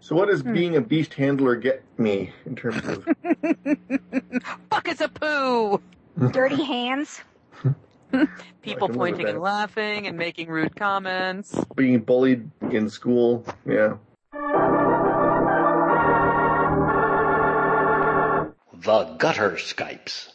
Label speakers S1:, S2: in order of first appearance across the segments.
S1: So what does being a beast handler get me in terms of?
S2: Buckets of poo!
S3: Dirty hands.
S1: live
S2: People
S1: with
S2: pointing and
S1: that.
S2: laughing and making rude comments.
S1: being bullied in school. Yeah.
S4: The Gutter Skypes.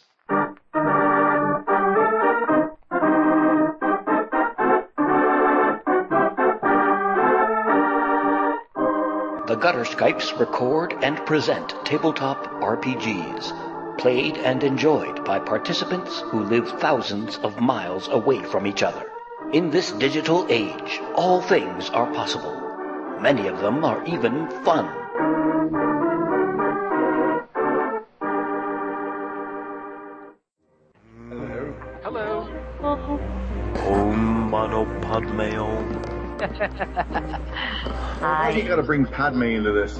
S4: The Gutter Skypes record and present tabletop RPGs, played and enjoyed by participants who live thousands of miles away from each other. In this digital age, all things are possible. Many of them are even fun.
S2: Hello.
S5: Om Mano Padme Om.
S1: Why you got to bring Padme into this?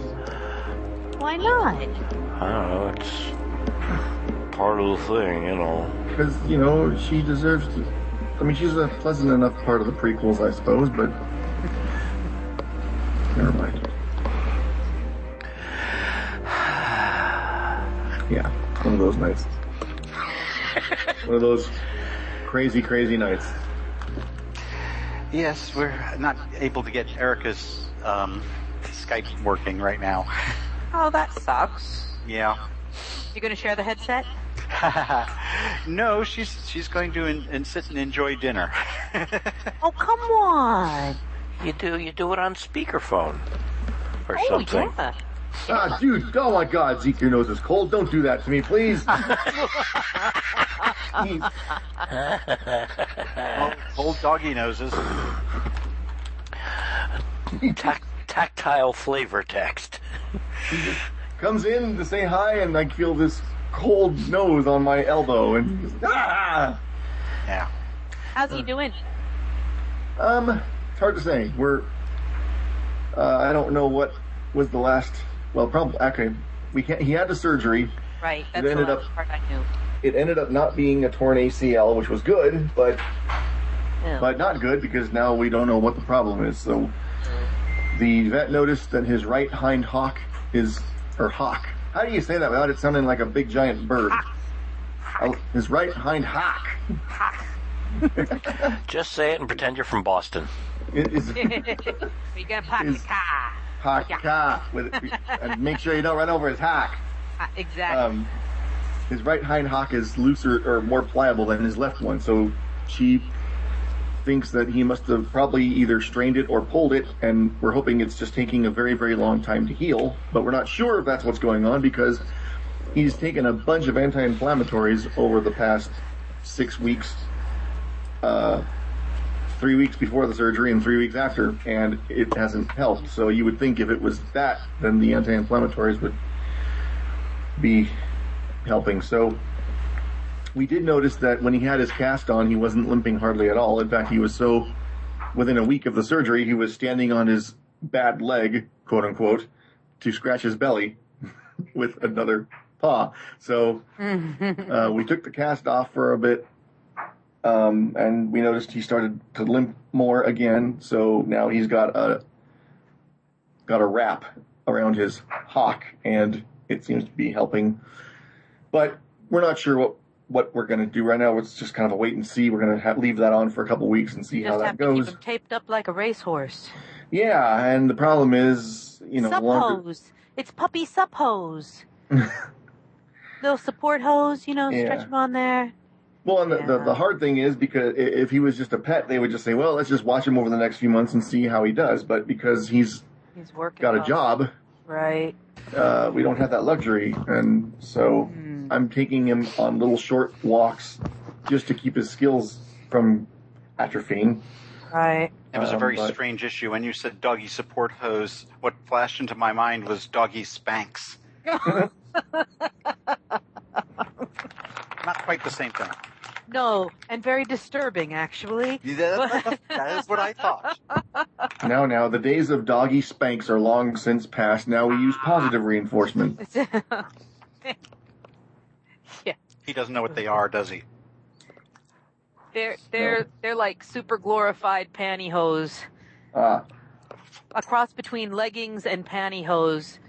S3: Why not?
S5: I don't know, it's Ah, part of the thing, you know.
S1: Because you know she deserves to. I mean, she's a pleasant enough part of the prequels, I suppose. But never mind. Yeah, one of those nights. one of those crazy, crazy nights.
S6: Yes, we're not able to get Erica's um, Skype working right now.
S2: Oh, that sucks.
S6: Yeah.
S2: You gonna share the headset?
S6: no, she's she's going to in, and sit and enjoy dinner.
S3: Oh, come on.
S5: You do you do it on speakerphone or
S2: Oh,
S5: something.
S2: yeah.
S1: Ah, dude! Oh my God, Zeke, your nose is cold. Don't do that to me, please.
S6: old, old doggy noses.
S5: Tac- tactile flavor text.
S1: comes in to say hi, and I feel this cold nose on my elbow, and ah,
S6: Yeah.
S2: How's
S1: Uh.
S2: he doing?
S1: um, it's hard to say. We're, uh, I don't know what was the last. Well, probably okay. We can't. He had the surgery.
S2: Right, that's
S1: ended
S2: the
S1: up-
S2: last part I knew.
S1: It ended up not being a torn ACL, which was good, but
S2: Ew.
S1: but not good because now we don't know what the problem is. So the vet noticed that his right hind hawk is or hawk. How do you say that without it sounding like a big giant bird? Uh, His right hind hawk.
S5: Just say it and pretend you're from Boston.
S1: It is
S2: you gonna park the
S1: Is-
S2: car?
S1: Hawk
S2: Yeah.
S1: car with and make sure you don't run over his hawk.
S2: Ah, Exactly.
S1: Um, his right hind hawk is looser or more pliable than his left one, so she thinks that he must have probably either strained it or pulled it, and we're hoping it's just taking a very, very long time to heal. But we're not sure if that's what's going on because he's taken a bunch of anti-inflammatories over the past six weeks. Uh, three weeks before the surgery and three weeks after, and it hasn't helped. So you would think if it was that, then the anti-inflammatories would be helping. So we did notice that when he had his cast on, he wasn't limping hardly at all. In fact, he was so within a week of the surgery, he was standing on his bad leg, quote unquote, to scratch his belly with another paw. So uh, we took the cast off for a bit. Um, and we noticed he started to limp more again, so now he's got a got a wrap around his hawk, and it seems to be helping. But we're not sure what what we're going to do right now. It's just kind of a wait and see. We're going to ha- leave that on for a couple weeks and see how
S2: Just
S1: that
S2: have to
S1: goes.
S2: keep him taped up like a racehorse.
S1: Yeah, and the problem is, you know,
S3: sup
S1: longer.
S3: hose. It's puppy sup hose. Little support hose, you know,
S1: Yeah.
S3: stretch them on there.
S1: Well, and the, the,
S3: Yeah.
S1: the hard thing is because i- if he was just a pet, they would just say, well, let's just watch him over the next few months and see how he does. But because he's
S2: He's working.
S1: got a
S2: hard.
S1: job,
S2: Right.
S1: uh, we don't have that luxury. And so
S2: Hmm.
S1: I'm taking him on little short walks just to keep his skills from atrophying.
S2: Right.
S6: It was a
S1: Um,
S6: very
S1: but-
S6: strange issue. When you said doggy support hose, what flashed into my mind was doggy spanks. Not quite the same thing.
S2: No, and very disturbing, actually.
S6: That- that is what I thought.
S1: Now, now, the days of doggy spanks are long since past. Now we use positive reinforcement.
S6: He doesn't know what they are, does he?
S2: they're they're they're like super glorified pantyhose.
S1: Uh,
S2: a cross between leggings and pantyhose.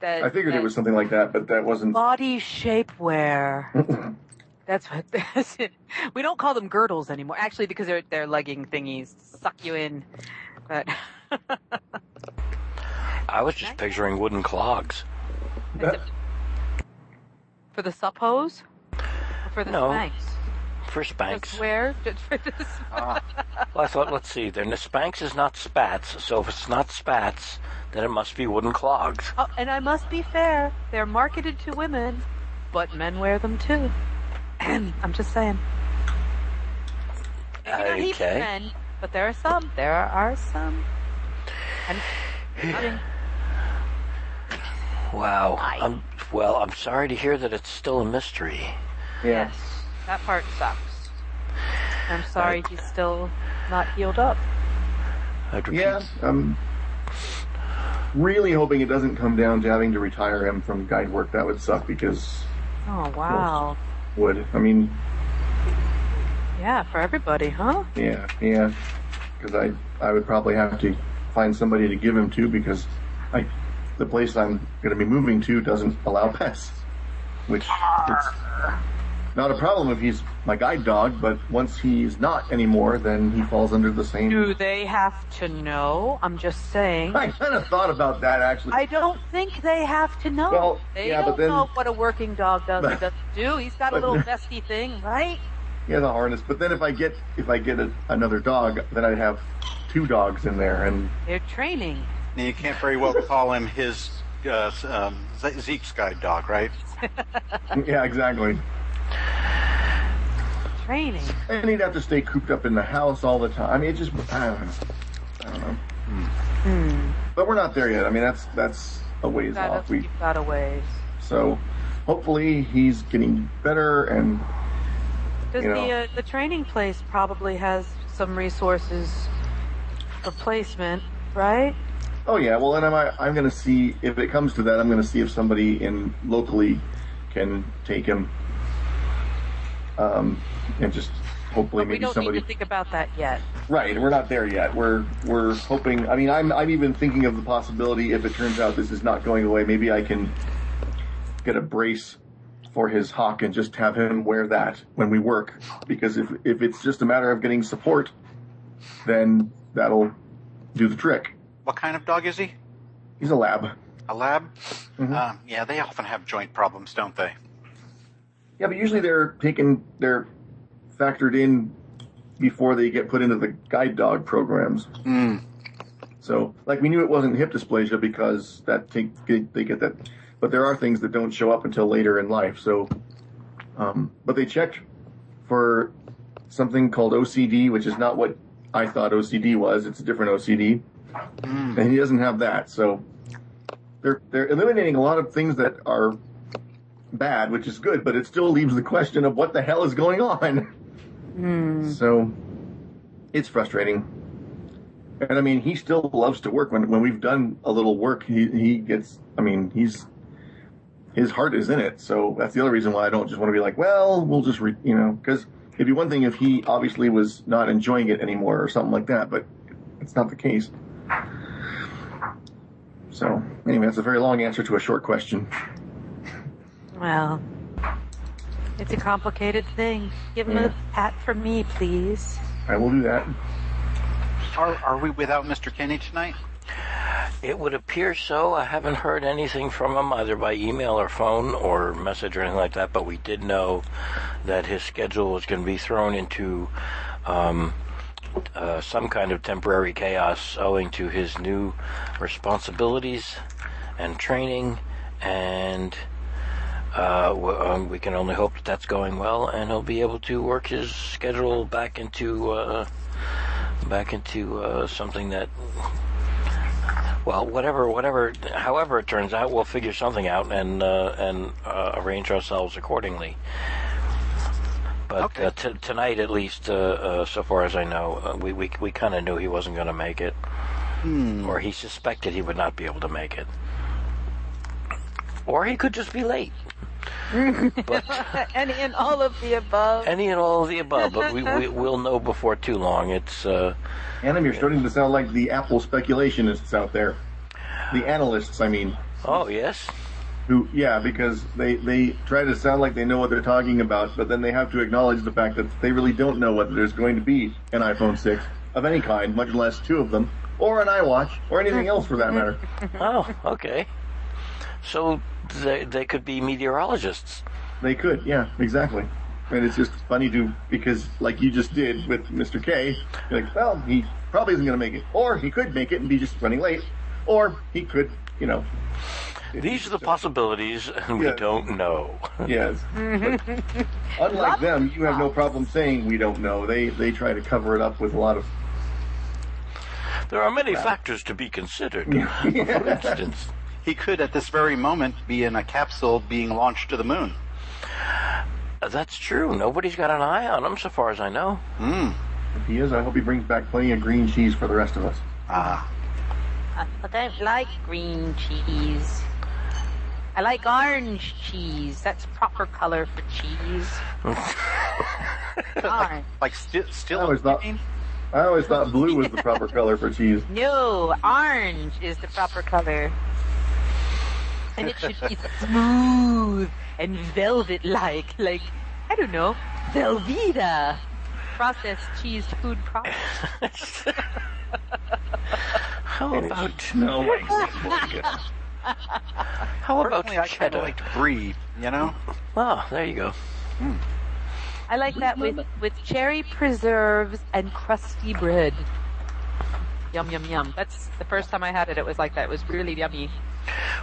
S2: That
S1: I figured
S2: that
S1: it was something like that, but that wasn't.
S2: body shapewear. That's what this is. We don't call them girdles anymore, actually, because they're they're legging thingies suck you in. But
S5: I was just picturing wooden clogs.
S1: That,
S2: for the suppos, Or for the
S5: No.
S2: spanks,
S5: For Spanx.
S2: just wear just for the
S6: Ah,
S5: Well, I thought, let's see, then the Spanx is not spats, so if it's not spats, then it must be wooden clogs.
S2: Oh, and I must be fair, they're marketed to women, but men wear them too. I'm just saying. Maybe not heaps of
S5: Okay.
S2: men, but there are some. There are some. And including
S5: Wow. I'm, well, I'm sorry to hear that it's still a mystery.
S1: yeah.
S2: that part sucks. I'm sorry he's still not healed up.
S5: I'd repeat,
S1: Yeah. I'm really hoping it doesn't come down to having to retire him from guide work. That would suck because
S2: Oh wow.
S1: would. I mean,
S2: Yeah, for everybody, huh?
S1: yeah, yeah. Because I, I would probably have to find somebody to give him to because I, the place I'm going to be moving to doesn't allow pets, which it's not a problem if he's my guide dog. But once he's not anymore, then he falls under the same.
S2: Do they have to know? I'm just saying.
S1: I kind of thought about that actually.
S2: I don't think they have to know.
S1: Well,
S2: they
S1: yeah,
S2: don't
S1: but then-
S2: know what a working dog does or
S1: But-
S2: doesn't do. He's got a
S1: but-
S2: little vesty thing, right?
S1: Yeah, the harness. But then if I get if I get a, another dog, then I'd have two dogs in there, and
S2: They're training.
S6: now you can't very well call him his uh, um, Ze- Zeke's guide dog, right?
S1: yeah, exactly.
S2: Training.
S1: And he'd have to stay cooped up in the house all the time. I mean, it just I don't know. I don't know.
S2: Hmm.
S1: But we're not there yet. I mean, that's that's a ways
S2: Got
S1: off.
S2: a,
S1: We
S2: you've got a ways.
S1: so hopefully he's getting better, and
S2: Does
S1: You
S2: the
S1: know.
S2: uh, the training place probably has some resources for placement, right?
S1: oh yeah. Well, and I'm I'm going to see if it comes to that. I'm going to see if somebody in locally can take him. Um, and just hopefully
S2: But we
S1: maybe
S2: don't
S1: somebody
S2: need to think about that yet.
S1: Right, we're not there yet. We're we're hoping. I mean, I'm I'm even thinking of the possibility if it turns out this is not going away, maybe I can get a brace for his hawk and just have him wear that when we work. Because if if it's just a matter of getting support, then that'll do the trick.
S6: What kind of dog is he?
S1: He's a lab.
S6: A lab? Um, yeah, they often have joint problems, don't they?
S1: Yeah, but usually they're taken, they're factored in before they get put into the guide dog programs. So, like, we knew it wasn't hip dysplasia because that take, they get that, but there are things that don't show up until later in life. So, um, but they checked for something called OCD, which is not what I thought OCD was. It's a different OCD, and he doesn't have that. So, they're they're eliminating a lot of things that are bad, which is good, but it still leaves the question of what the hell is going on. So it's frustrating. And I mean, he still loves to work. When when we've done a little work, he he gets. I mean, he's his heart is in it. So that's the other reason why I don't just want to be like, well, we'll just re, you know, because it'd be one thing if he obviously was not enjoying it anymore or something like that, but it's not the case. So anyway, that's a very long answer to a short question.
S2: Well, it's a complicated thing. Give him
S1: Yeah.
S2: a pat for me, please.
S1: I will do that.
S6: Are, are we without Mr. Kenny tonight?
S5: It would appear so. I haven't heard anything from him either by email or phone or message or anything like that, but we did know that his schedule was going to be thrown into um, uh, some kind of temporary chaos owing to his new responsibilities and training, and uh, w- um, we can only hope that that's going well and he'll be able to work his schedule back into. Uh, Back into uh, something that well, whatever, whatever, however it turns out, we'll figure something out and uh, and uh, arrange ourselves accordingly. But
S6: Okay.
S5: uh, t- tonight, at least, uh, uh, so far as I know, uh, we we, we kind of knew he wasn't going to make it,
S2: Hmm.
S5: or he suspected he would not be able to make it, or he could just be late.
S2: and in all of the above.
S5: Any and all of the above, but we, we will know before too long. It's uh,
S1: Adam, you're starting to sound like the Apple speculationists out there. The analysts, I mean.
S5: oh yes,
S1: Who, yeah, because they, they try to sound like they know what they're talking about, but then they have to acknowledge the fact that they really don't know whether there's going to be an iPhone 6 of any kind, much less two of them, or an iWatch, or anything else for that matter.
S5: oh okay. So they they could be meteorologists.
S1: They could, yeah, exactly. And it's just funny to, because like you just did with Mr. K, you're like, well, he probably isn't going to make it. Or he could make it and be just running late. Or he could, you know,
S5: These are the possibilities, and we
S1: Yeah.
S5: don't know.
S1: yes.
S2: Mm-hmm.
S1: But unlike them, you have no problem saying we don't know. They, they try to cover it up with a lot of,
S5: There are many factors to be considered. For instance,
S6: He could, at this very moment, be in a capsule being launched to the moon.
S5: uh, that's true. Nobody's got an eye on them, so far as I know.
S1: if he is, I hope he brings back plenty of green cheese for the rest of us.
S6: Ah,
S2: I don't like green cheese. I like orange cheese. That's proper color for cheese. orange.
S6: like sti-
S1: I
S6: still.
S1: always thought, I always thought blue was the proper color for cheese.
S2: No, orange is the proper color. And it should be smooth and velvet like, like, I don't know, Velveeta. Processed cheese food products.
S5: How about
S1: No, like,
S5: how about
S6: Personally, I kind
S5: cheddar?
S6: of like to breathe, you know?
S5: Ah, there you go.
S2: I like that with, with cherry preserves and crusty bread. Yum, yum, yum. That's the first time I had it. It was like that. It was really yummy.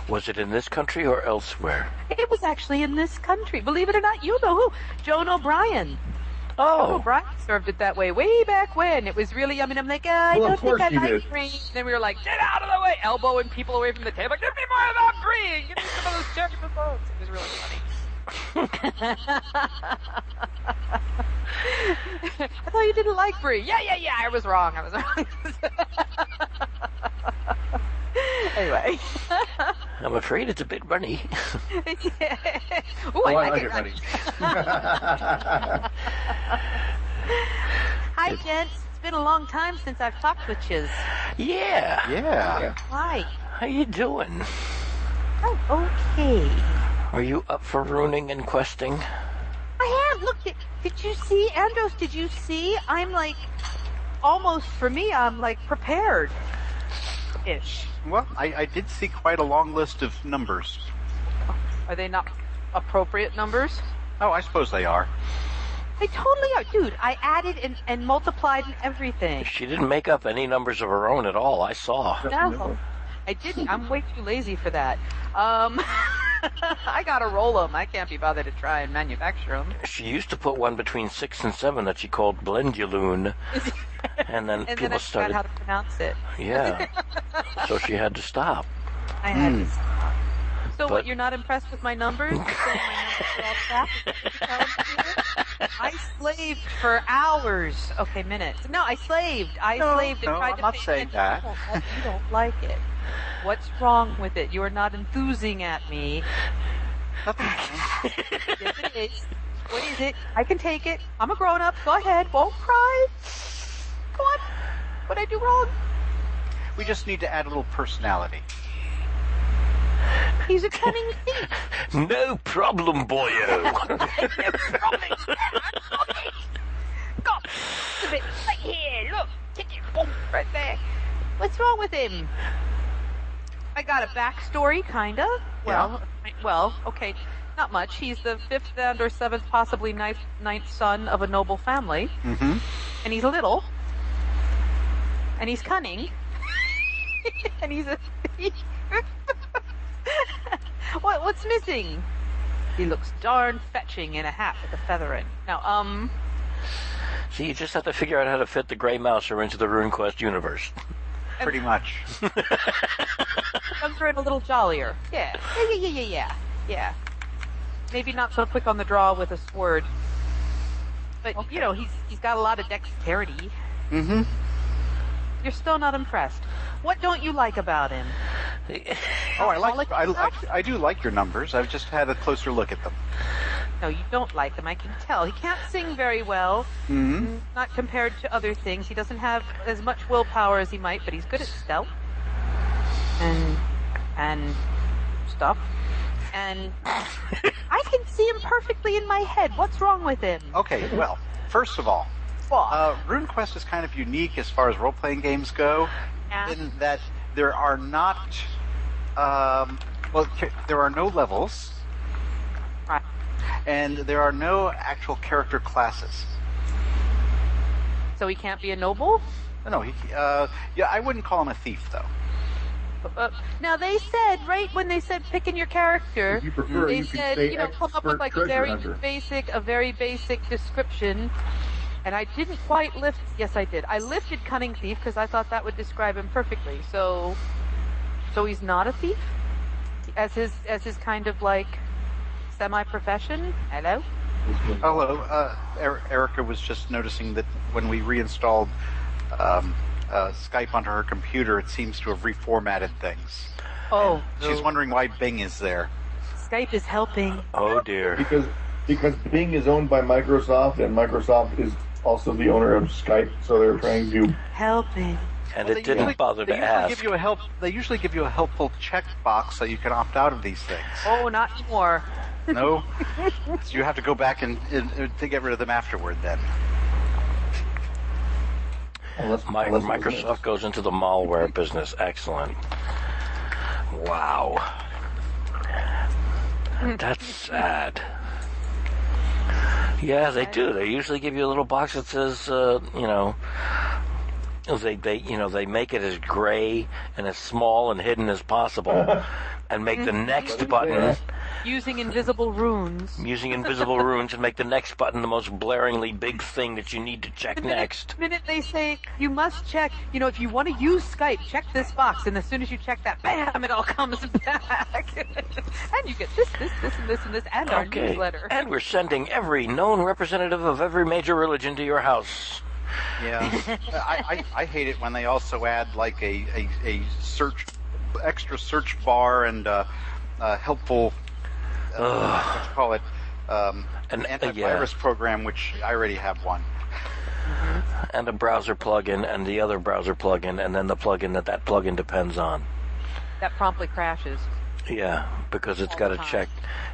S5: Was it in this country or elsewhere?
S2: It was actually in this country. Believe it or not, you know who? Joan O'Brien. Joan
S5: Oh,
S2: O'Brien served it that way way back when. It was really yummy. And I'm like, ah, I
S1: Well, of
S2: don't think
S1: course
S2: I
S1: you
S2: like
S1: did.
S2: green. And then we were like, get out of the way, elbowing people away from the table. Give me more of that green. Give me some of those cherry preserves. It was really funny. I thought you didn't like brie. Yeah, yeah, yeah. I was wrong. I was wrong. anyway.
S5: I'm afraid it's a bit runny.
S2: Ooh, I,
S1: oh,
S2: like, it.
S1: honey.
S2: Hi, gents. It's been a long time since I've talked with you.
S5: yeah.
S6: Yeah.
S2: Why?
S5: How you doing?
S2: Oh, okay.
S5: Are you up for ruining and questing?
S2: I am. Look, did, did you see, Andros? Did you see? I'm like, almost for me, I'm like prepared, ish.
S6: Well, I, I did see quite a long list of numbers.
S7: Are they not appropriate numbers?
S6: Oh, I suppose they are.
S2: They totally are, dude. I added and, and multiplied and everything.
S5: She didn't make up any numbers of her own at all. I saw.
S2: No, I didn't. I'm way too lazy for that. Um, I gotta roll them. I can't be bothered to try and manufacture them.
S5: She used to put one between six and seven that she called Blenduloon, and then
S2: And
S5: people
S2: then I forgot
S5: started.
S2: how to pronounce it.
S5: Yeah. so she had to stop.
S2: I had
S6: Hmm.
S2: to stop. So
S5: But-
S2: what, you're not impressed with my numbers? You're saying my numbers are all crap? Is that what you're telling me? I slaved for hours. Okay, minutes. No, I slaved. I
S6: No,
S2: slaved and
S6: no,
S2: tried
S6: I'm
S2: to
S6: not
S2: pay
S6: saying
S2: attention. No, You don't like it. What's wrong with it? You are not enthusing at me. yes, it is. What is it? I can take it. I'm a grown up. Go ahead. Won't cry. Go on. What I do wrong?
S6: We just need to add a little personality.
S2: He's a cunning thief.
S5: No problem, boyo.
S2: Got a bit right here. Look, kick it, boom, right there. What's wrong with him? I got a backstory, kind of. Well, I- well, okay, not much. He's the fifth and or seventh, possibly ninth, ninth son of a noble family,
S6: Mm-hmm.
S2: and he's little, and he's cunning, and he's a. what? What's missing? He looks darn fetching in a hat with a feather in. Now, um.
S5: so you just have to figure out how to fit the Grey Mouser into the RuneQuest universe.
S6: Pretty much.
S2: comes in a little jollier. Yeah. Yeah, yeah, yeah, yeah, yeah. Yeah. Maybe not so quick on the draw with a sword. But you know, he's he's got a lot of dexterity.
S6: Mm-hmm.
S2: You're still not impressed. What don't you like about him?
S6: Oh, I like
S2: Solid
S6: I, I,
S2: stuff?
S6: I do like your numbers. I've just had a closer look at them.
S2: No, you don't like him. I can tell. He can't sing very well.
S6: hmm
S2: Not compared to other things. He doesn't have as much willpower as he might, but he's good at stealth and and stuff. And I can see him perfectly in my head. What's wrong with him?
S6: Okay, well, first of all, uh, RuneQuest is kind of unique as far as role-playing games go,
S2: Yeah.
S6: in that there are not, um, well, ca- there are no levels,
S2: Right.
S6: and there are no actual character classes.
S2: So he can't be a noble.
S6: No, he, uh, yeah, I wouldn't call him a thief though.
S2: Uh, now they said right when they said picking your character,
S1: If you prefer,
S2: they
S1: you can
S2: said
S1: say
S2: you know come up
S1: expert
S2: with like a
S1: treasure
S2: very
S1: hunter.
S2: basic a very basic description. And I didn't quite lift. Yes, I did. I lifted cunning thief because I thought that would describe him perfectly. So, so he's not a thief, as his as his kind of like semi profession. Hello.
S6: Hello, uh, er- Erica was just noticing that when we reinstalled um, uh, Skype onto her computer, it seems to have reformatted things.
S2: Oh,
S6: She's wondering why Bing is there.
S8: Skype is helping.
S5: Oh dear.
S1: Because because Bing is owned by Microsoft, and Microsoft is also the owner of Skype, so they're trying to.
S8: Helping.
S5: And
S6: Well,
S5: it
S6: they usually-
S5: didn't bother
S6: they
S5: to
S6: usually
S5: ask.
S6: Give you a help, they usually give you a helpful checkbox so you can opt out of these things.
S2: oh, not anymore.
S6: no? So you have to go back and, and, and to get rid of them afterward then.
S1: Unless,
S5: Mi-
S1: unless it was an-
S5: Microsoft goes into the malware business. Excellent. Wow. That's sad. Yeah, they do. They usually give you a little box that says, uh, you know, they they you know they make it as gray and as small and hidden as possible, and make the next button
S8: Using invisible runes.
S5: using invisible runes and make the next button the most blaringly big thing that you need to check
S2: minute-
S5: next.
S2: The minute they say you must check, you know, if you want to use Skype, check this box, and as soon as you check that, bam, it all comes back, and you get this, this, this, and this, and this, and our newsletter.
S5: And we're sending every known representative of every major religion to your house.
S6: Yeah. I, I, I hate it when they also add like a, a, a search, extra search bar and uh, uh, helpful, uh, what you call it, um,
S5: An-
S6: an
S5: uh,
S6: antivirus
S5: yeah.
S6: program, which I already have one.
S5: And a browser plugin and the other browser plugin and then the plugin that that plugin depends on.
S2: that promptly crashes.
S5: Yeah, because it's
S2: All
S5: got
S2: the
S5: to
S2: time.
S5: check.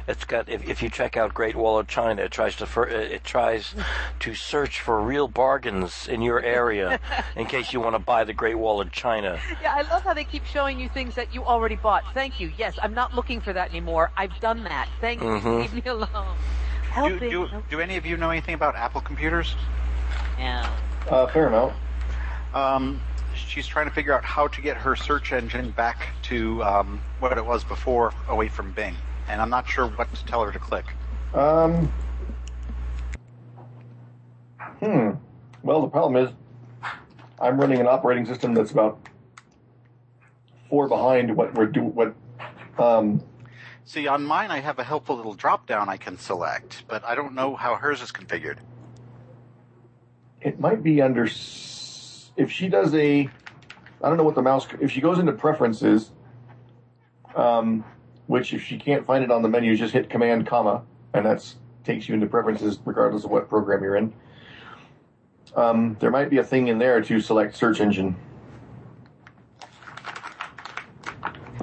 S5: It's got if, if you check out Great Wall of China, it tries to fir- it it tries to search for real bargains in your area in case you want to buy the Great Wall of China.
S2: Yeah, I love how they keep showing you things that you already bought. Thank you. Yes, I'm not looking for that anymore. I've done that. Thank you.
S5: Mhm.
S2: Leave me alone.
S6: Do,
S2: Helping.
S6: do, do any of you know anything about Apple computers?
S2: Yeah.
S1: Uh, fair amount.
S6: Um, she's trying to figure out how to get her search engine back to um, what it was before, away from Bing. And I'm not sure what to tell her to click.
S1: Um. Hmm. Well, the problem is, I'm running an operating system that's about four behind what we're doing. What um,
S6: See, on mine, I have a helpful little drop down I can select, but I don't know how hers is configured.
S1: it might be under. s- If she does a, I don't know what the mouse. If she goes into preferences, um, which if she can't find it on the menu, just hit Command comma, and that's takes you into preferences regardless of what program you're in. Um, there might be a thing in there to select search engine.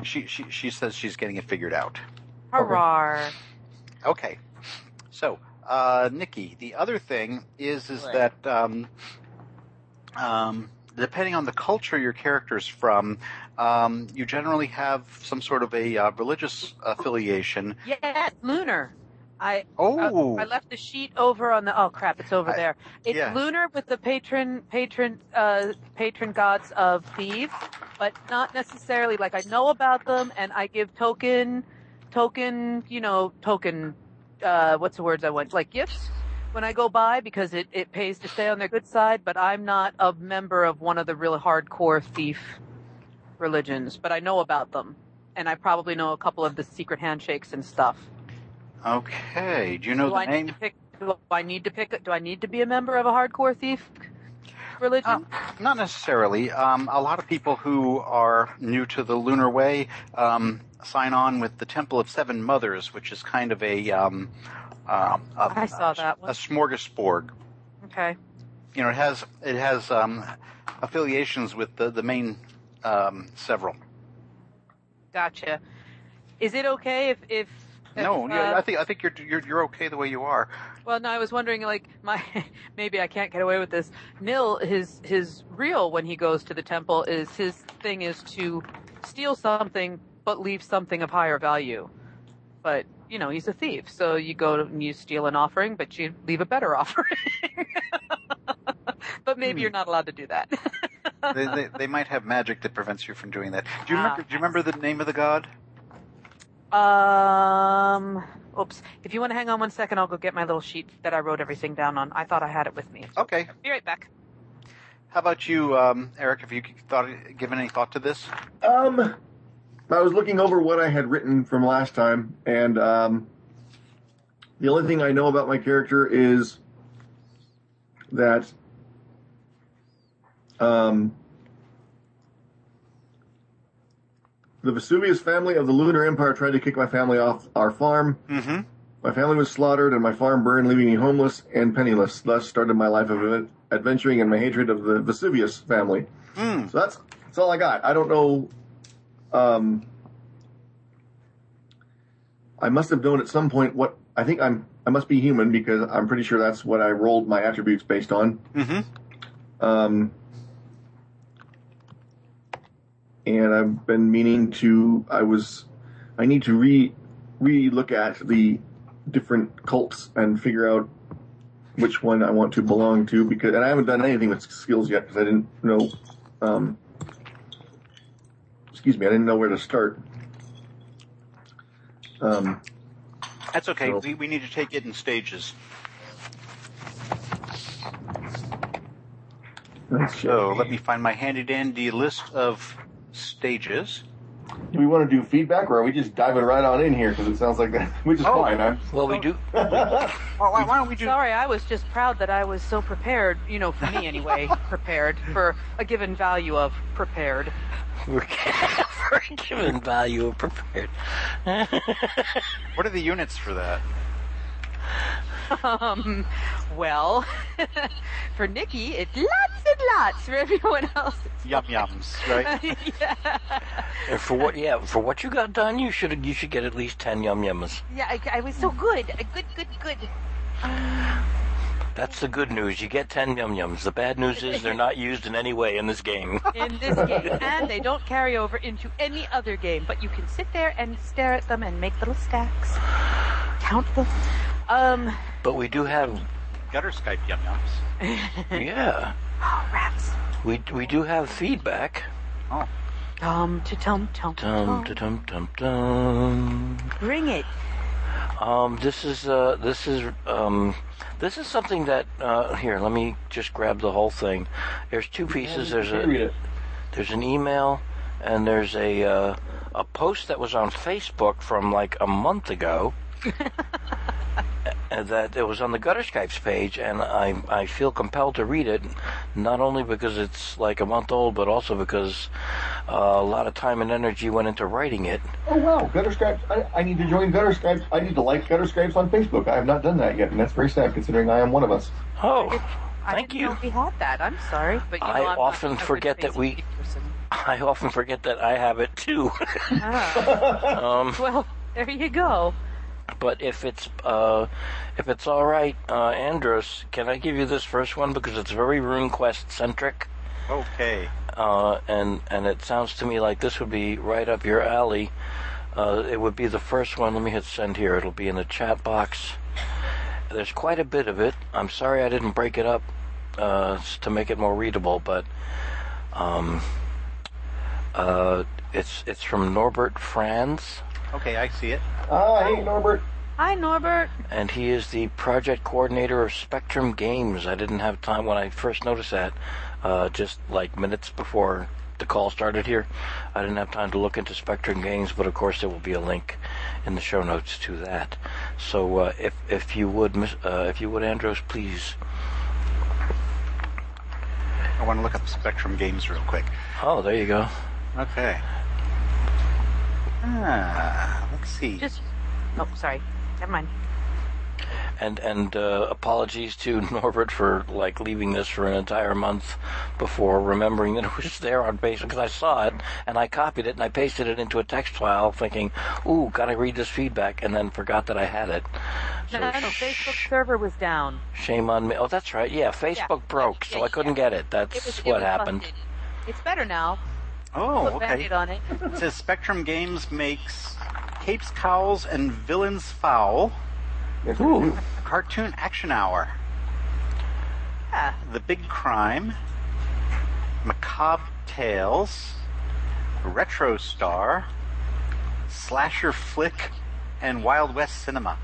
S6: She, she, she says she's getting it figured out.
S8: Hurrah.
S6: Okay. So, uh, Nikki, the other thing is is that um, um, depending on the culture your character's from, um, you generally have some sort of a uh, religious affiliation.
S2: Yes, lunar. Uh, I
S6: Oh,
S2: I left the sheet over on the. Oh crap! It's over
S6: I-
S2: there. It's
S6: yeah.
S2: lunar with the patron, patron, uh, patron gods of thieves, but not necessarily like I know about them, and I give token, token, you know, token. Uh, what's the words I want? Like gifts when I go by because it it pays to stay on their good side. But I'm not a member of one of the real hardcore thief religions, but I know about them, and I probably know a couple of the secret handshakes and stuff.
S6: okay. Do you know
S2: Do
S6: the
S2: I need
S6: name? Uh,
S2: to pick? Do I need to pick? Do I need to be a member of a hardcore thief religion?
S6: Not necessarily. Um, a lot of people who are new to the lunar way um, sign on with the Temple of Seven Mothers, which is kind of a um, uh, a,
S2: I saw
S6: a-
S2: that one.
S6: a smorgasbord.
S2: okay.
S6: You know, it has it has um, affiliations with the the main um, several.
S2: Gotcha. Is it okay if if
S6: No,
S2: if,
S6: yeah,
S2: uh,
S6: I think I think you're you're you're okay the way you are.
S2: Well, no, I was wondering, like, my maybe I can't get away with this. Nil, his his real when he goes to the temple is his thing is to steal something but leave something of higher value. But you know, he's a thief, so you go and you steal an offering, but you leave a better offering. but maybe
S6: Hmm.
S2: you're not allowed to do that.
S6: they, they they might have magic that prevents you from doing that. Do you
S2: Ah.
S6: remember? Do you remember the name of the god?
S2: um, oops. If you want to hang on one second, I'll go get my little sheet that I wrote everything down on. I thought I had it with me.
S6: Okay.
S2: Be right back.
S6: How about you, um, Eric? Have you thought given any thought to this?
S1: Um, I was looking over what I had written from last time, and um, the only thing I know about my character is that um, the Vesuvius family of the Lunar Empire tried to kick my family off our farm.
S6: Mm-hmm.
S1: My family was slaughtered and my farm burned, leaving me homeless and penniless. Thus started my life of ad- adventuring and my hatred of the Vesuvius family.
S6: Mm-hmm.
S1: So that's that's all I got. I don't know. Um, I must have known at some point what I think I'm. I must be human because I'm pretty sure that's what I rolled my attributes based on.
S6: Mm-hmm.
S1: Um, and I've been meaning to. I was. I need to re re look at the different cults and figure out which one I want to belong to because. And I haven't done anything with skills yet because I didn't know. Um, excuse me, I didn't know where to start. Um,
S6: That's okay.
S1: So-
S6: we, we need to take it in stages.
S1: let's see.
S6: So let me find my handy dandy list of stages.
S1: do we want to do feedback or are we just diving right on in here because it sounds like that, which is
S6: Oh.
S1: fine. I'm,
S5: Well, we do.
S6: Why, why, why don't we do?
S2: Sorry, I was just proud that I was so prepared, you know, for me anyway, prepared for a given value of prepared.
S5: We're, we're given value of prepared.
S6: What are the units for that?
S2: Um, well, for Nikki, it's lots and lots. For everyone else,
S6: Yum yums, right?
S2: it's, yeah,
S5: And for what? Yeah, for what you got done, you should you should get at least ten yum yums.
S2: yeah, I, I was
S3: So
S2: so
S3: good. Uh, Good, good, good.
S5: That's the good news. You get ten yum yums. The bad news is they're not used in any way in this game.
S2: in this game, and they don't carry over into any other game. But you can sit there and stare at them and make little stacks, count them. Um,
S5: But we do have,
S6: Gutter Skype yum yums.
S5: yeah,
S2: oh, rats.
S5: we we do have feedback.
S2: Tom to tom tom
S5: Dum
S2: tom.
S5: da dum dum dum.
S2: Bring it.
S5: Um, this is uh, this is um, this is something that uh, here. Let me just grab the whole thing. There's two pieces. There's a
S1: read it.
S5: there's an email and there's a uh, a post that was on Facebook from like a month ago. uh, that it was on the Gutter Skypes page, and I I feel compelled to read it, not only because it's like a month old, but also because uh, a lot of time and energy went into writing it.
S1: Oh wow, gutter stripes! I, I need to join gutter stripes. I need to like gutter stripes on Facebook. I have not done that yet, and that's very sad considering I am one of us.
S5: Oh,
S2: I
S5: thank
S2: didn't
S5: you.
S2: Know we had that. I'm sorry, but you know,
S5: I
S2: I'm not
S5: often
S2: a good
S5: forget that we-
S2: Facebook person.
S5: I often forget that I have it too.
S2: Ah,
S5: um,
S2: well, there you go.
S5: but if it's uh, if it's all right, uh, Andros, can I give you this first one because it's very RuneQuest centric,
S6: Okay.
S5: uh, and and it sounds to me like this would be right up your alley. Uh, it would be the first one. Let me hit send here. It'll be in the chat box. There's quite a bit of it. I'm sorry I didn't break it up uh, s- to make it more readable, but um, uh, it's it's from Norbert Franz.
S6: Okay, I see it.
S1: Ah,
S5: Oh.
S1: hey Norbert.
S2: Hi, Norbert.
S5: and he is the project coordinator of Spectrum Games. I didn't have time when I first noticed that, uh, just like minutes before the call started here. I didn't have time to look into Spectrum Games, but of course there will be a link in the show notes to that. So uh, if if you would, miss- uh, if you would, Andros, please.
S6: I want to look up Spectrum games real quick.
S5: Oh, there you go.
S6: Okay. Ah, let's see.
S2: Just oh, sorry. Never mind.
S5: And and uh, apologies to Norbert for like leaving this for an entire month before remembering that it was there on Facebook because I saw it and I copied it and I pasted it into a text file, thinking, "Ooh, gotta read this feedback," and then forgot that I had it. So
S2: No, no, no, Facebook server was down.
S5: Shame on me. Oh, that's right. Yeah, Facebook broke, so
S3: Yeah,
S5: I couldn't get it. That's
S3: It was, it
S5: what
S3: was
S5: happened.
S3: busted.
S2: It's better now.
S6: oh,
S2: Put
S6: okay.
S2: Band-Aid on it.
S6: It says Spectrum Games makes Capes, Cowls, and Villains Foul
S1: Ooh.
S6: Cartoon Action Hour.
S3: Yeah.
S6: The Big Crime, Macabre Tales, Retro Star, Slasher Flick, and Wild West Cinema.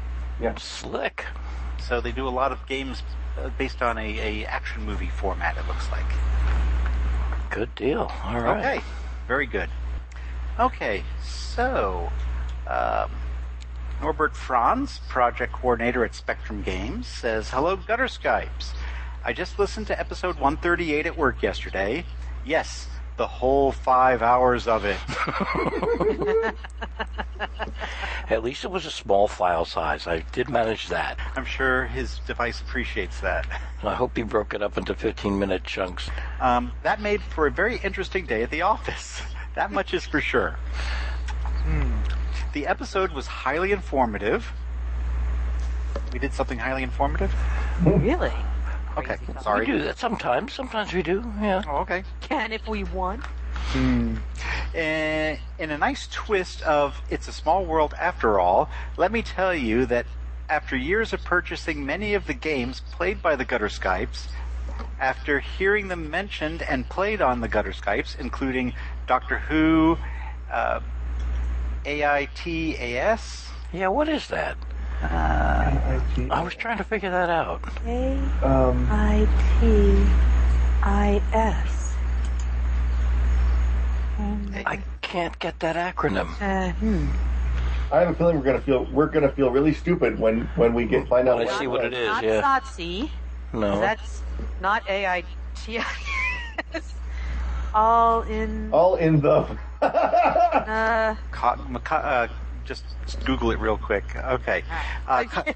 S5: Slick.
S6: So they do a lot of games uh, based on a, a action movie format. It looks like.
S5: Good deal. All right.
S6: Okay, very good. Okay, so um, Norbert Franz, project coordinator at Spectrum Games, says Hello, Gutter Skypes. I just listened to episode 138 at work yesterday. Yes, the whole five hours of it.
S5: At least it was a small file size. I did manage that.
S6: I'm sure his device appreciates that.
S5: And I hope he broke it up into 15 minute chunks.
S6: Um, that made for a very interesting day at the office. That much is for sure. The episode was highly informative. We did something highly informative?
S2: Really?
S6: Okay,
S2: Crazy fellow.
S6: sorry.
S5: We do that sometimes. Sometimes we do. Yeah.
S6: Oh, okay.
S2: Can if we want.
S6: And in a nice twist of It's a Small World After All, let me tell you that after years of purchasing many of the games played by the Gutter Skypes, after hearing them mentioned and played on the Gutter Skypes, including Doctor Who, uh, AITAS,
S5: Yeah. What is that? I was trying to figure that out.
S9: A
S10: Um,
S9: I T I S.
S5: I can't get that acronym.
S2: Uh, hmm.
S1: I have a feeling we're gonna feel we're gonna feel really stupid when when we get find out.
S5: When I see what it is.
S2: Not
S5: yeah.
S2: Nazi.
S5: No.
S2: That's not AI. All in.
S1: All in the.
S2: Uh,
S6: co- maca- uh, just Google it real quick. Okay. Uh, co-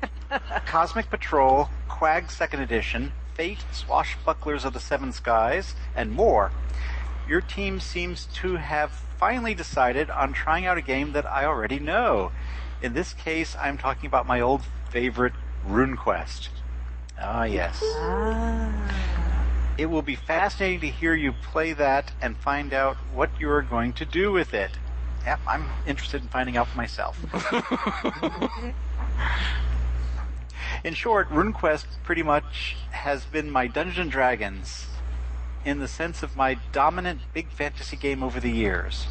S6: Cosmic Patrol, Quag Second Edition, Fate, Swashbucklers of the Seven Skies, and more. Your team seems to have finally decided on trying out a game that I already know. In this case, I'm talking about my old favorite, RuneQuest. Ah, yes. It will be fascinating to hear you play that and find out what you are going to do with it. Yep, I'm interested in finding out for myself. in short, RuneQuest pretty much has been my Dungeons and Dragons in the sense of my dominant big fantasy game over the years.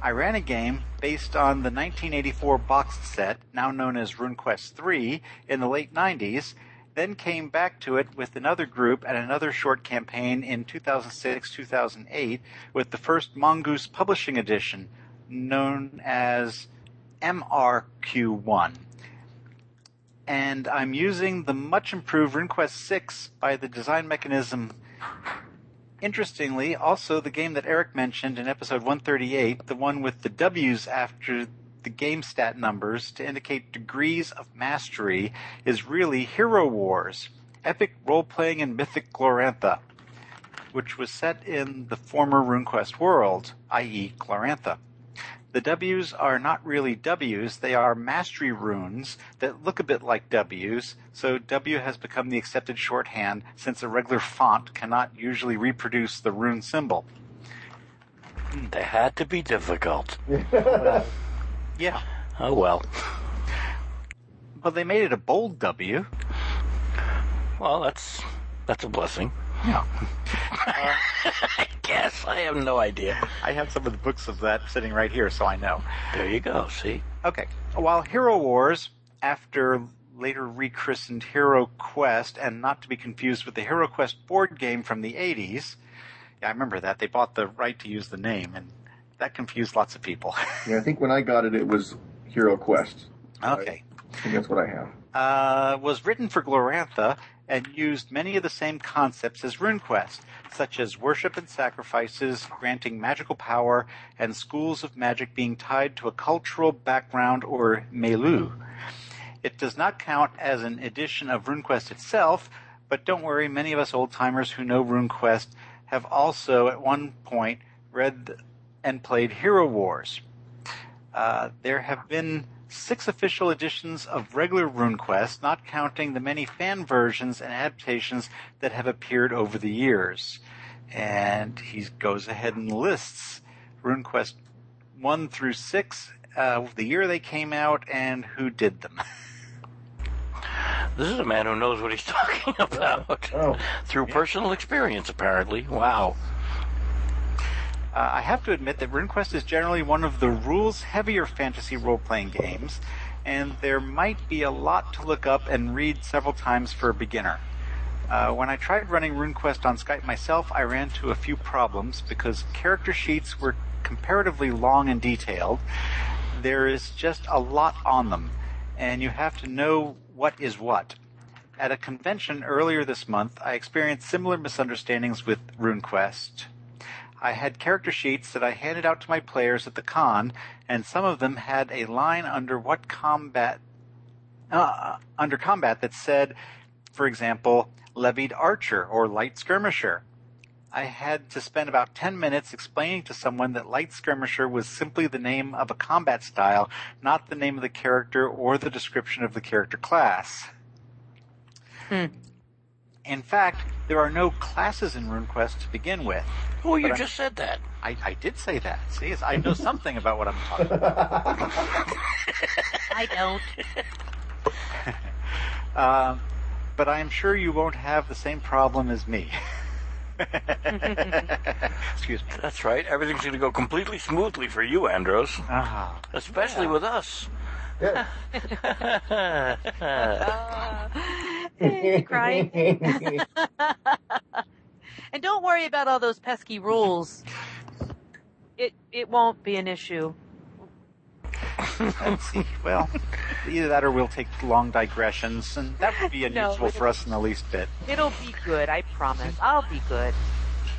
S6: I ran a game based on the 1984 boxed set, now known as RuneQuest 3, in the late 90s, then came back to it with another group and another short campaign in 2006 2008 with the first Mongoose Publishing Edition, known as MRQ1 and I'm using the much improved RuneQuest 6 by the design mechanism. Interestingly, also the game that Eric mentioned in episode 138, the one with the W's after the game stat numbers to indicate degrees of mastery, is really Hero Wars, epic role playing in Mythic Glorantha, which was set in the former RuneQuest world, i.e., Glorantha. The W's are not really W's, they are mastery runes that look a bit like W's, so W has become the accepted shorthand since a regular font cannot usually reproduce the rune symbol.
S5: They had to be difficult.
S6: Yeah,
S5: Oh well.
S6: well, they made it a bold W.
S5: Well, that's that's a blessing. I guess I have no idea.
S6: I have some of the books of that sitting right here, so I know.
S5: There you go. See.
S6: Okay. While Hero Wars, after later rechristened Hero Quest, and not to be confused with the Hero Quest board game from the 80s, yeah, I remember that. They bought the right to use the name, and that confused lots of people.
S1: Yeah, I think when I got it, it was Hero Quest.
S6: okay.
S1: I think that's what I have.
S6: uh, was written for Glorantha and used many of the same concepts as RuneQuest, such as worship and sacrifices, granting magical power, and schools of magic being tied to a cultural background or milieu. It does not count as an edition of RuneQuest itself, but don't worry, many of us old timers who know RuneQuest have also at one point read and played Hero Wars. Uh, there have been six official editions of regular RuneQuest, not counting the many fan versions and adaptations that have appeared over the years. And he goes ahead and lists RuneQuest 1 through 6, uh, the year they came out, and who did them.
S5: This is a man who knows what he's talking about
S1: Oh.
S5: through personal experience, apparently. Wow.
S6: Uh, I have to admit that RuneQuest is generally one of the rules heavier fantasy role playing games, and there might be a lot to look up and read several times for a beginner. Uh, when I tried running RuneQuest on Skype myself, I ran into a few problems because character sheets were comparatively long and detailed. There is just a lot on them, and you have to know what is what. At a convention earlier this month, I experienced similar misunderstandings with RuneQuest. I had character sheets that I handed out to my players at the con, and some of them had a line under what combat uh, under combat that said, for example, levied archer or light skirmisher. I had to spend about 10 minutes explaining to someone that light skirmisher was simply the name of a combat style, not the name of the character or the description of the character class. In fact, there are no classes in RuneQuest to begin with.
S5: Well, Oh, you
S6: But I-
S5: just said that.
S6: I, I did say that. See, it's- I know something about what I'm talking about.
S3: I don't.
S6: Um, but I am sure you won't have the same problem as me. Excuse me.
S5: That's right. Everything's going to go completely smoothly for you, Andros.
S6: Ah,
S5: Especially with us.
S1: Yeah.
S2: Hey, crying. and don't worry about all those pesky rules. It it won't be an issue.
S6: let's see. Well, either that or we'll take long digressions, and that would be
S2: No.
S6: unusual for us in the least bit.
S2: It'll be good, I promise. I'll be good.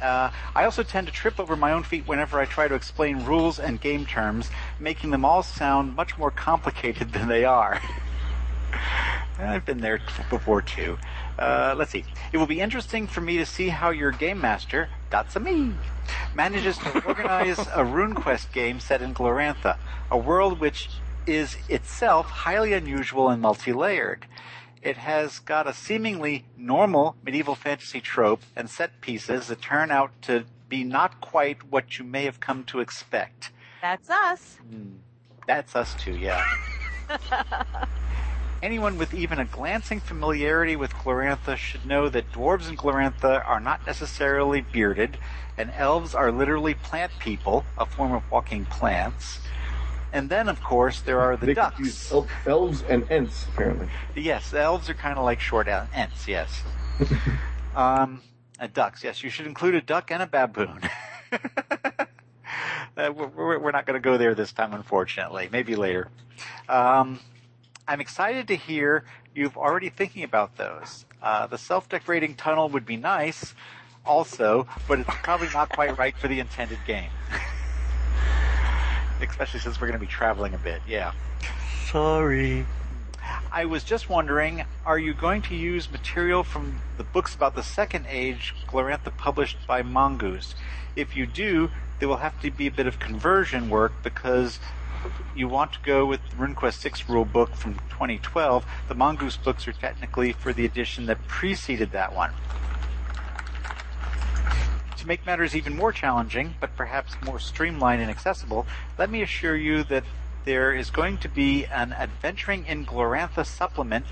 S6: Uh, I also tend to trip over my own feet whenever I try to explain rules and game terms, making them all sound much more complicated than they are. I've been there t- before too. Uh, let's see. It will be interesting for me to see how your game master, that's a me, manages to organize a RuneQuest game set in Glorantha, a world which is itself highly unusual and multi-layered. It has got a seemingly normal medieval fantasy trope and set pieces that turn out to be not quite what you may have come to expect.
S2: That's us.
S6: That's us too, yeah. Anyone with even a glancing familiarity with Glorantha should know that dwarves in Glorantha are not necessarily bearded, and elves are literally plant people, a form of walking plants. And then, of course, there are the
S1: they
S6: ducks.
S1: confuse el- elves and ents, apparently.
S6: Yes, the elves are kind of like short el- ants, yes. um, uh, ducks, yes. You should include a duck and a baboon. Uh, we're- we're, we're not going to go there this time, unfortunately. Maybe later. Um, I'm excited to hear you've already thinking about those. Uh, the self-decorating tunnel would be nice, also, but it's probably not quite right for the intended game. Especially since we're going to be traveling a bit, yeah.
S5: Sorry.
S6: I was just wondering, are you going to use material from the books about the Second Age, Glorantha published by Mongoose? If you do, there will have to be a bit of conversion work because you want to go with the RuneQuest 6 rulebook from 2012. The Mongoose books are technically for the edition that preceded that one. To make matters even more challenging, but perhaps more streamlined and accessible, let me assure you that there is going to be an Adventuring in Glorantha supplement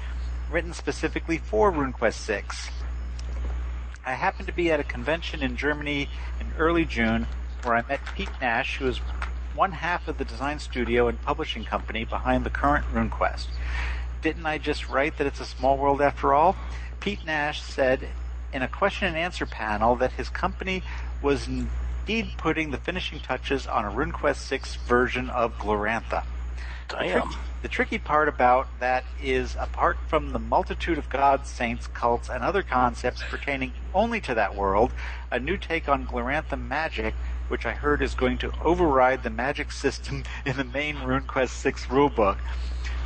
S6: written specifically for RuneQuest 6. I happened to be at a convention in Germany in early June where I met Pete Nash, who is one half of the design studio and publishing company behind the current RuneQuest. Didn't I just write that it's a small world after all? Pete Nash said in a question and answer panel that his company was indeed putting the finishing touches on a RuneQuest 6 version of Glorantha.
S5: Damn.
S6: The tricky part about that is, apart from the multitude of gods, saints, cults, and other concepts pertaining only to that world, a new take on Glorantha magic, which I heard is going to override the magic system in the main RuneQuest 6 rulebook.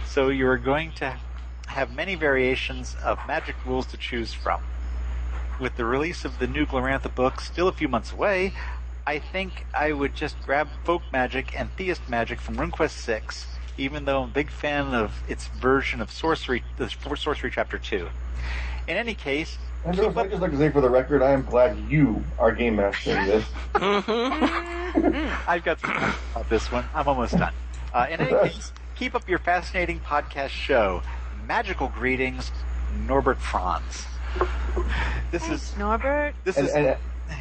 S6: So you are going to have many variations of magic rules to choose from. With the release of the new Glorantha book still a few months away, I think I would just grab folk magic and theist magic from RuneQuest 6, even though I'm a big fan of its version of sorcery, the sorcery chapter 2. In any case,
S1: I know, I'd just like to say for the record, I am glad you are game mastering this.
S6: I've got some thoughts about this one. I'm almost done. Uh, in any case, keep up your fascinating podcast show. Magical greetings, Norbert Franz. This is
S2: Norbert.
S6: this
S1: And,
S6: is
S1: and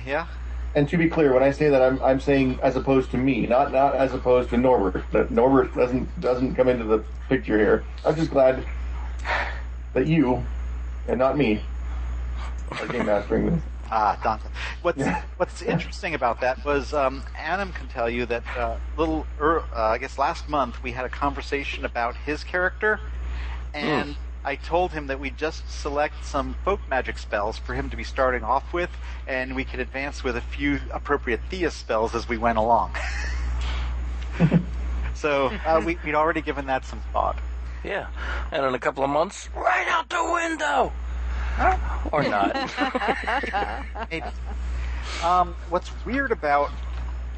S6: yeah.
S1: and to be clear, when I say that, I'm I'm saying as opposed to me, not not as opposed to Norbert. That Norbert doesn't doesn't come into the picture here. I'm just glad that you and not me are game mastering this.
S6: Ah, Dante. What's
S1: Yeah.
S6: What's interesting about that was um, Adam can tell you that uh, little, er, uh, I guess last month we had a conversation about his character, and I told him that we just select some folk magic spells for him to be starting off with, and we could advance with a few appropriate theist spells as we went along. so uh, we, we'd already given that some thought.
S5: Yeah. And in a couple of months, right out the window! Or not.
S6: Maybe. Um, what's weird about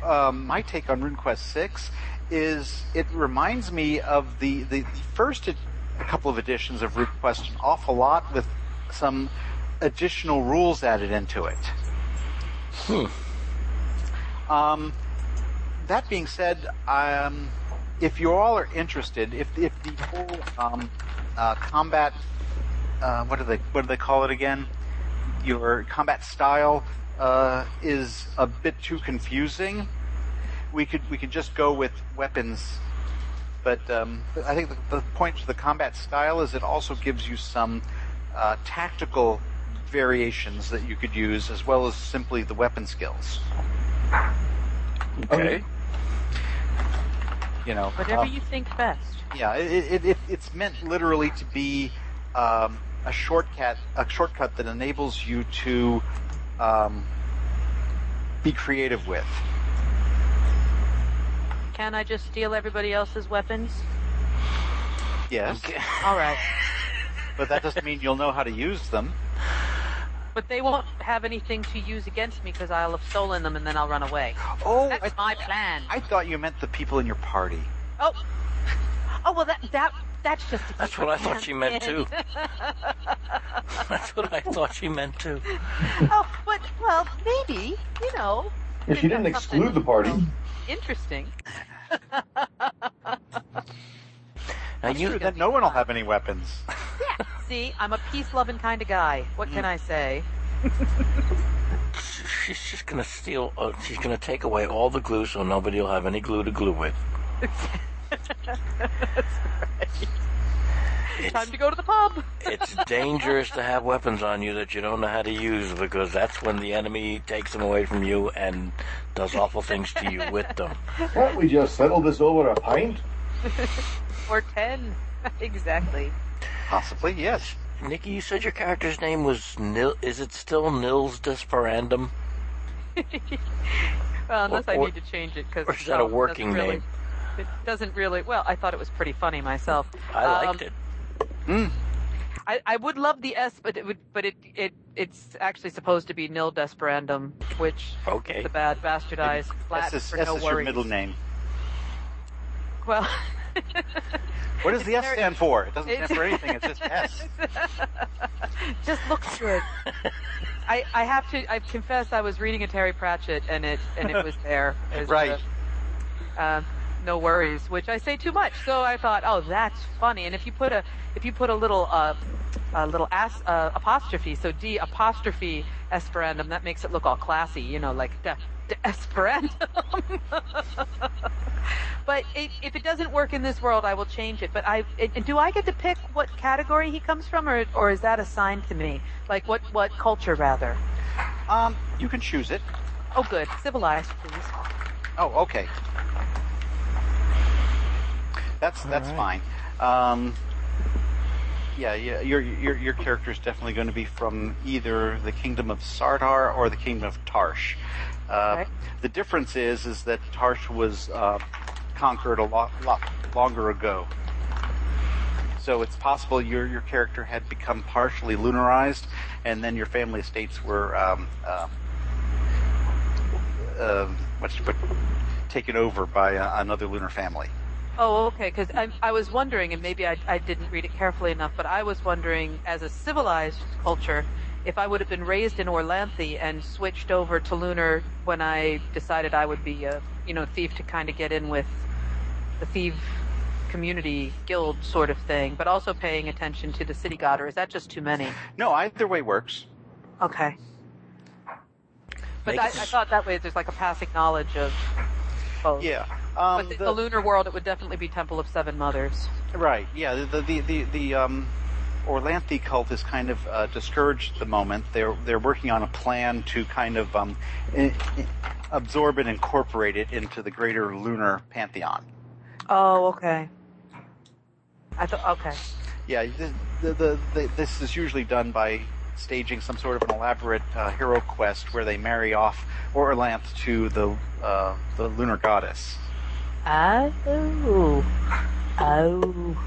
S6: um, my take on RuneQuest 6 is it reminds me of the, the, the first ed- a couple of editions of RuneQuest an awful lot with some additional rules added into it. Um, that being said, um, if you all are interested, if, if the whole um, uh, combat, uh, what do they what do they call it again? Your combat style uh, is a bit too confusing. We could we could just go with weapons, but um, I think the, the point to the combat style is it also gives you some uh, tactical variations that you could use as well as simply the weapon skills.
S5: Okay.
S6: You know,
S2: Whatever
S6: uh,
S2: you think best.
S6: Yeah, it, it, it, it's meant literally to be um, a shortcut, a shortcut that enables you to um, be creative with.
S2: Can I just steal everybody else's weapons?
S6: Yes,
S2: All right.
S6: but that doesn't mean you'll know how to use them.
S2: But they won't have anything to use against me because I'll have stolen them and then I'll run away.
S6: Oh, I,
S2: That's my plan.
S6: I thought you meant the people in your party.
S2: Oh, oh well, that that that's just.
S5: That's what I thought she meant too. That's what I thought she meant too.
S2: oh, but well, maybe you know.
S1: Yeah, she didn't exclude the party.
S2: Interesting.
S5: Now you,
S6: Then no one will have any weapons.
S2: Yeah. See, I'm a peace-loving kind of guy. What can I say?
S5: she's just gonna steal. Uh, she's gonna take away all the glue, so nobody will have any glue to glue with.
S2: Time to go to the pub.
S5: It's dangerous to have weapons on you that you don't know how to use because that's when the enemy takes them away from you and does awful things to you with them.
S1: Can't we just settle this over a pint?
S2: Or ten. exactly.
S6: Possibly, yes.
S5: Nikki, you said your character's name was Nil. Is it still Nils Desperandum?
S2: Well, unless I
S5: or-
S2: need to change it because
S5: or is that a working
S2: really,
S5: name?
S2: It doesn't really. Well, I thought it was pretty funny myself.
S5: I liked
S2: Um,
S5: it.
S2: I, I would love the S, but it would, but it, it it's actually supposed to be nil desperandum, which
S5: Okay.
S2: the bad bastardized
S6: S
S2: flat
S6: is,
S2: for
S6: S
S2: no
S6: is your
S2: worries.
S6: middle name.
S2: Well,
S6: What does the S
S2: There-
S6: stand for? It doesn't stand
S2: It's-
S6: for anything. It's just S.
S2: just look through it. I, I have to. I confess, I was reading a Terry Pratchett, and it and it was there. as
S6: Right.
S2: the, uh, no worries, which I say too much. So I thought, oh, that's funny. And if you put a if you put a little uh, a little as, uh, apostrophe, so D apostrophe esperandum, that makes it look all classy. You know, like de, de esperandum. but it, if it doesn't work in this world, I will change it. But I it, and do I get to pick what category he comes from, or or is that assigned to me? Like what what culture rather?
S6: Um, you can choose it.
S2: Oh, good, civilized, please.
S6: Oh, okay. That's that's fine. Um, yeah, yeah, your your your character is definitely going to be from either the kingdom of Sardar or the kingdom of Tarsh. Uh,
S2: Okay.
S6: The difference is is that Tarsh was uh, conquered a lot, lot longer ago, so it's possible your your character had become partially lunarized, and then your family estates were um, uh, uh, what's what, taken over by uh, another lunar family.
S2: Oh, okay. Because I, I was wondering, and maybe I, I didn't read it carefully enough, but I was wondering, as a civilized culture, if I would have been raised in Orlanthe and switched over to Lunar when I decided I would be a you know thief to kind of get in with the thief community guild sort of thing, but also paying attention to the city god, or is that just too many?
S6: No, either way works.
S2: Okay. But
S5: Make
S2: I, I
S5: it s-
S2: thought that way there's like a passing knowledge of both.
S6: Yeah. Um,
S2: But in the lunar world, it would definitely be Temple of Seven Mothers.
S6: Right. Yeah. The the the, the um, Orlanthe cult is kind of uh, discouraged at the moment. They're they're working on a plan to kind of um, i- i- absorb and incorporate it into the greater lunar pantheon.
S2: Oh, okay. I thought okay.
S6: Yeah. The, the, the, the, this is usually done by staging some sort of an elaborate uh, hero quest where they marry off Orlanth to the uh, the lunar goddess.
S2: Oh, oh.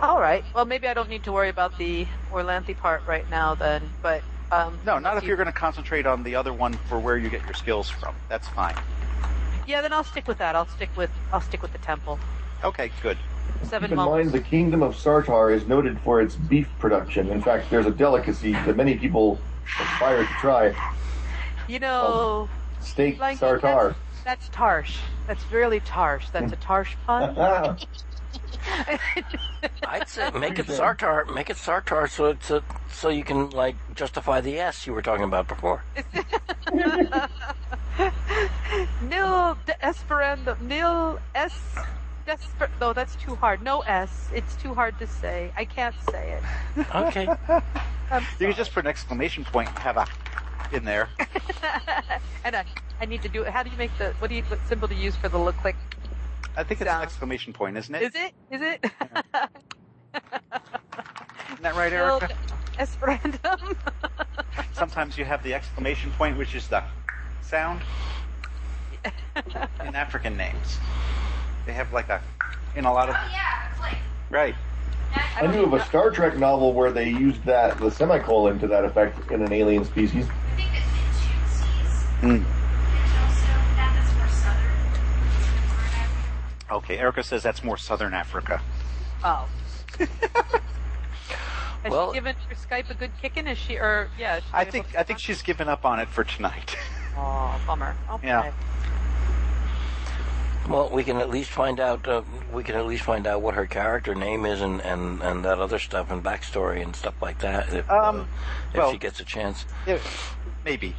S2: All right. Well, maybe I don't need to worry about the Orlanthe part right now then. But um,
S6: No, not if
S2: you-
S6: you're going to concentrate on the other one for where you get your skills from. That's fine.
S2: yeah, then I'll stick with that. I'll stick with I'll stick with the temple.
S6: Okay. Good.
S2: Seven
S1: Keep in
S2: mothers.
S1: mind, the kingdom of Sartar is noted for its beef production. In fact, there's a delicacy that many people aspire to try:
S2: You know,
S1: steak
S2: like
S1: Oh, Sartar.
S2: That's, that's Tarsh. That's really Tarsh. That's a Tarsh pun.
S5: I'd say make it Sartar, make it Sartar, so it's a, so you can like justify the S you were talking about before.
S2: Nil de Esperando. Nil es. Desper- no, that's too hard. No S. It's too hard to say. I can't say it.
S5: Okay,
S2: I'm
S6: You
S2: sorry.
S6: can just put an exclamation point and have a in there.
S2: and I, I need to do it. How do you make the? What do you? What symbol do you use for the look like?
S6: I think it's an
S2: Yeah.
S6: exclamation point, isn't it?
S2: Is it? Is it?
S6: Isn't that right,
S2: Nil
S6: Erica?
S2: de Esperandum.
S6: Sometimes you have the exclamation point, which is the sound in African names. They have like a in a lot of
S3: Oh yeah, it's like
S6: right.
S1: I knew of a Star Trek novel where they used that the semicolon to that effect in an alien species.
S10: I think it's Jinxies.
S6: Mm.
S10: There's also that that's more southern.
S6: Okay, Erica says that's more Southern Africa.
S2: Oh. Has
S5: Well-
S2: she given her Skype a good kicking? Is she or yeah? is she
S6: I
S2: able
S6: think
S2: to
S6: I think she's given up on it for tonight.
S2: talk? Oh, bummer. Okay.
S6: Yeah.
S5: well we can at least find out uh, we can at least find out what her character name is and, and, and that other stuff and backstory and stuff like that if,
S6: Um,
S5: uh, if
S6: well-
S5: she gets a chance.
S6: Yeah, Maybe.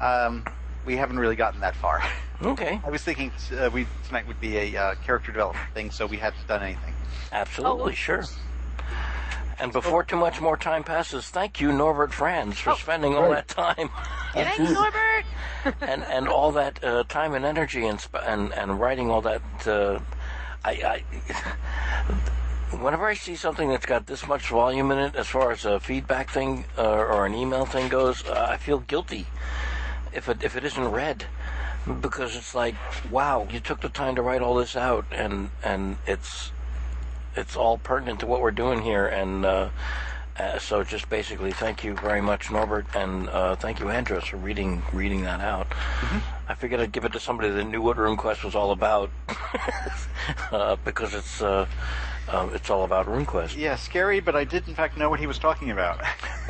S6: Um, we haven't really gotten that far.
S5: Okay,
S6: I was thinking uh, we tonight would be a uh, character development thing, so we hadn't done anything.
S5: absolutely, sure. And before too much more time passes, thank you, Norbert Franz, for spending all
S1: right.
S5: that time.
S2: Thanks, Norbert.
S5: and and all that uh, time and energy and sp- and and writing all that. Uh, I, I whenever I see something that's got this much volume in it, as far as a feedback thing uh, or an email thing goes, uh, I feel guilty if it if it isn't read because it's like, wow, you took the time to write all this out, and and it's it's all pertinent to what we're doing here, and. Uh, uh, so just basically, thank you very much, Norbert, and uh, thank you, Andros, for reading reading that out. I figured I'd give it to somebody that knew what Room Quest was all about, uh, because it's uh, um, it's all about Room Quest.
S6: Yeah, scary, but I did in fact know what he was talking about.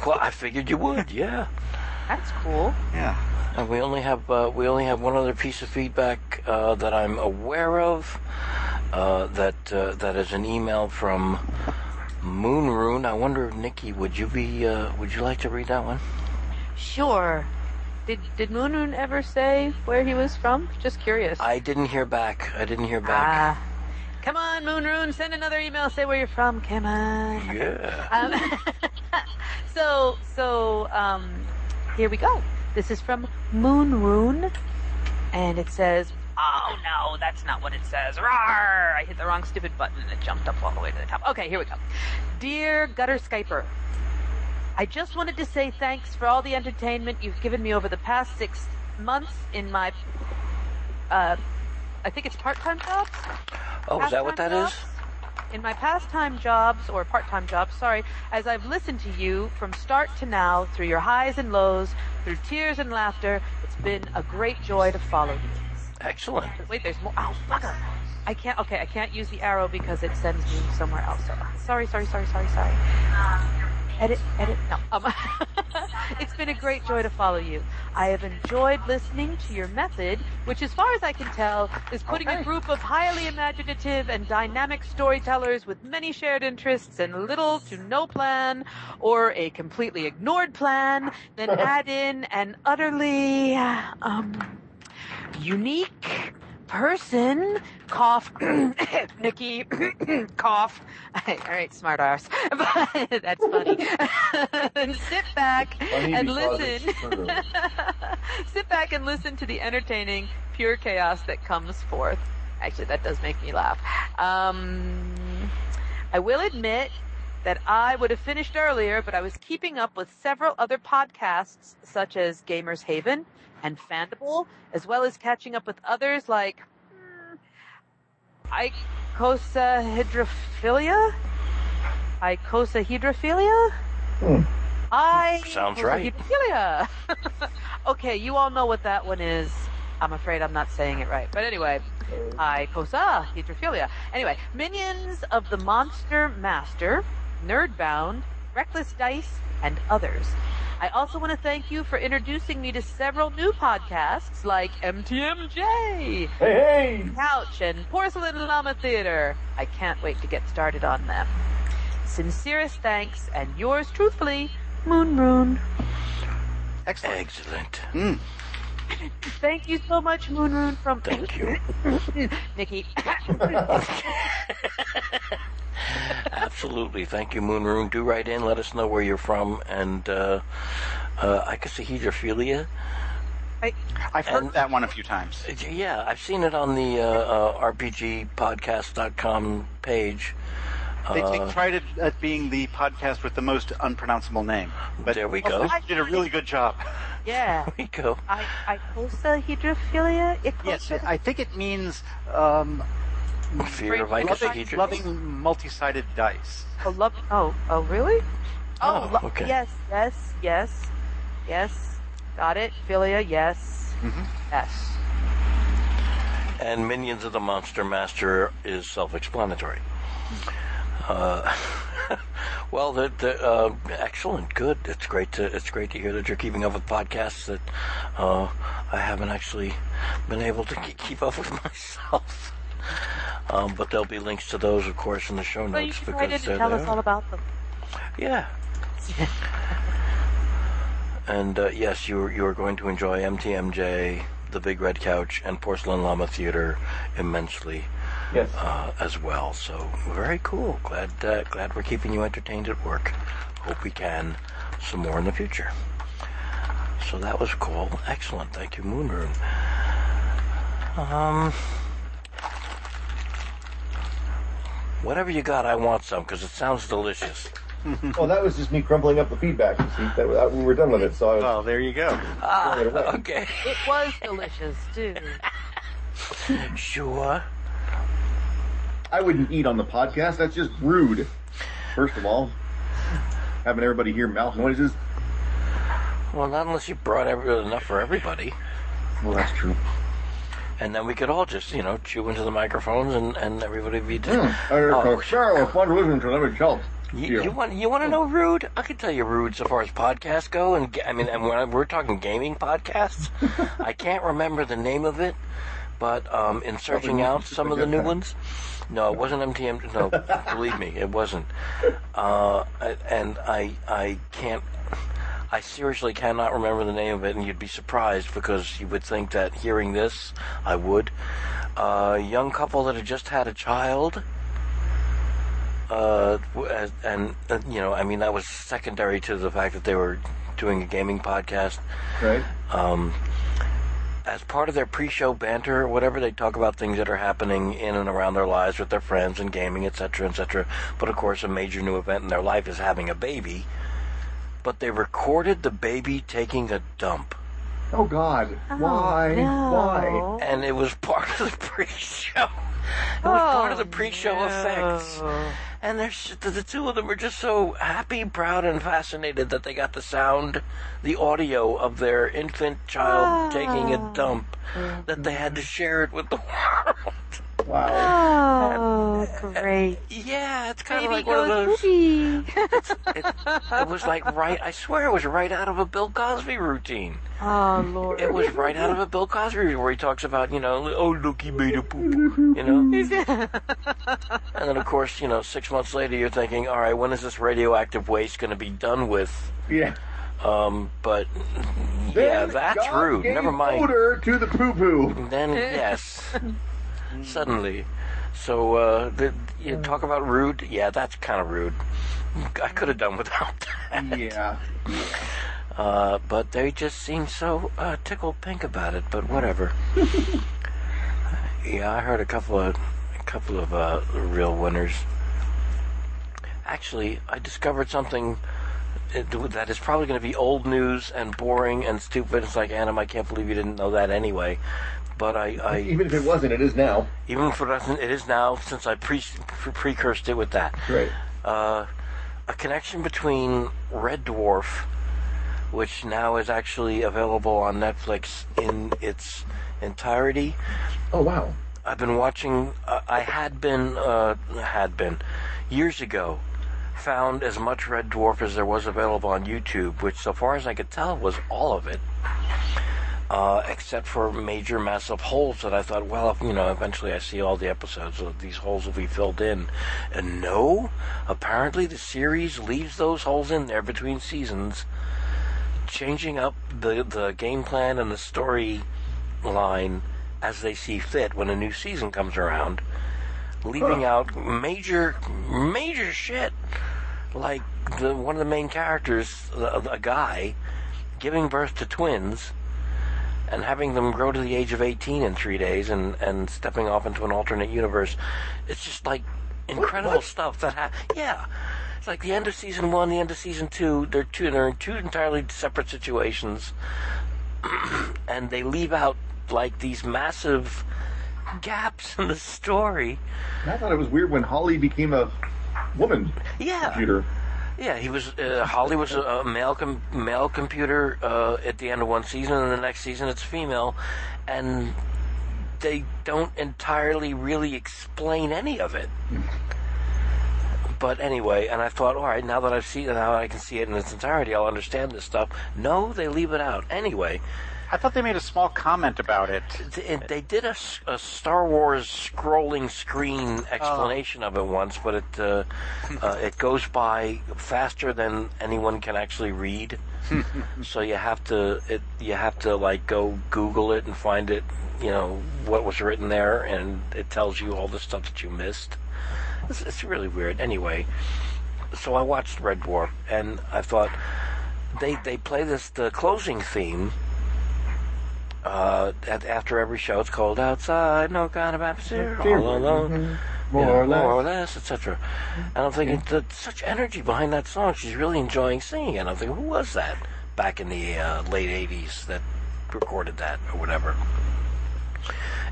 S5: Well, I figured you would, yeah.
S2: That's cool.
S6: yeah.
S5: And we only have uh, we only have one other piece of feedback uh, that I'm aware of. Uh, that uh, that is an email from Moonrune. I wonder, Nikki, would you be uh, would you like to read that one?
S2: Sure. Did did Moonun ever say where he was from? Just curious.
S5: I didn't hear back. I didn't hear back.
S2: Ah. Come on, Moonrune, send another email. Say where you're from. Come on.
S5: Yeah.
S2: Um, so so um, here we go. This is from Moonrune, and it says, "Ah, Oh no, that's not what it says. Rawr! I hit the wrong stupid button and it jumped up all the way to the top. Okay, here we go. Dear Gutter Skyper, I just wanted to say thanks for all the entertainment you've given me over the past six months in my, uh, I think it's part-time jobs?
S5: Oh, is that what that
S2: Pastime
S5: is?
S2: jobs? In my pastime jobs or part-time jobs, sorry, as I've listened to you from start to now through your highs and lows, through tears and laughter, it's been a great joy to follow you.
S5: Excellent.
S2: Wait, there's more. Oh, bugger. I can't, okay, I can't use the arrow because it sends me somewhere else. Sorry, sorry, sorry, sorry, sorry. Edit, edit, no. Um, it's been a great joy to follow you. I have enjoyed listening to your method, which, as far as I can tell, is putting a group of highly imaginative and dynamic storytellers with many shared interests and little to no plan, or a completely ignored plan, then add in an utterly, um, unique person cough nikki cough all right smart arse that's funny sit back
S1: Funny
S2: and
S1: because
S2: listen
S1: it's true.
S2: sit back and listen to the entertaining pure chaos that comes forth actually that does make me laugh um, i will admit that I would have finished earlier, but I was keeping up with several other podcasts such as Gamers Haven and Fandible, as well as catching up with others like hmm, mm, icosahedrophilia? Icosahedrophilia? I
S5: Sounds right.
S2: icosahedrophilia. okay, you all know what that one is. I'm afraid I'm not saying it right. But anyway, icosahedrophilia. Anyway, Minions of the Monster Master, Nerdbound, Reckless Dice, and others. I also want to thank you for introducing me to several new podcasts like MTMJ,
S1: Hey, hey!
S2: Couch, and Porcelain Llama Theater. I can't wait to get started on them. Sincerest thanks, and yours truthfully, Moon Moon.
S6: Excellent.
S5: Excellent.
S2: Thank you so much, Moon Moon, from
S5: Thank you.
S2: Nikki.
S5: Absolutely. Thank you, Moon Room. Do write in. Let us know where you're from. And uh, uh, icosahedrophilia.
S6: I've heard
S5: And-
S6: that one a few times.
S5: Yeah, I've seen it on the uh, uh, RPGpodcast.com page. uh,
S6: They take pride at, at being the podcast with the most unpronounceable name. But
S5: There we
S6: also,
S5: go.
S6: You did a really good job.
S2: yeah.
S5: There you go.
S2: I, icosahedrophilia? Icosa-
S6: Yes, I think it means um,
S5: Fear of
S6: loving,
S5: icosahedrophilia.
S6: loving multi-sided dice.
S2: Oh, love. Oh, oh, really?
S5: Oh,
S2: lo-
S5: okay.
S2: Yes, yes, yes, yes. Got it. Philia, yes. Yes.
S5: And Minions of the Monster Master is self-explanatory. Uh, well, the, the, uh, excellent, good. It's great to it's great to hear that you're keeping up with podcasts that uh, I haven't actually been able to ke- keep up with myself. Um, but there'll be links to those, of course, in the show
S2: So you
S5: notes
S2: can write in
S5: because
S2: and
S5: they're
S2: tell
S5: there.
S2: us all about them.
S5: Yeah. and uh, yes, you are, you are going to enjoy MTMJ, The Big Red Couch, and Porcelain Llama Theater immensely
S1: Yes.
S5: uh, as well. So very cool. Glad uh, glad we're keeping you entertained at work. Hope we can some more in the future. So that was cool. Excellent. Thank you, Moon Room. Um, whatever you got, I want some because it sounds delicious.
S1: Oh, that was just me crumpling up the feedback. You see, that, that, we were done with it, so I was
S6: Well, there you go.
S1: throwing it away.
S5: Okay.
S2: It was delicious, too.
S5: Sure.
S1: I wouldn't eat on the podcast. That's just rude. First of all, having everybody hear mouth noises.
S5: Well, not unless you brought every, enough for everybody.
S1: Well, that's true.
S5: And then we could all just, you know, chew into the microphones and, and everybody be just.
S1: Mm. Oh,
S5: Oh,
S1: sure, it's fun listening to them itself.
S5: you, you want you want to know rude? I can tell you rude so far as podcasts go, and ga- I mean, and when I, we're talking gaming podcasts, I can't remember the name of it, but um, in searching
S1: not
S5: out
S1: just
S5: some
S1: a
S5: of the
S1: good
S5: new
S1: time.
S5: ones, no, it wasn't MTM. No, believe me, it wasn't. Uh, I- and I I can't. I seriously cannot remember the name of it, and you'd be surprised because you would think that hearing this, I would. uh, young couple that had just had a child uh, w- as- and uh, you know, I mean, that was secondary to the fact that they were doing a gaming podcast.
S1: right?
S5: Um, as part of their pre-show banter or whatever, they talk about things that are happening in and around their lives with their friends and gaming, etc., etc. But of course, a major new event in their life is having a baby. But they recorded the baby taking a dump,
S1: Oh God! Why? Why?
S5: and it was part of the pre-show. It was part
S2: Oh,
S5: of the pre-show effects. And there's the, the two of them are just so happy, proud, and fascinated that they got the sound, the audio of their infant child taking a dump, that they had to share it with the world.
S1: Wow!
S9: Oh, great.
S5: Yeah, it's kind
S2: Baby
S5: of like one of
S2: goes
S5: those.
S2: whoopee.
S5: It, it was like right. I swear, it was right out of a Bill Cosby routine.
S9: Oh, Lord.
S5: It was right out of a Bill Cosby routine where he talks about you know, oh look, he made a poop, you know. And then of course, you know, six months later, you're thinking, all right, when is this radioactive waste going to be done with?
S1: Yeah.
S5: Um, but yeah,
S1: Then
S5: that's
S1: God
S5: rude.
S1: gave
S5: Never mind.
S1: Odor to the poo poo.
S5: Then yes, suddenly. So uh, the, you talk about rude. Yeah, that's kind of rude. I could have done without that.
S1: Yeah.
S5: Uh, but they just seem so uh, tickled pink about it. But whatever. yeah, I heard a couple of a couple of uh, real winners. Actually, I discovered something it- that is probably going to be old news and boring and stupid. It's like, Adam, I can't believe you didn't know that anyway. But I, I
S1: Even if it wasn't, it is now.
S5: even for us, it is now since I pre- pre- precursed it with that
S1: Right.
S5: uh, a connection between Red Dwarf, which now is actually available on Netflix in its entirety.
S1: Oh wow!
S5: I've been watching. Uh, I had been uh, had been years ago found as much Red Dwarf as there was available on YouTube, which, so far as I could tell, was all of it. Uh, except for major massive holes that I thought, well, if, you know, eventually I see all the episodes, so these holes will be filled in. And no, apparently the series leaves those holes in there between seasons, changing up the, the game plan and the story line as they see fit when a new season comes around, leaving out major, major shit. Like the one of the main characters, a, a guy, giving birth to twins and having them grow to the age of 18 in three days and, and stepping off into an alternate universe. It's just like incredible stuff that ha- yeah. It's like the end of season one, the end of season two. They're two. They're in two entirely separate situations, and they leave out like these massive gaps in the story.
S1: I thought it was weird when Holly became a woman
S5: Yeah.
S1: computer.
S5: Yeah, he was. Uh, Holly was a, a male com- male computer uh, at the end of one season, and the next season it's female, and they don't entirely really explain any of it. But anyway, and I thought, all right, now that I've seen it, now I can see it in its entirety, I'll understand this stuff. No, they leave it out anyway.
S6: I thought they made a small comment about it.
S5: They, they did a, s- a Star Wars scrolling screen explanation of it once, but it uh, uh, it goes by faster than anyone can actually read. so you have to it you have to like go Google it and find it. You know what was written there, and it tells you all the stuff that you missed. It's, it's really weird. Anyway, so I watched Red Dwarf, and I thought they they play this the closing theme uh, at, after every show. It's called Outside, No Kind of Atmosphere, All Alone,
S1: More
S5: you know,
S1: or less.
S5: more or less, etc. And I'm thinking, "Th- such energy behind that song. She's really enjoying singing it. I'm thinking, who was that back in the uh, late 80s that recorded that or whatever?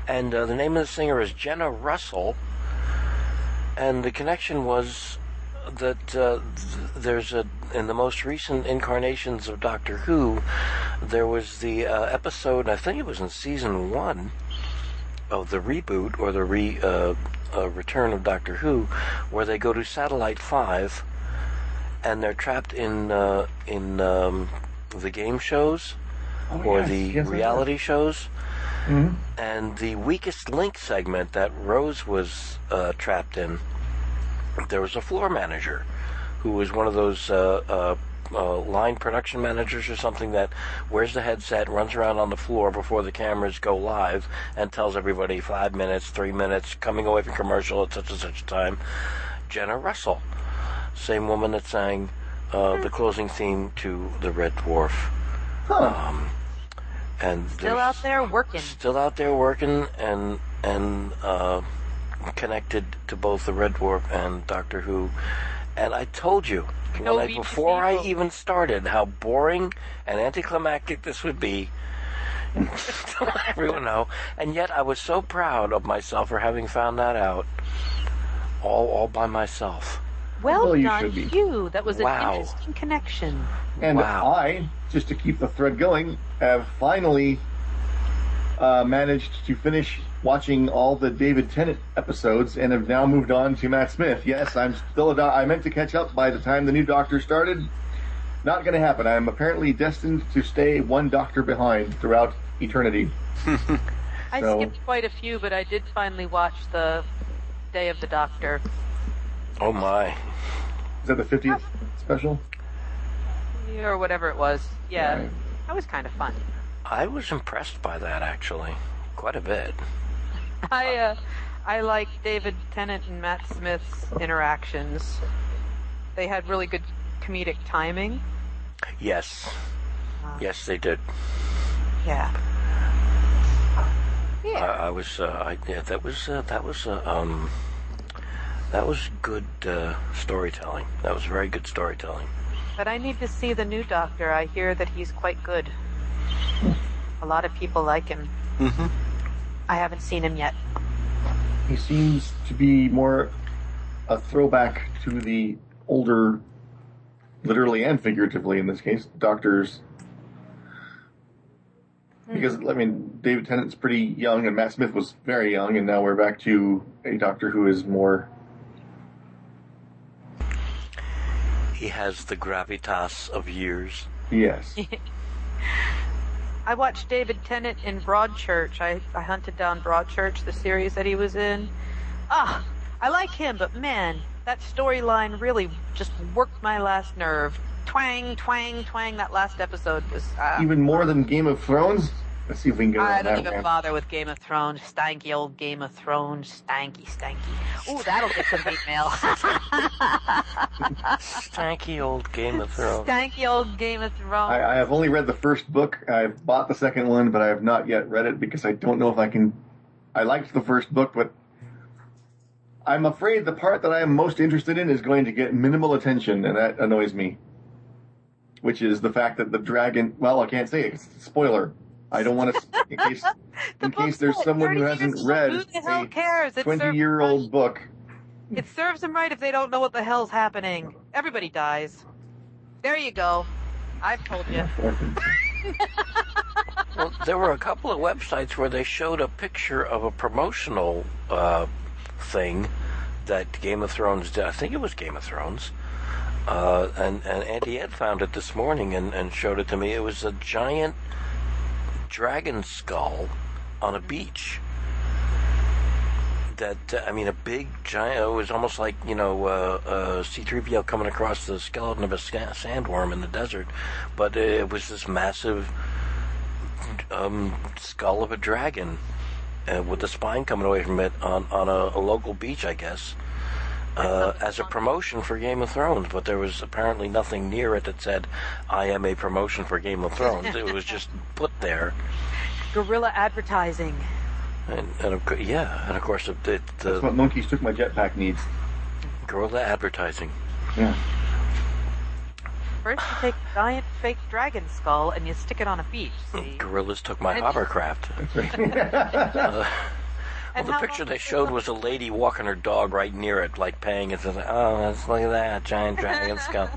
S5: And uh, the name of the singer is Jenna Russell. And the connection was that uh, th- there's a in the most recent incarnations of Doctor Who, there was the uh, episode I think it was in season one of the reboot or the re uh, uh, return of Doctor Who, where they go to Satellite Five, and they're trapped in uh, in um, the game shows
S1: Oh,
S5: or
S1: yes,
S5: the
S1: yes, I
S5: reality
S1: did.
S5: shows. And the weakest link segment that Rose was uh, trapped in, there was a floor manager who was one of those uh, uh, uh, line production managers or something that wears the headset, runs around on the floor before the cameras go live, and tells everybody five minutes, three minutes, coming away from commercial at such and such a time. Jenna Russell, same woman that sang uh, the closing theme to The Red Dwarf. and
S3: Still
S5: there's-
S3: out there working.
S5: still out there working and and uh, connected to both the Red Dwarf and Doctor Who. And I told you
S2: No
S5: like,
S2: beat to
S5: before I
S2: Beagle.
S5: even started how boring and anticlimactic this would be. to let everyone know, and yet I was so proud of myself for having found that out, all all by myself.
S2: Well,
S1: Well, you
S2: done,
S1: should be.
S2: you. That was
S5: Wow.
S2: an interesting connection.
S1: And
S5: Wow.
S1: I, just to keep the thread going, have finally uh, managed to finish watching all the David Tennant episodes and have now moved on to Matt Smith. Yes, I'm still a doc- I meant to catch up by the time the new Doctor started. Not going to happen. I'm apparently destined to stay one Doctor behind throughout eternity.
S2: I
S1: So-
S2: skipped quite a few, but I did finally watch the Day of the Doctor.
S5: Oh my!
S1: Is that the 50th special?
S2: or whatever it was. Yeah,
S1: Right.
S2: that was kind of fun.
S5: I was impressed by that actually, quite a bit.
S2: I uh, I like David Tennant and Matt Smith's interactions. They had really good comedic timing.
S5: Yes, yes, they did.
S2: Yeah.
S5: I, I was, uh, I, yeah, that was, uh, that was, uh, um, that was good uh, storytelling. That was very good storytelling.
S2: But I need to see the new Doctor. I hear that he's quite good. A lot of people like him. Mm-hmm. I haven't seen him yet.
S1: He seems to be more a throwback to the older, literally and figuratively in this case, doctors.
S2: Hmm.
S1: Because, I mean, David Tennant's pretty young and Matt Smith was very young, and now we're back to a doctor who is more.
S5: He has the gravitas of years.
S1: Yes.
S2: I watched David Tennant in Broadchurch. I, I hunted down Broadchurch, the series that he was in. Ah, I like him, but man, that storyline really just worked my last nerve. Twang, twang, twang. That last episode was. Uh,
S1: Even more than Game of Thrones? Let's see if we can go.
S2: I
S1: on
S2: don't
S1: that
S2: even
S1: rant.
S2: bother with Game of Thrones. Stanky old Game of Thrones. Stanky, stanky. Ooh, that'll get some hate mail.
S5: Stanky old Game of Thrones.
S2: stanky old Game of Thrones.
S1: I, I have only read the first book. I've bought the second one, but I have not yet read it because I don't know if I can. I liked the first book, but I'm afraid the part that I am most interested in is going to get minimal attention, and that annoys me. Which is the fact that the dragon. Well, I can't say it. 'cause It's a spoiler. I don't want to. In case, in
S2: book's
S1: case there's
S2: what,
S1: someone who
S2: 30 years
S1: hasn't
S2: old?
S1: read
S2: Who the hell
S1: a
S2: cares? It served
S1: 20 year old book.
S2: It serves them right if they don't know what the hell's happening. Everybody dies. There you go. I've told you.
S5: Well, there were a couple of websites where they showed a picture of a promotional uh, thing that Game of Thrones did. I think it was Game of Thrones. Uh, and, and Auntie Ed found it this morning and, and showed it to me. It was a giant dragon skull on a beach. That, uh, I mean, a big giant, it was almost like, you know, uh, uh, C3PO coming across the skeleton of a sca- sandworm in the desert. But uh, it was this massive um, skull of a dragon uh, with the spine coming away from it on, on a, a local beach, I guess, uh, as a promotion for Game of Thrones. But there was apparently nothing near it that said, I am a promotion for Game of Thrones. it was just put there.
S2: Guerrilla advertising.
S5: And, and of, cou- yeah, and of course, it, uh, it,
S1: That's
S5: the
S1: what monkeys took my jetpack needs.
S5: guerrilla advertising.
S1: Yeah.
S2: First, you take a giant fake dragon skull and you stick it on a beach.
S5: Oh,
S2: See?
S5: Gorillas took my
S2: And-
S5: hovercraft. Well,
S2: And
S5: the
S2: how
S5: picture
S2: long
S5: they
S2: does it
S5: showed
S2: look-
S5: was a lady walking her dog right near it, like paying it. Like, oh, let's look at that giant dragon skull.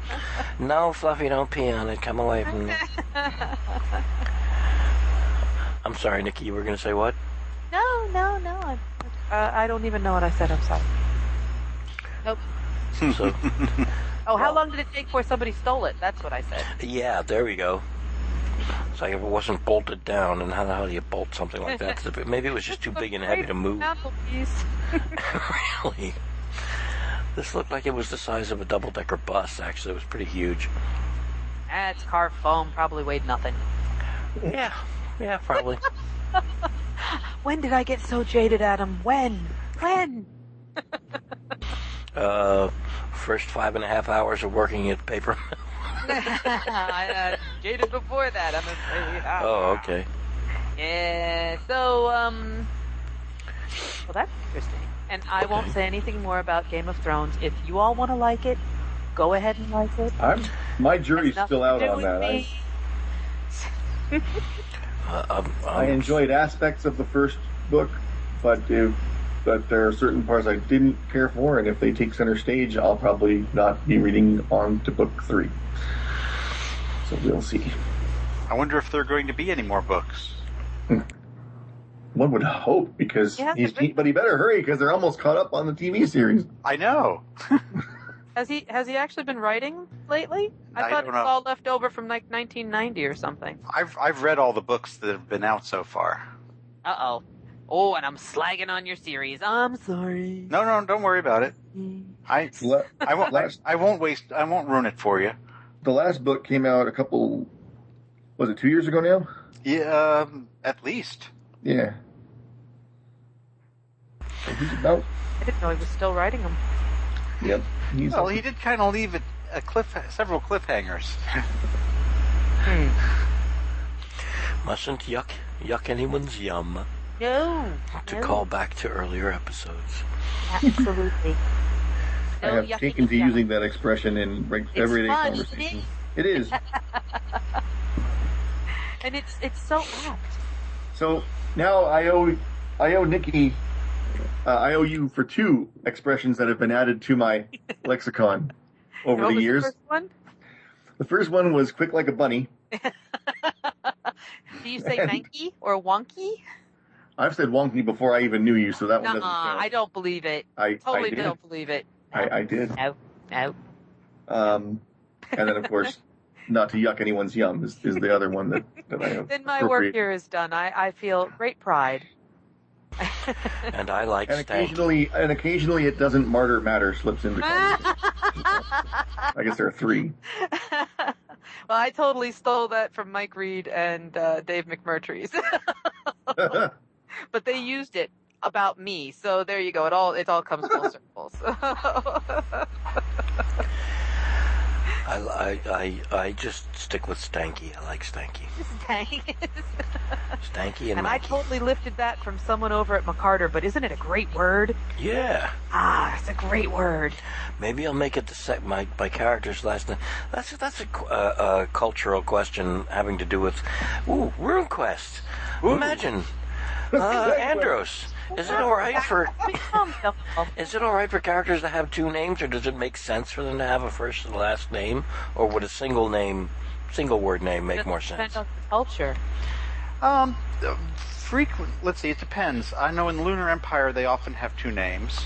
S5: no, Fluffy, don't pee on it. Come away from me. I'm sorry, Nikki. You were going to say what?
S2: No, no, no. I, uh, I don't even know what I said. I'm sorry. Nope.
S5: So,
S2: Oh, how long did it take before somebody stole it? That's what I said.
S5: yeah, there we go. It's like if it wasn't bolted down, and how the hell do you bolt something like that? to the- Maybe it was just too big and heavy to move.
S2: Mantelpiece.
S5: really. This looked like it was the size of a double-decker bus. Actually, it was pretty huge.
S2: Ah, it's carved foam. Probably weighed nothing.
S5: Yeah, yeah, probably.
S2: When did I get so jaded, Adam? When? When?
S5: uh, first five and a half hours of working at paper.
S2: I uh, jaded before that. I'm afraid.
S5: oh, okay.
S2: Yeah. So, um, well, that's interesting. And I won't say anything more about Game of Thrones. If you all want to like it, go ahead and like it.
S1: I'm my jury's
S2: Nothing
S1: still
S2: to
S1: out
S2: do
S1: on
S2: with
S1: that. I,
S2: me.
S5: Uh, um, um,
S1: I enjoyed aspects of the first book, but if but there are certain parts I didn't care for, and if they take center stage, I'll probably not be reading on to book three. So we'll see.
S6: I wonder if there are going to be any more books.
S1: One would hope because
S2: Yeah,
S1: he's,
S2: but-
S1: but he better hurry because they're almost caught up on the TV series.
S6: I know.
S2: Has he has he actually been writing lately? I,
S6: I
S2: thought
S6: don't
S2: it was
S6: know.
S2: all left over from like 1990 or something.
S6: I've I've read all the books that have been out so far.
S2: Uh oh. Oh, and I'm slagging on your series. I'm sorry.
S6: No, no, don't worry about it. I
S1: Le-
S6: I won't
S1: last,
S6: I won't waste I won't ruin it for you.
S1: the last book came out a couple, was it two years ago now?
S6: Yeah, um, at least.
S1: Yeah. So he's about.
S2: I didn't know he was still writing them.
S1: Yep. He's
S2: Oh,
S6: Well, he did kind of leave it a cliff several cliffhangers.
S5: mustn't yuck yuck anyone's yum.
S2: No.
S5: To
S2: no,
S5: call back to earlier episodes.
S2: Absolutely. Oh,
S1: I
S2: No
S1: have
S2: yucky
S1: taken to
S2: yuck.
S1: using that expression in reg- everyday
S2: fun, isn't
S1: conversation. It is.
S2: and it's it's so apt.
S1: So now I owe I owe Nikki uh, I owe you for two expressions that have been added to my lexicon over
S2: What was
S1: the
S2: the
S1: years.
S2: first one?
S1: the first one was quick like a bunny.
S2: Do you say Nike or wonky?
S1: I've said wonky before I even knew you, so that one
S2: Nuh-uh,
S1: doesn't count.
S2: I don't believe it.
S1: I,
S2: Totally
S1: I did.
S2: don't believe it.
S1: I, I did.
S2: No, no.
S1: Um, and then of course, not to yuck anyone's yum is, is the other one that, that I have.
S2: Then my work
S1: appropriate.
S2: here is done. I, I feel great pride.
S5: And I like
S1: And
S5: stank.
S1: occasionally, and occasionally, it doesn't martyr matter slips into. conversation. I guess there are three.
S2: well, I totally stole that from Mike Reed and uh, Dave McMurtry's, but they used it about me. So there you go. It all it all comes full circle. So.
S5: I, I, I, I just stick with stanky. I like stanky.
S2: Dang it.
S5: Stanky and,
S2: And I
S5: Mikey.
S2: totally lifted that from someone over at McCarter, but isn't it a great word?
S5: Yeah.
S2: Ah, it's a great word.
S5: Maybe I'll make it the sec- my my character's last name. That's that's a, qu- uh, uh cultural question having to do with ooh RuneQuest. Imagine uh, Andros. Is it all right for
S2: Um, no, um,
S5: is it all right for characters to have two names, or does it make sense for them to have a first and last name, or would a single name, single word name make more sense?
S2: Depends on the culture.
S6: Um, uh, frequent. Let's see. It depends. I know in Lunar Empire they often have two names.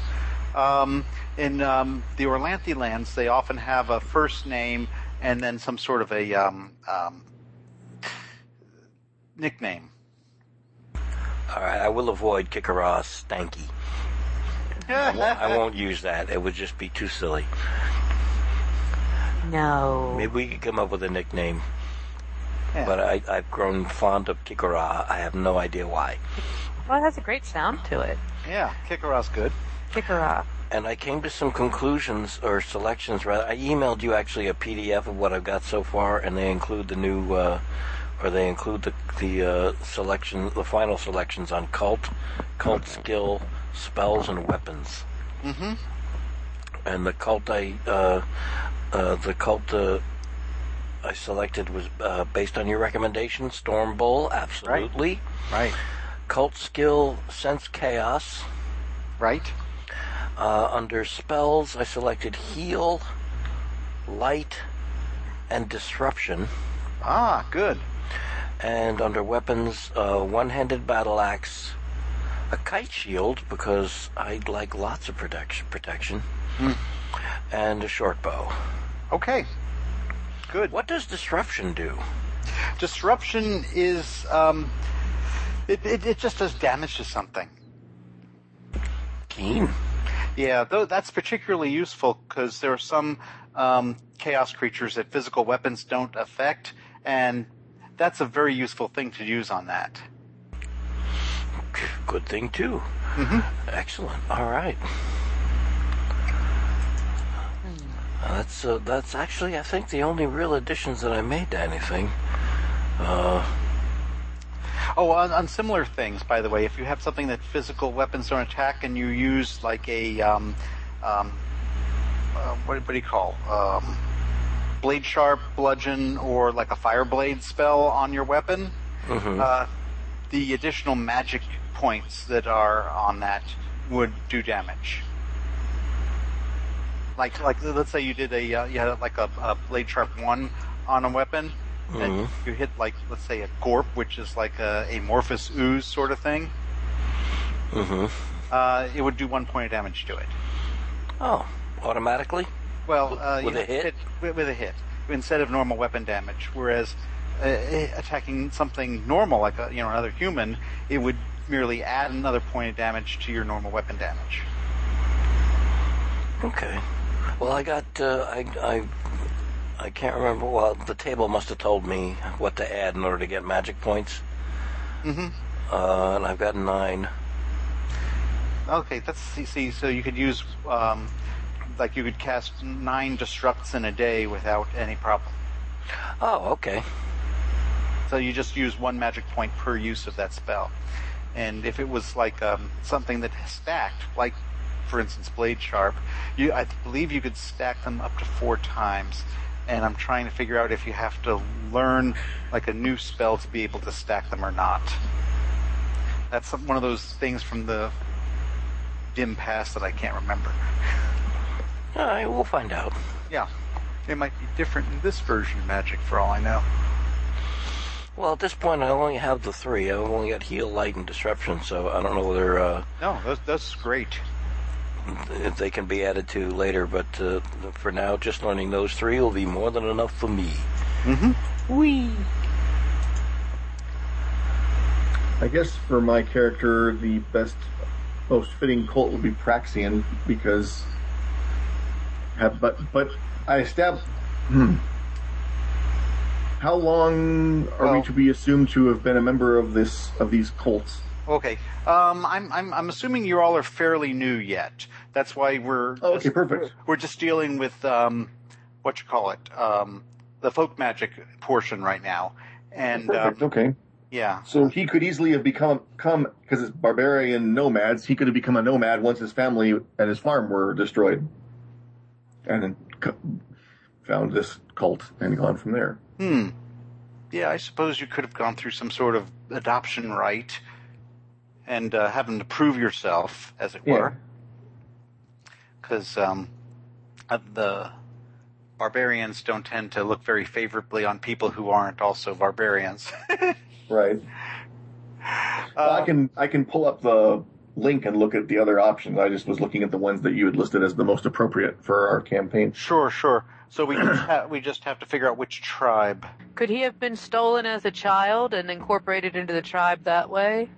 S6: Um, in um, the Orlanthi lands, they often have a first name and then some sort of a um, um, nickname.
S5: All right, I will avoid Kikara Stanky. I won't use that. It would just be too silly.
S2: No.
S5: Maybe we could come up with a nickname.
S6: Yeah.
S5: But I, I've grown fond of Kikara. I have no idea why.
S2: Well, it has a great sound to it.
S6: Yeah, Kikara's good.
S2: Kikara.
S5: And I came to some conclusions or selections rather. I emailed you actually a PDF of what I've got so far, and they include the new, uh, or they include the the uh, selection, the final selections on cult, cult skill, spells, and weapons. Mm-hmm. And the cult I, uh, uh, the cult uh, I selected was uh, based on your recommendation, Storm Bull, absolutely.
S6: Right.
S5: Cult skill, sense chaos.
S6: Right.
S5: Uh, under spells, I selected heal, light, and disruption.
S6: Ah, good.
S5: And under weapons, uh, one-handed battle axe, a kite shield because I like lots of protection, protection, and a short bow.
S6: Okay. Good.
S5: What does disruption do?
S6: disruption is um, it, it, it just does damage to something.
S5: Keen.
S6: Yeah, though that's particularly useful because there are some um, chaos creatures that physical weapons don't affect, and that's a very useful thing to use on that.
S5: Good thing too. Excellent. All right. Uh, That's uh, that's actually I think the only real additions that I made to anything. Uh,
S6: Oh, on, on similar things, by the way, if you have something that physical weapons don't attack, and you use like a um, um, uh, what, what do you call um, blade sharp bludgeon or like a fire blade spell on your weapon,
S5: Hmm.
S6: uh, the additional magic points that are on that would do damage. Like like let's say you did a uh, you had like a, a blade sharp one on a weapon, and
S5: Mm-hmm.
S6: you hit like let's say a gorp, which is like a amorphous ooze sort of thing. Uh, it would do one point of damage to it.
S5: Oh, automatically?
S6: Well, uh,
S5: With
S6: you
S5: a hit?
S6: with, with a hit instead of normal weapon damage. Whereas uh, eh, attacking something normal, like a, you know another human, it would merely add another point of damage to your normal weapon damage.
S5: Okay. Well, I got. Uh, I, I I can't remember. Well, the table must have told me what to add in order to get magic points. Mm-hmm. Uh, and I've got nine.
S6: Okay, that's see. see so you could use um, like you could cast nine disrupts in a day without any problem.
S5: Oh, okay.
S6: So you just use one magic point per use of that spell. And if it was like um, something that stacked, like for instance Blade Sharp, you I believe you could stack them up to four times. And I'm trying to figure out if you have to learn like a new spell to be able to stack them or not. That's some- one of those things from the dim past that I can't remember.
S5: All right, we'll find out.
S6: Yeah, it might be different in this version of Magic for all I know.
S5: Well, at this point, I only have the three. I've only got heal, light, and disruption, so I don't know whether uh,
S6: No, that's, that's great.
S5: if they can be added to later. But uh, for now, just learning those three will be more than enough for me.
S6: Mm-hmm.
S1: I guess for my character, the best, most fitting cult would be Praxian because, have, but but I stab. Hmm. How long are
S6: Well-
S1: we to be assumed to have been a member of this of these cults?
S6: Okay. Um, I'm, I'm, I'm assuming you all are fairly new yet. That's why we're
S1: Oh, okay, perfect.
S6: we're just dealing with um, what you call it, um, the folk magic portion right now. And um,
S1: Perfect. uh, Okay.
S6: yeah,
S1: So he could easily have become come because it's barbarian nomads. He could have become a nomad once his family and his farm were destroyed, and then c- found this cult and gone from there.
S6: hmm. Yeah, I suppose you could have gone through some sort of adoption rite and uh, having to prove yourself, as it
S1: Yeah.
S6: were. Because um, uh, the barbarians don't tend to look very favorably on people who aren't also barbarians.
S1: Right. Well, I
S2: Um,
S1: can I can pull up the link and look at the other options. I just was looking at the ones that you had listed as the most appropriate for our campaign.
S6: Sure, sure. So we just ha- we just have to figure out which tribe.
S2: Could he have been stolen as a child and incorporated into the tribe that way?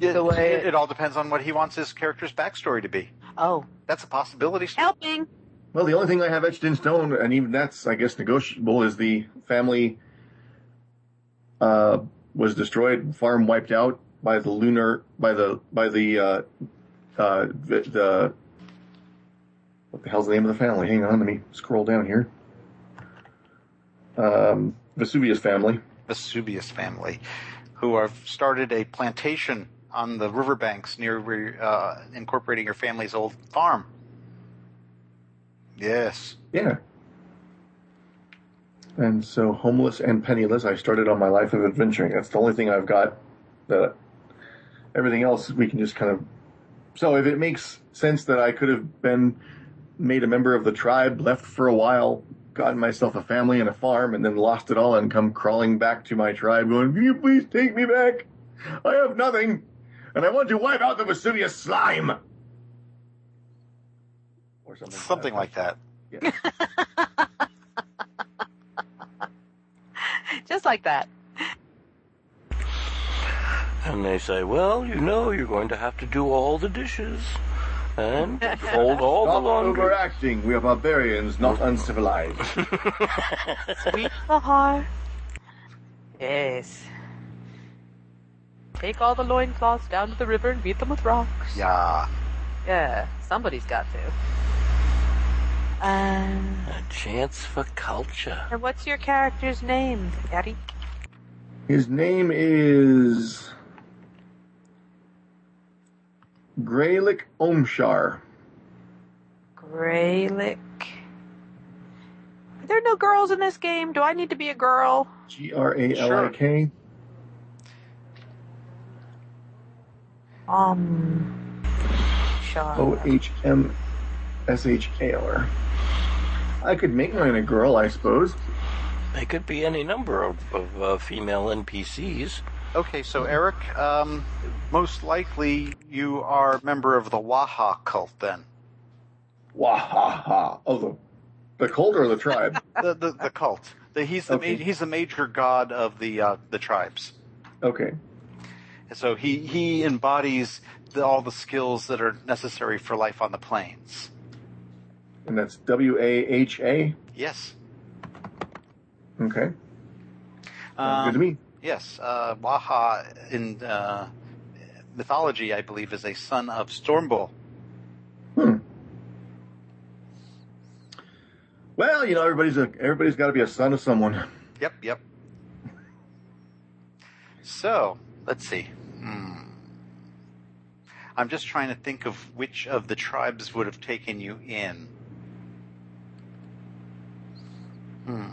S6: It,
S2: The way-
S6: it, it all depends on what he wants his character's backstory to be.
S2: Oh,
S6: That's a possibility. Stu.
S2: helping.
S1: Well, the only thing I have etched in stone, and even that's I guess negotiable, is the family uh, was destroyed, farm wiped out by the lunar by the by the uh, uh, the, the what the hell's the name of the family? Hang on, let me scroll down here. Um, Vesuvius family.
S6: Vesuvius family, who have started a plantation on the riverbanks near where uh, incorporating your family's old farm. Yes.
S1: Yeah. And so, homeless and penniless, I started on my life of adventuring. That's the only thing I've got. That everything else we can just kind of. So, if it makes sense that I could have been made a member of the tribe, left for a while, gotten myself a family and a farm, and then lost it all, and come crawling back to my tribe, going, "Can you please take me back? I have nothing, and I want to wipe out the Vesuvius slime." Or something.
S6: Something like that.
S1: Yeah.
S2: Just like that.
S5: And they say, well, you know, you're going to have to do all the dishes and fold all the
S1: Stop
S5: laundry.
S1: overacting. We are barbarians, not uncivilized.
S9: The heart.
S2: Yes. Take all the loincloths down to the river and beat them with rocks.
S6: Yeah.
S2: Yeah, somebody's got to.
S9: Um,
S2: Um,
S5: A chance for culture.
S9: and what's your character's name, Daddy?
S1: His name is Graylik Omshar.
S2: Graylick. Are there no girls in this game? Do I need to be a girl?
S1: G R A L I K.
S2: Um. Shot.
S1: O H M S H A L R. I could make mine a girl, I suppose.
S5: They could be any number of, of uh, female NPCs.
S6: Okay, so Eric, um, most likely you are a member of the Waha cult then.
S1: Wahaha. Oh, the, the cult or the tribe?
S6: The the, the cult. The, he's the
S1: Okay.
S6: ma- he's the major god of the uh, the tribes.
S1: Okay.
S6: And so he he embodies the, all the skills that are necessary for life on the plains.
S1: And that's W A H A.
S6: Yes.
S1: Okay. Sounds
S6: Um,
S1: good to me.
S6: Yes, uh, Waha in uh, mythology, I believe, is a son of Stormbull.
S1: Hmm. Well, you know, everybody's a, everybody's got to be a son of someone.
S6: Yep, yep. So let's see. Hmm. I'm just trying to think of which of the tribes would have taken you in. Hmm.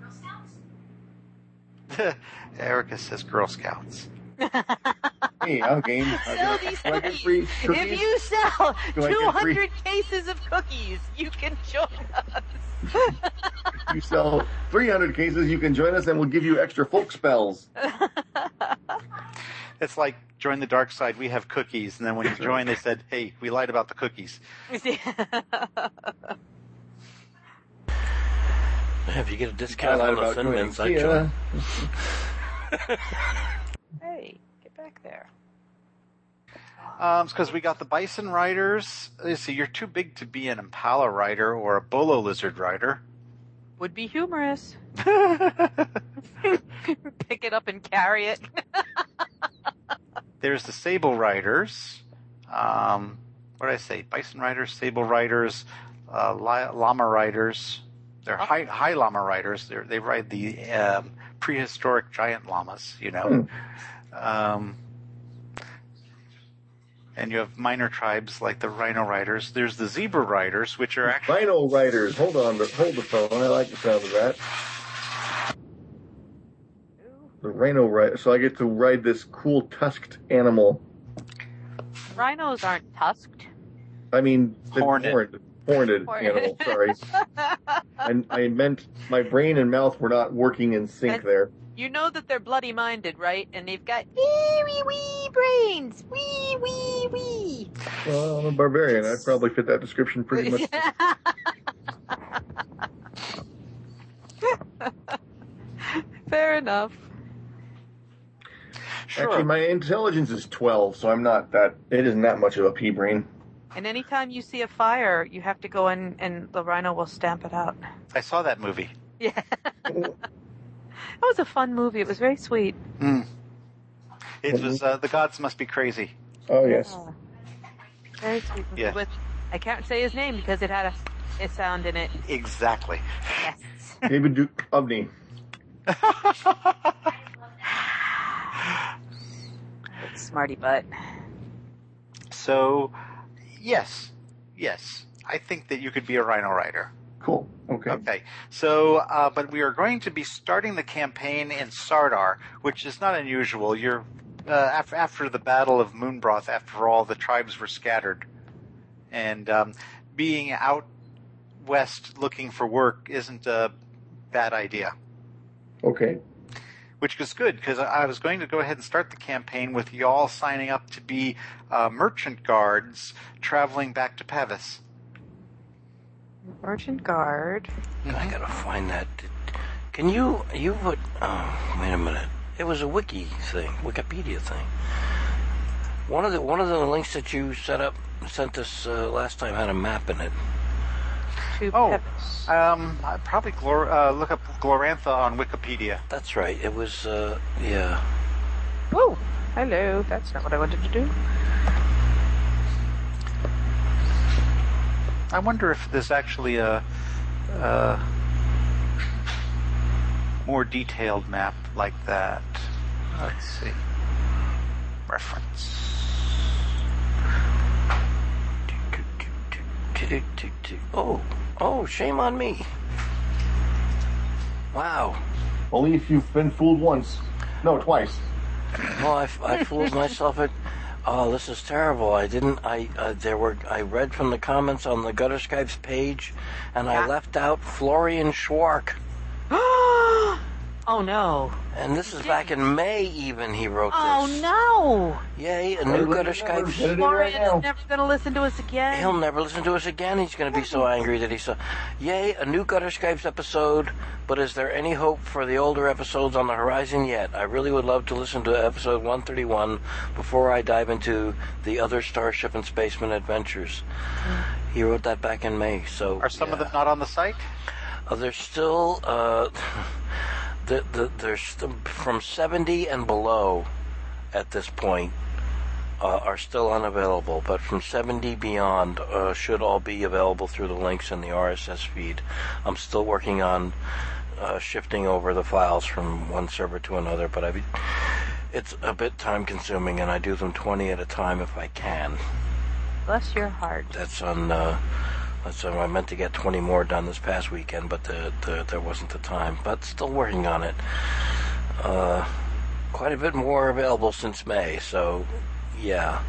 S10: Girl Scouts?
S6: Erica says Girl Scouts.
S1: Hey, I'll game. I'll
S3: Sell
S1: get-
S3: these
S1: do I get
S3: cookies.
S1: free cookies?
S3: If you sell
S1: Do I get
S3: 200 cases of cookies, you can join us.
S1: you sell 300 cases, you can join us and we'll give you extra folk spells.
S6: It's like join the dark side. We have cookies, and then when you join, they said, "Hey, we lied about the cookies."
S5: If you get a discount on the
S1: doing
S5: Thin I
S1: IKEA.
S5: join.
S2: hey, get back there.
S6: Um, because we got the bison riders. Let's see, you're too big to be an impala rider or a bolo lizard rider.
S2: Would be humorous.
S6: There's
S2: Pick it up and carry it.
S6: the sable riders. Um, what did I say? Bison riders, sable riders, uh, li- llama riders. They're high, high llama riders. They're, they ride the um, prehistoric giant llamas, you know.
S1: Hmm.
S6: Um, and you have minor tribes like the rhino riders. There's the zebra riders, which are actually.
S1: Rhino Riders. Hold on, but hold the phone. I like the sound of that. The Rhino Rider. So I get to ride this cool tusked animal.
S2: Rhinos aren't tusked.
S1: I mean, the
S6: Horned.
S1: horned, horned
S2: Horned.
S1: animal. Sorry, and I meant my brain and mouth were not working in sync
S2: That's-
S1: there.
S2: you know that they're bloody minded, right? And they've got wee wee wee brains. Wee wee wee.
S1: Well, I'm a barbarian. I probably fit that description pretty much.
S2: Fair enough.
S1: Actually, my intelligence is 12, so I'm not that. It isn't that much of a pea brain.
S2: And anytime you see a fire, you have to go in and the rhino will stamp it out.
S6: I saw that movie.
S2: Yeah. that was a fun movie. It was very sweet.
S6: Mm. It was uh, the gods must be crazy.
S1: Oh yes.
S2: Yeah. Very sweet movie
S6: Yeah.
S2: with I can't say his name because it had a, a sound in it.
S6: Exactly.
S2: Yes.
S1: David Duke Ovni.
S2: Smarty butt.
S6: so, yes, yes, I think that you could be a rhino rider.
S1: Cool. Okay.
S6: Okay. So, uh, but we are going to be starting the campaign in Sardar, which is not unusual. You're uh, after, after the Battle of Moonbroth. After all, the tribes were scattered, and um, being out west looking for work isn't a bad idea.
S1: Okay.
S6: which was good because I I was going to go ahead and start the campaign with y'all signing up to be uh, merchant guards traveling back to Pavis.
S2: Merchant guard.
S5: I gotta find that. Can you? You put? Oh, wait a minute. It was a wiki thing, Wikipedia thing. One of the one of the links that you set up sent us uh, last time had a map in it.
S2: Two
S6: Oh.
S2: peps.
S6: Um, I probably glor- uh, look up Glorantha on Wikipedia.
S5: That's right. It was. Uh, yeah.
S2: Whoa. Hello. That's not what I wanted to do.
S6: I wonder if there's actually a. Uh, more detailed map like that. Let's see. Reference.
S5: Oh, oh, shame on me. Wow.
S1: Only if you've been fooled once. No, twice.
S5: Well, I, I fooled myself at. Oh, this is terrible. I didn't. I uh, there were. I read from the comments on the Gutter Skype's page, and I left out Florian Schwark.
S2: Oh no.
S5: And this is back in May. Even he wrote
S2: Oh
S5: this.
S2: no.
S5: Yay! A new Gutter Skype.
S2: Florian's never going to listen to us again.
S5: He'll never listen to us again. He's going to be so angry that he saw. Yay! A new Gutter Skypes episode. But is there any hope for the older episodes on the horizon yet? I really would love to listen to episode 131 before I dive into the other Starship and Spaceman adventures. He wrote that back in May. So
S6: Are some of them not on the site?
S5: uh, there's still uh, the, the, there's st- from 70 and below at this point uh, are still unavailable, but from 70 beyond uh, should all be available through the links in the RSS feed. I'm still working on uh, shifting over the files from one server to another, but I've, it's a bit time consuming, and I do them 20 at a time if I can.
S2: Bless your heart.
S5: That's on. Uh, that's on. I meant to get 20 more done this past weekend, but the, the, there wasn't the time. But still working on it. Uh, quite a bit more available since May, so yeah,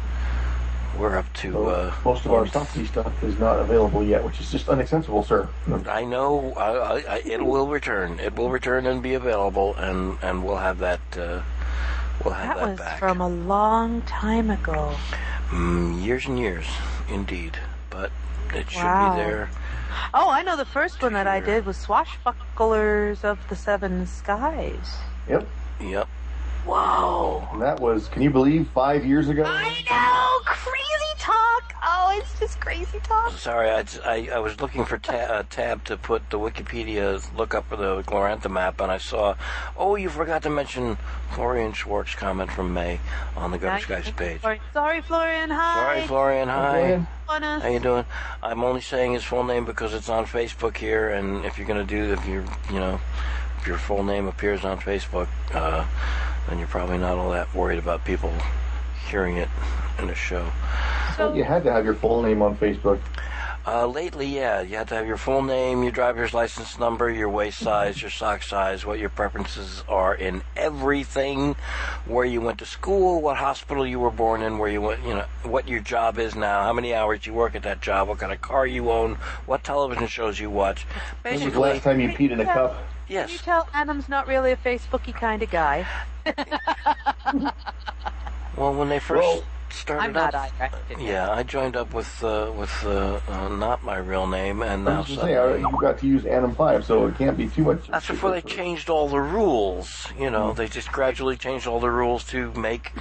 S5: we're up
S1: Oh,
S5: to. Uh,
S1: Most of our Stumpy stuff is not available yet, which is just unacceptable, sir.
S5: I know I, I, I, it will return. It will return and be available, and and we'll have that. Uh, we'll
S2: That
S5: have that,
S2: was
S5: back.
S2: from a long time ago.
S5: Mm, years and years, indeed. But it should
S2: Wow.
S5: be there.
S2: Oh, I know the first one that I did was Swashbucklers of the Seven Skies.
S1: Yep.
S5: Yep.
S2: Whoa.
S1: And that was, can you believe, five years ago?
S3: I know, crazy talk. Oh, it's just crazy talk.
S5: Sorry, I, I, I was looking for ta- uh, tab to put the Wikipedia look up for the Glorantha map, and I saw, oh, you forgot to mention Florian Schwartz's comment from May on the Gutter
S2: Now you
S5: Skypes
S2: think
S5: page.
S2: Florian- Sorry, Florian. Hi.
S5: Sorry, Florian. Hi.
S1: Florian.
S2: Want us-
S5: How you doing? I'm only saying his full name because it's on Facebook here, and if you're gonna do, if you you know, if your full name appears on Facebook, uh, then you're probably not all that worried about people hearing it in a show.
S2: So,
S1: You had to have your full name on Facebook.
S5: Uh, lately, yeah, you have to have your full name, your driver's license number, your waist size, your sock size, what your preferences are in everything, where you went to school, what hospital you were born in, where you went, you know, what your job is now, how many hours you work at that job, what kind of car you own, what television shows you watch.
S1: When was the
S5: Basically,
S1: last time you peed in a cup?
S2: Can you
S5: yes.
S2: tell Adam's not really a Facebooky kind of guy?
S5: Well, when they first
S1: Well,
S5: started
S2: I'm not
S5: up,
S2: either. I didn't.
S5: yeah, I joined up with uh, with uh, uh, not my real name, and
S1: I
S5: now
S1: was gonna say, I-
S5: suddenly.
S1: you got to use Anim 5, so it can't be too much.
S5: That's before they changed all the rules. You know, they just gradually changed all the rules to make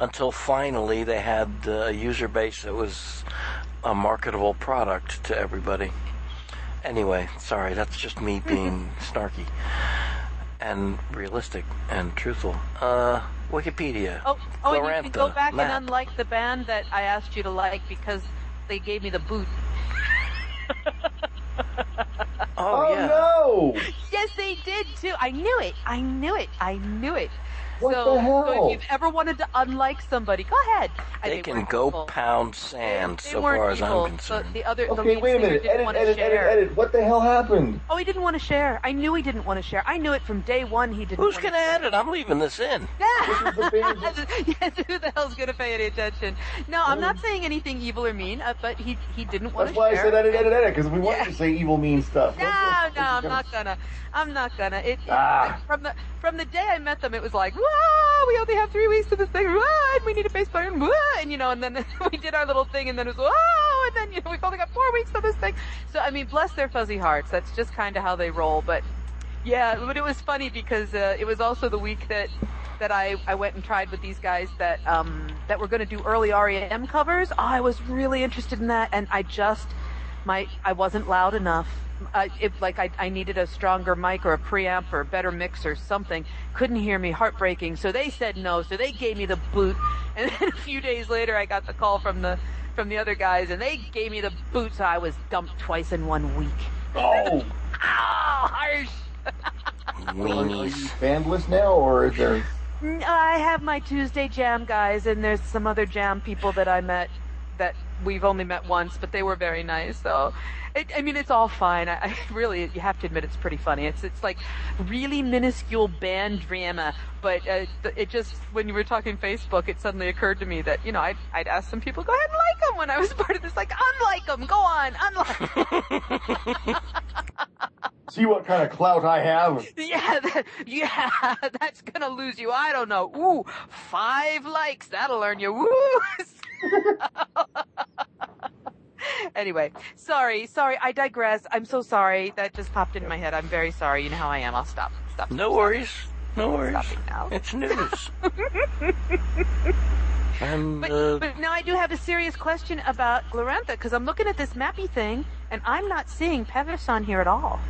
S5: until finally they had uh, a user base that was a marketable product to everybody. Anyway, sorry, that's just me being snarky and realistic and truthful. Uh, Wikipedia.
S2: Oh, oh and you can go
S5: Glorantha
S2: back
S5: map.
S2: and unlike the band that I asked you to like because they gave me the boot.
S5: Oh,
S1: Oh,
S5: yeah.
S1: no!
S2: Yes, they did too. I knew it. I knew it. I knew it.
S1: What
S2: so,
S1: the hell?
S2: so if you've ever wanted to unlike somebody, go ahead. I-
S5: They
S2: weren't
S5: can go
S2: evil.
S5: pound
S2: They-
S5: sand
S2: they
S5: so
S2: weren't
S5: far as
S2: evil.
S5: I'm concerned.
S2: So the other, the
S1: Okay,
S2: lead
S1: wait a
S2: singer
S1: minute.
S2: Didn't
S1: Edit,
S2: want
S1: edit,
S2: to share.
S1: edit, edit. What the hell happened?
S2: Oh, he didn't want to share. I knew he didn't want to share. I knew it from day one. He didn't.
S5: Who's
S2: want
S5: going to edit? I'm leaving this in.
S1: This is the band-
S2: yes, who the hell's gonna pay any attention? No, I'm not saying anything evil or mean, uh, but he he didn't
S1: Oh.
S2: want
S1: That's
S2: to
S1: why I
S2: share.
S1: said edit, edit, edit, because we wanted to say evil, mean stuff.
S2: no, no, I'm not gonna. I'm not gonna. It, it-
S1: Ah.
S2: from the from the day I met them, it was like, wow, we only have three weeks to this thing, wow, and we need a bass player, and wow, and you know, and then we did our little thing, and then it was wow, and then you know, we've only got four weeks to this thing. So I mean, bless their fuzzy hearts. That's just kind of how they roll. But yeah, but it was funny because uh, it was also the week that that I, I went and tried with these guys that um, that were going to do early REM covers. I was really interested in that, and I just my I wasn't loud enough. I, it, like I, I needed a stronger mic or a preamp or a better mix or something. Couldn't hear me, heartbreaking. So they said no. So they gave me the boot, and then a few days later, I got the call from the from the other guys, and they gave me the boot. So I was dumped twice in one week.
S1: Oh,
S2: Oh, harsh.
S1: Are you
S5: Weenies.
S1: bandless now, or is there?
S2: N- I have my Tuesday jam guys, and there's some other jam people that I met that we've only met once, but they were very nice. So, it, I mean, it's all fine. I, I really, you have to admit, it's pretty funny. It's it's like really minuscule band drama, but uh, th- it just when you were talking Facebook, it suddenly occurred to me that you know I'd, I'd asked some people go ahead and like them when I was part of this, like unlike them, go on, unlike. 'em."
S1: See what kind of clout I have.
S2: Yeah, that, yeah, that's gonna lose you. I don't know. Ooh, five likes. That'll earn you. Woo! anyway, sorry, sorry. I digress. I'm so sorry. That just popped into my head. I'm very sorry. You know how I am. I'll stop. Stop.
S5: No worries. No worries.
S2: Stopping now.
S5: It's news. and
S2: But,
S5: uh,
S2: but now I do have a serious question about Glorantha because I'm looking at this mappy thing and I'm not seeing Pevis on here at all.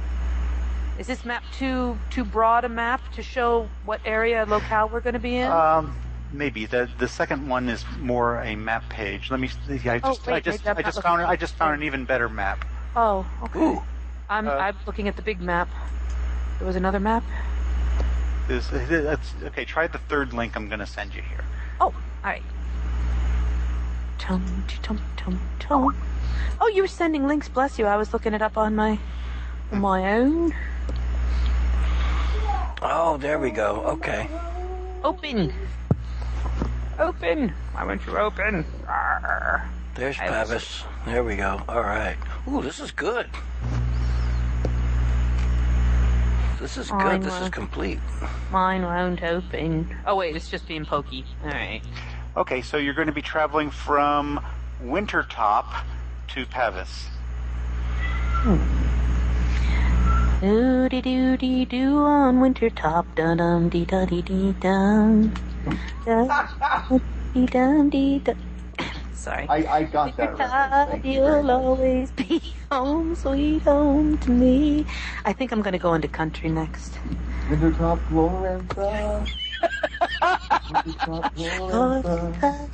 S2: Is this map too too broad a map to show what area locale we're going to be in?
S6: Um, maybe the the second one is more a map page. Let me. I just
S2: Oh, wait,
S6: I
S2: wait,
S6: just
S2: that
S6: I just
S2: map
S6: found
S2: was-
S6: I just found an even better map.
S2: Oh, okay.
S5: ooh,
S2: I'm
S6: Uh,
S2: I'm looking at the big map. There was another map.
S6: This that's okay. Try the third link I'm going to send you here.
S2: Oh, all right. Tum tum tum tum. Oh, you were sending links. Bless you. I was looking it up on my on my own.
S5: oh, there we go. Okay.
S2: Open. Open. Why won't you open? Arr.
S5: There's
S2: I was-
S5: Pavis. There we go. All right. Ooh, this is good. This is
S2: Oh, I
S5: good. This
S2: know.
S5: is complete.
S2: Mine won't open. Oh wait, it's just being pokey. All right.
S6: Okay, so you're going to be traveling from Wintertop to Pavis.
S2: Doo dee doo dee doo on winter top. Dum dum dee da dee dee dum. Dum dee dum dee dum. Sorry.
S1: I, I got that. reference. Thank
S2: Your child,
S1: you very
S2: you'll
S1: much.
S2: always be home, sweet home to me. I think I'm going to go into country next.
S1: Wintertop Glorantha. Wintertop Glorantha.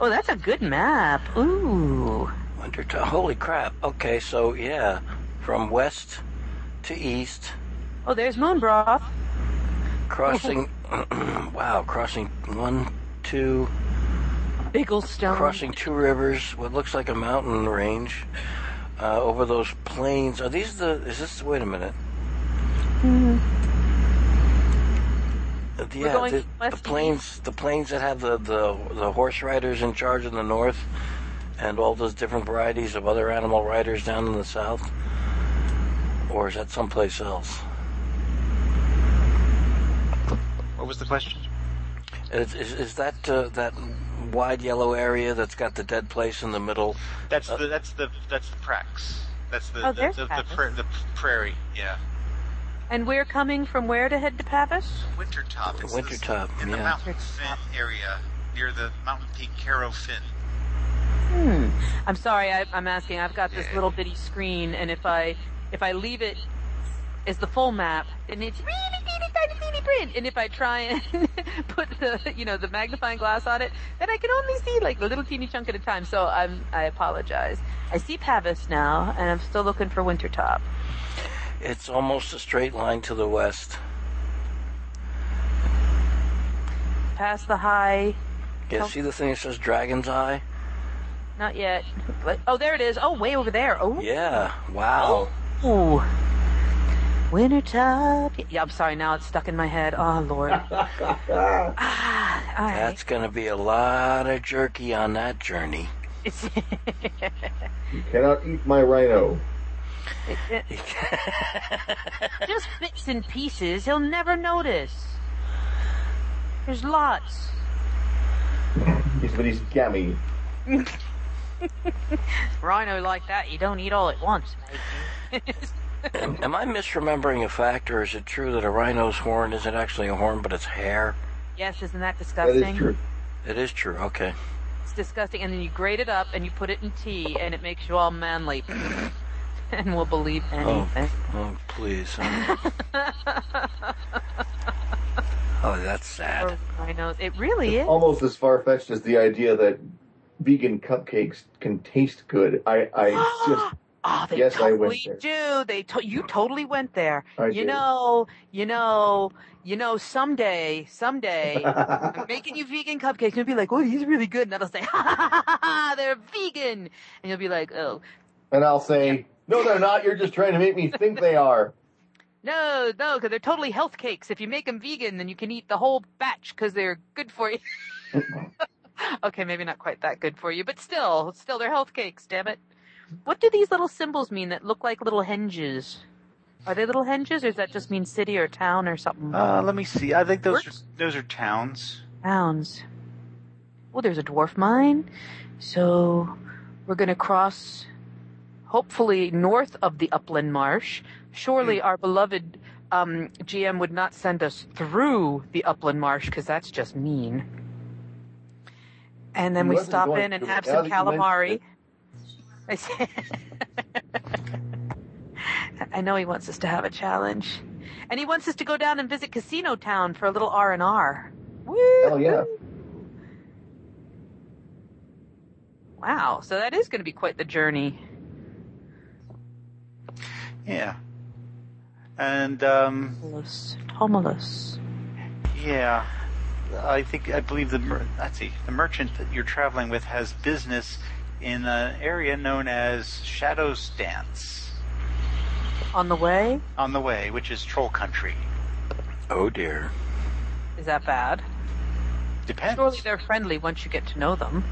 S2: oh, that's a good map. Ooh.
S5: Winter time. Holy crap. Okay, so yeah, from west to east,
S2: Oh, there's moon broth.
S5: crossing. wow, crossing one, two,
S2: Bigglestone.
S5: crossing two rivers. What looks like a mountain range. Uh, over those plains. Are these the? Is this? Wait a minute. Uh, Yeah,
S2: Mm-hmm. going
S5: the,
S2: west
S5: the
S2: to
S5: plains. The plains that have the, the the horse riders in charge in the north, and all those different varieties of other animal riders down in the south. Or is that someplace else?
S6: What was the question?
S5: Is, is, is that uh, that wide yellow area that's got the dead place in the middle?
S6: That's the that's the that's the Prax. That's the
S2: Oh,
S6: the,
S2: there's
S6: the, the,
S2: Pavis.
S6: pra- the prairie. Yeah,
S2: And we're coming from where to head to Pavis?
S6: Wintertop. It's
S5: Wintertop,
S6: this, in the
S5: yeah.
S6: Mountain Fin area near the Mountain Peak Caro Fin.
S2: I'm sorry, I, I'm asking. I've got this little bitty screen, and if I if I leave it as the full map, and it's really teeny tiny teeny print, and if I try and put the you know the magnifying glass on it, then I can only see like a little teeny chunk at a time. So I'm I apologize. I see Pavis now, and I'm still looking for Wintertop.
S5: It's almost a straight line to the west.
S2: Past the high,
S5: Yeah,
S2: Oh.
S5: see the thing that says Dragon's Eye?
S2: not yet. But- Oh, there it is. Oh, way over there. Oh,
S5: Yeah. Wow.
S2: Ooh. Wintertop. Yeah, I'm sorry. Now it's stuck in my head. Oh, Lord. ah, all right.
S5: That's going to be a lot of jerky on that journey.
S2: It's-
S1: Cannot eat my rhino.
S2: just bits and pieces. He'll never notice. There's lots.
S1: Yes, but he's gammy.
S2: Rhino like that, you don't eat all at once, mate.
S5: Am I misremembering a fact, or is it true that a rhino's horn isn't actually a horn, but it's hair?
S2: Yes, isn't that
S1: That
S2: disgusting?
S1: is true.
S5: It is true. Okay.
S2: It's disgusting. And then you grate it up and you put it in tea and it makes you all manly. and we'll believe anything.
S5: Oh, please. I'm- oh, that's sad.
S2: For rhinos. It really is.
S1: Almost as far fetched as the idea that vegan cupcakes can taste good. I, I just
S2: Oh, they
S1: Yes, I went
S2: totally
S1: there.
S2: do. They to- you totally went there.
S1: I
S2: you
S1: did.
S2: know, you know, you know. Someday, someday, I'm making you vegan cupcakes. You'll be like, "Oh, he's really good," and I'll say, "Ha ha ha ha! ha, They're vegan," and you'll be like, "Oh,
S1: And I'll say, no, they're not. You're just trying to make me think they are.
S2: No, no, because they're totally health cakes. If you make them vegan, then you can eat the whole batch because they're good for you. okay, maybe not quite that good for you, but still, still they're health cakes. Damn it! What do these little symbols mean that look like little hinges? Are they little hinges, or does that just mean city or town or something?
S6: Uh, let me see. I think those are, those are towns.
S2: Towns. Well, there's a dwarf mine, so we're gonna cross, hopefully north of the upland marsh.
S1: Hmm.
S2: Surely our beloved um, GM would not send us through the upland marsh because that's just mean. And then
S1: He
S2: we
S1: wasn't
S2: stop
S1: going
S2: in and
S1: to.
S2: have
S1: Now
S2: some
S1: that you mention
S2: calamari.
S1: it.
S2: I say- I know he wants us to have a challenge, and he wants us to go down and visit Casino Town for a little R and R.
S1: Hell yeah.
S2: Wow, so that is going to be quite the journey.
S6: Yeah. And um,
S2: Homulus. Homulus.
S6: Yeah, I think I believe the mer- let's see the merchant that you're traveling with has business in an area known as Shadow's Dance
S2: On the way?
S6: on the way, which is troll country.
S5: Oh dear.
S2: Is that bad?
S6: Depends,
S2: Surely
S6: surely.
S2: they're friendly once you get to know them.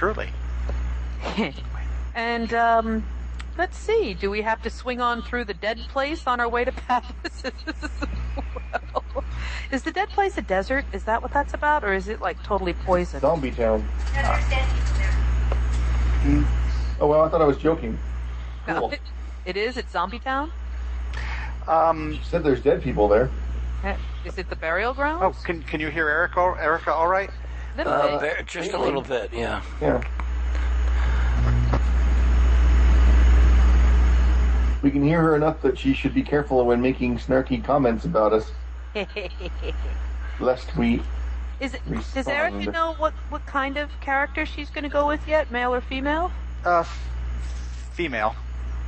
S2: and, um, let's see, do we have to swing on through the dead place on our way to Paphos? well, is the dead place a desert? Is that what that's about? Or is it like totally poisoned?
S1: Zombie town.
S10: No, there's dead people there.
S1: Oh, well, I thought I was joking.
S2: No, it- it is? It's Zombie Town?
S6: Um,
S1: You said there's dead people there.
S2: Eh, Is it the burial
S6: oh,
S2: ground?
S6: can can you hear Erica? Erica, all right?
S2: Little
S5: Uh,
S2: bit.
S5: ba- just a little bit, yeah.
S1: Yeah. We can hear her enough that she should be careful when making snarky comments about us, lest we.
S2: Is it, does
S1: Respond.
S2: Erica know what, what kind of character she's going to go with yet, male or female?
S6: Uh, f- female.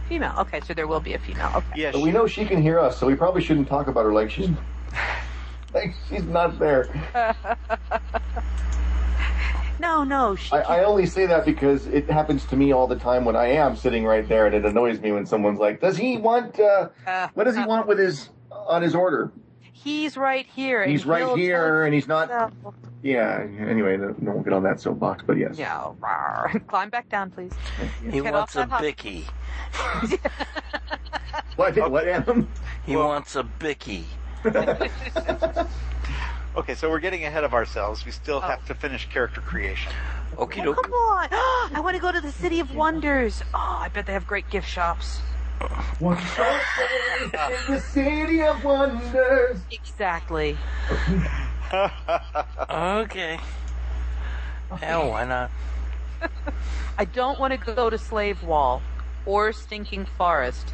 S2: Female. Okay, so there will be a female. Okay.
S6: Yes.
S1: But we know she can hear us, so we probably shouldn't talk about her like she's like she's not there.
S2: No, no, she.
S1: I, I only say that because it happens to me all the time when I am sitting right there, and it annoys me when someone's like, "Does he want? Uh,
S2: Uh,
S1: what does he want with his on his order?
S2: he's right here. and
S1: He's right
S2: he'll
S1: here, and he's
S2: tell
S1: not.
S2: himself.
S1: Yeah. Anyway, no, no, we'll get on that soapbox, but yes.
S2: Yeah, rawr. climb back down, please.
S5: He
S2: Get
S5: wants
S2: off
S5: a
S2: that hop-
S5: bicky.
S1: What? What, um, Adam?
S5: He wants a bicky.
S6: Okay, so we're getting ahead of ourselves. We still have to finish character creation.
S5: Okie
S2: Oh, come
S5: dokie.
S2: on! I want to go to the City of Wonders. Oh, I bet they have great gift shops.
S1: the city of wonders.
S2: Exactly.
S5: Okay. Hell, why not?
S2: I don't want to go to Slave Wall or Stinking Forest.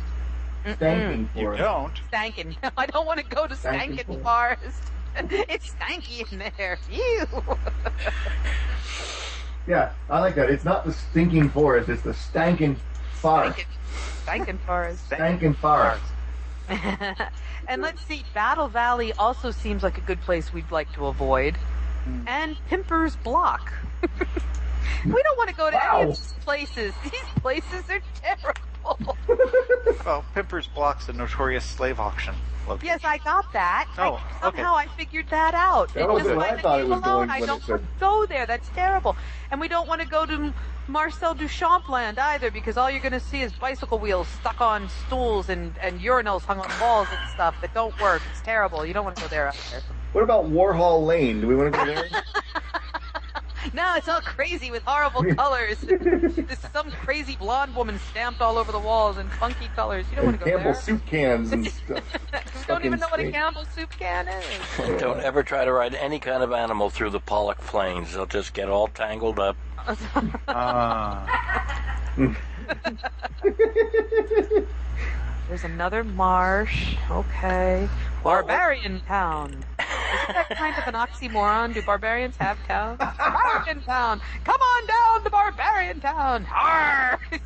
S1: Thanking
S2: Hmm.
S6: you
S1: for it.
S6: don't.
S2: Stankin. No, I don't want to go to
S1: Stankin'
S2: Stankin
S1: Forest.
S2: Forest. It's stanky in there. Ew.
S1: Yeah, I like that. It's not the stinking forest; it's the stankin' forest.
S2: Stankin', stankin' Forest.
S1: Stankin' forest.
S2: and let's see, Battle Valley also seems like a good place we'd like to avoid.
S1: Hmm.
S2: And Pimper's Block. we don't want to go to any
S1: Wow.
S2: of these places. These places are terrible.
S6: Well, Oh, Pimper's Block's a notorious slave auction. location.
S2: yes, I got that. I-
S6: Oh, okay.
S2: somehow I figured that out.
S1: That
S2: It
S1: was
S2: just
S1: what I
S2: went
S1: thought it was
S2: alone.
S1: going
S2: I
S1: when
S2: don't
S1: it said-
S2: go there. That's terrible. And we don't want to go to M- Marcel Duchamp land either because all you're going to see is bicycle wheels stuck on stools and, and urinals hung on walls and stuff that don't work. It's terrible. You don't want to go there either.
S1: What about Warhol Lane? Do we want to go there?
S2: No, it's all crazy with horrible colors. There's some crazy blonde woman stamped all over the walls in funky colors. You don't want
S1: and
S2: to go
S1: Campbell
S2: there.
S1: soup cans and stuff.
S2: You
S1: stuck in
S2: don't even know what a
S1: steak.
S2: Campbell soup can is.
S5: Don't ever try to ride any kind of animal through the Pollock Plains. They'll just get all tangled up.
S6: Ah.
S2: There's another marsh. Okay.
S5: Well,
S2: Barbarian town. Isn't that kind of an oxymoron? Do barbarians have towns? Barbarian town! Come on down to Barbarian town! Arr!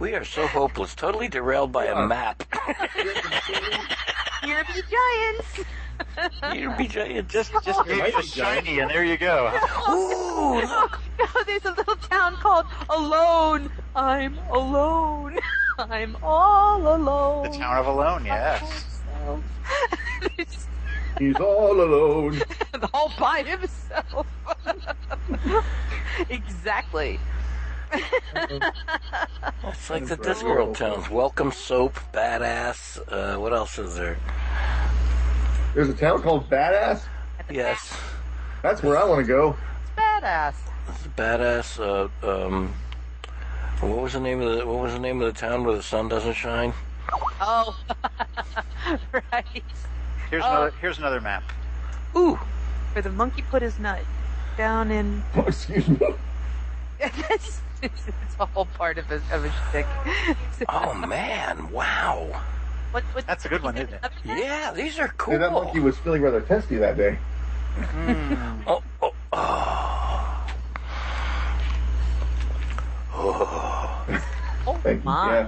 S5: We are so hopeless, totally derailed by a map.
S3: Here be giants.
S5: You're BJ,
S6: Just just
S1: It
S6: give
S1: might
S6: it a
S1: be giant.
S6: shiny, and there you go.
S5: ooh, look,
S2: No, there's a little town called Alone. I'm alone. I'm all alone.
S6: The town of Alone, yes.
S2: It's
S1: He's all alone.
S2: all by himself. exactly.
S5: it's like the Discworld towns. Welcome Soap, Badass. Uh, what else is there?
S1: There's a town called Badass.
S5: Yes,
S1: That's where I want to go.
S2: It's badass.
S5: it's Badass. Uh, um, what was the name of the What was the name of the town where the sun doesn't shine?
S2: Oh, right.
S6: Here's
S2: Oh.
S6: another here's another map.
S2: Ooh, where the monkey put his nut down in.
S1: Oh, Excuse me.
S2: it's, it's, it's a whole part of a of a shtick.
S5: Oh man, wow.
S2: What- what-
S6: That's a good one, isn't it?
S2: another thing?
S5: Yeah, these are cool.
S1: Yeah, that monkey was feeling rather testy that day.
S5: Oh, oh, oh. Oh.
S1: Thank you.
S2: my.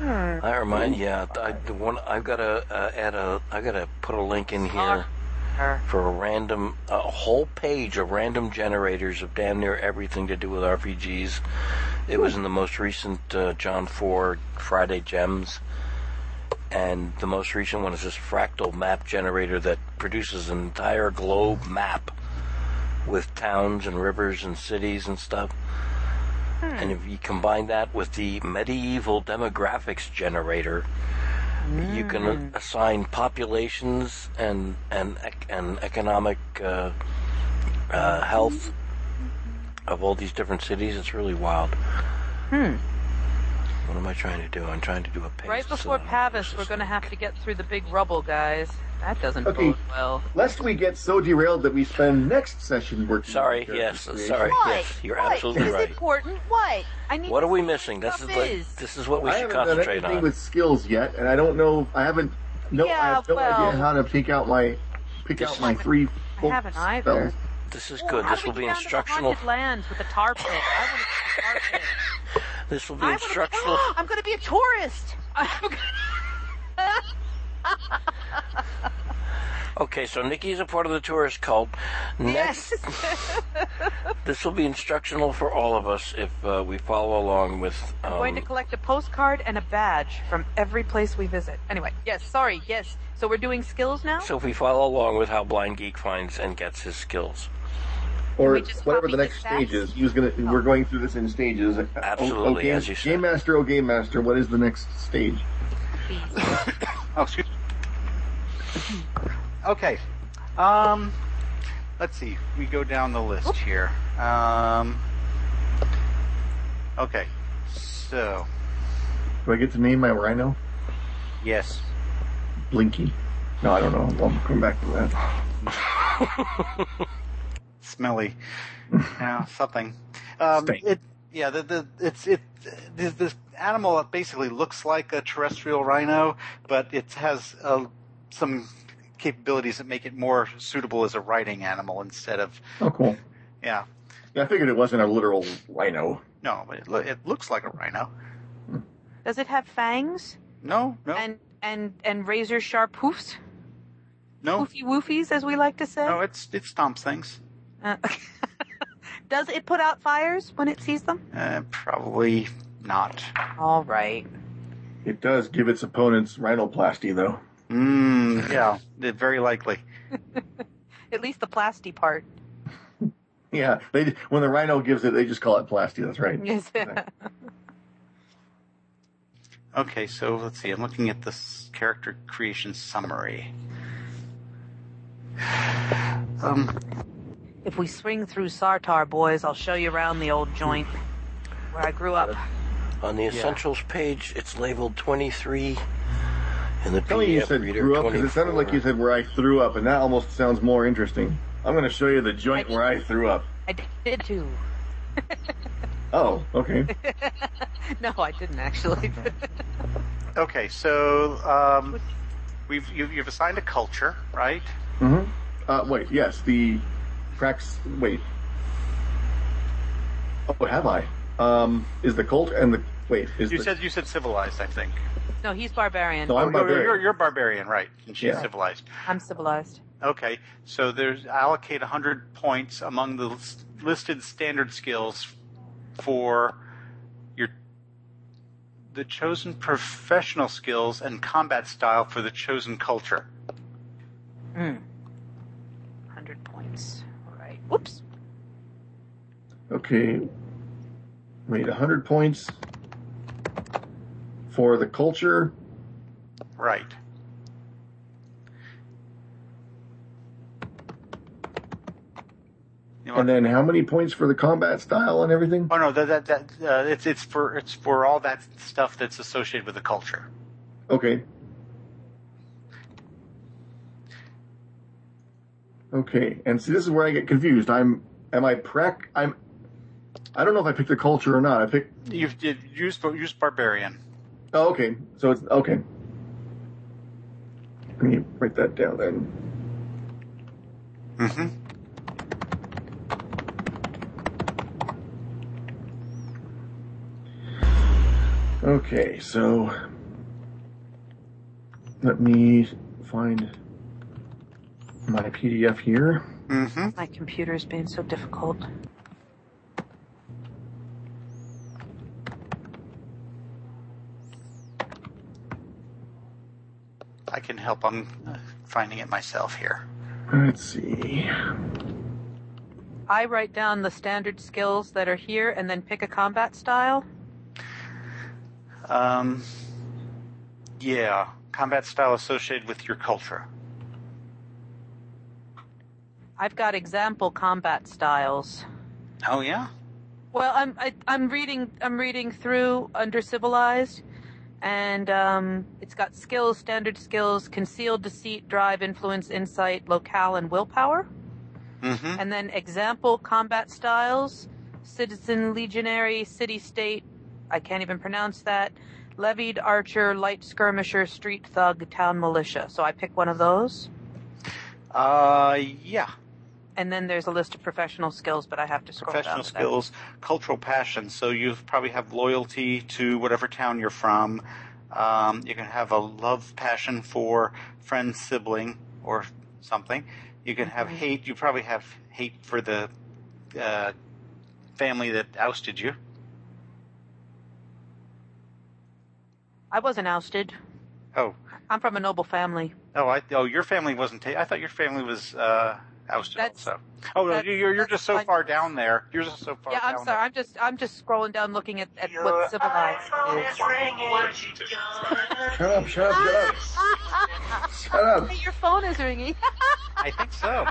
S1: Yeah.
S5: I remind yeah, I, the one I've got to uh, add a I got to put a link in here for a random a whole page of random generators of damn near everything to do with RPGs. It was in the most recent uh, John Four Friday Gems, and the most recent one is this fractal map generator that produces an entire globe map with towns and rivers and cities and stuff.
S2: Hmm.
S5: And if you combine that with the medieval demographics generator, you can
S2: Hmm.
S5: a- assign populations and and ec- and economic uh, uh, health of all these different cities. It's really wild. Hmm. What am I trying to do? I'm trying to do a paste.
S2: Right before Pavis, we're going to have to get through the big rubble, guys. That doesn't
S1: Okay.
S2: bode well.
S1: Lest we get so derailed that we spend next session working.
S5: Sorry.
S1: on character
S5: Yes.
S1: creation.
S5: Sorry.
S3: What?
S5: Yes. You're
S3: what
S5: absolutely
S3: is
S5: right.
S3: important? What? I need
S5: What
S3: to
S5: are we
S3: see
S5: missing? This is
S3: stuff
S5: like, this is what we
S1: I
S5: should
S1: haven't done
S5: concentrate
S1: anything
S5: on.
S1: with skills yet, and I don't know. I haven't. No, I have
S2: Yeah,
S1: no
S2: well-
S1: idea how to pick out my pick out my three.
S2: I haven't either.
S1: spells.
S5: This is
S2: Oh,
S5: good.
S2: how
S5: This
S2: do
S5: will
S2: we
S5: be
S2: get down to the
S5: instructional.
S2: Haunted lands with a tar pit. I want to tar pit.
S5: This will be
S3: I wanna-
S5: instructional.
S3: I'm going to be a tourist.
S2: I'm gonna-
S5: Okay, so Nikki's a part of the tourist cult. Next, this will be instructional for all of us if uh, we follow along with. Um,
S2: I'm going to collect a postcard and a badge from every place we visit. Anyway, yes, sorry, yes. So we're doing skills now?
S5: so if we follow along with how Blind Geek finds and gets his skills.
S1: Or
S2: we just
S1: whatever
S2: copy
S1: the next
S2: his stats? Oh.
S1: stage is. He was gonna. We're going through this in stages.
S5: Absolutely,
S1: Oh, oh, game,
S5: as you said.
S1: Game master, oh game master. What is the next stage?
S6: Oh, excuse. Okay. Um, let's see. We go down the list here. Um. Okay. So
S1: Do I get to name my rhino?
S6: yes.
S1: Blinky. No, I don't know. I'll come back to that.
S6: smelly, you know, something. Um,
S1: Stink.
S6: it, yeah, the, the, it's it. This, this animal basically looks like a terrestrial rhino, but it has uh, some capabilities that make it more suitable as a riding animal instead of
S1: Oh, cool.
S6: yeah.
S1: Yeah, I figured it wasn't a literal rhino.
S6: No, but it, lo- it looks like a rhino.
S2: Does it have fangs
S6: No, no,
S2: and and and razor sharp hoofs?
S6: no,
S2: Hoofy woofies, as we like to say?
S6: no. It's it stomps things.
S2: Uh, Does it put out fires when it sees them?
S6: Uh, probably not.
S2: All right.
S1: It does give its opponents rhinoplasty, though.
S6: Mm, yeah, very likely.
S2: At least the plasty part.
S1: Yeah, they when the rhino gives it, they just call it plasty. That's right.
S2: Yes.
S6: Okay, so let's see. I'm looking at this character creation summary. Um,
S2: if we swing through Sartar, boys, I'll show you around the old joint where I grew up.
S5: On the essentials page, it's labeled 23. In the
S1: Tell me you
S5: PDF
S1: said
S5: reader,
S1: grew up because it sounded like you
S5: 24.
S1: said where I threw up, and that almost sounds more interesting. I'm going to show you the joint where I threw up.
S2: I did too.
S1: Oh, okay.
S2: No, I didn't actually.
S6: okay, so um, we've you've, you've assigned a culture, right?
S1: hmm Uh, wait, yes, the cracks. Wait. Oh, have I? Um, is the cult and the wait? Is
S6: You
S1: the,
S6: said you said civilized, I think.
S2: No, he's barbarian.
S1: No, I'm
S6: you're,
S1: barbarian.
S6: You're, you're barbarian, right? And she's
S1: Yeah.
S6: civilized.
S2: I'm civilized.
S6: Okay, so there's allocate 100 points among the lis- listed standard skills for your the chosen professional skills and combat style for the chosen culture.
S2: Hmm. 100 points. All right. Whoops.
S1: Okay. Wait, 100 points for the culture.
S6: Right. You want-
S1: And then how many points for the combat style and everything?
S6: oh no, that that, that uh, it's it's for it's for all that stuff that's associated with the culture.
S1: Okay. Okay. And see, this is where I get confused. I'm, am I prac? I'm, I don't know if I picked the culture or not. I picked,
S6: You've, you've used used barbarian.
S1: oh, okay. So it's, okay. Let me write that down then.
S6: Mm-hmm.
S1: Okay. So let me find my PDF here.
S6: Mm-hmm.
S2: My computer is being so difficult.
S6: I can help. I'm uh, finding it myself here.
S1: Let's see.
S2: I write down the standard skills that are here and then pick a combat style.
S6: Um, yeah, combat style associated with your culture.
S2: I've got example combat styles.
S6: Oh yeah.
S2: Well, I'm I, I'm reading I'm reading through under civilized, and um, it's got skills, standard skills, concealed, deceit, drive, influence, insight, locale, and willpower.
S6: Mm-hmm.
S2: And then example combat styles, citizen, legionary, city state. I can't even pronounce that. Levied, archer, light skirmisher, street thug, town militia. So I pick one of those.
S6: Uh, yeah.
S2: And then there's a list of professional skills, but I have to scroll down.
S6: Professional
S2: to that.
S6: skills, cultural passion. So you probably have loyalty to whatever town you're from. Um, you can have a love passion for friend, sibling, or something. You can
S2: Mm-hmm.
S6: have hate. You probably have hate for the uh, family that ousted you.
S2: I wasn't ousted.
S6: Oh,
S2: I'm from a noble family.
S6: Oh, I oh your family wasn't. Ta- I thought your family was uh, ousted.
S2: That's-
S6: also. Oh no,
S2: that's-
S6: you're you're
S2: that's
S6: just so
S2: fine.
S6: far down there. You're just so far.
S2: yeah, I'm
S6: down
S2: sorry. I'm just I'm just scrolling down, looking at, at what civilized is.
S1: Shut up, shut up, shut up. Shut up.
S3: Hey, your phone is ringing.
S6: there. I think so.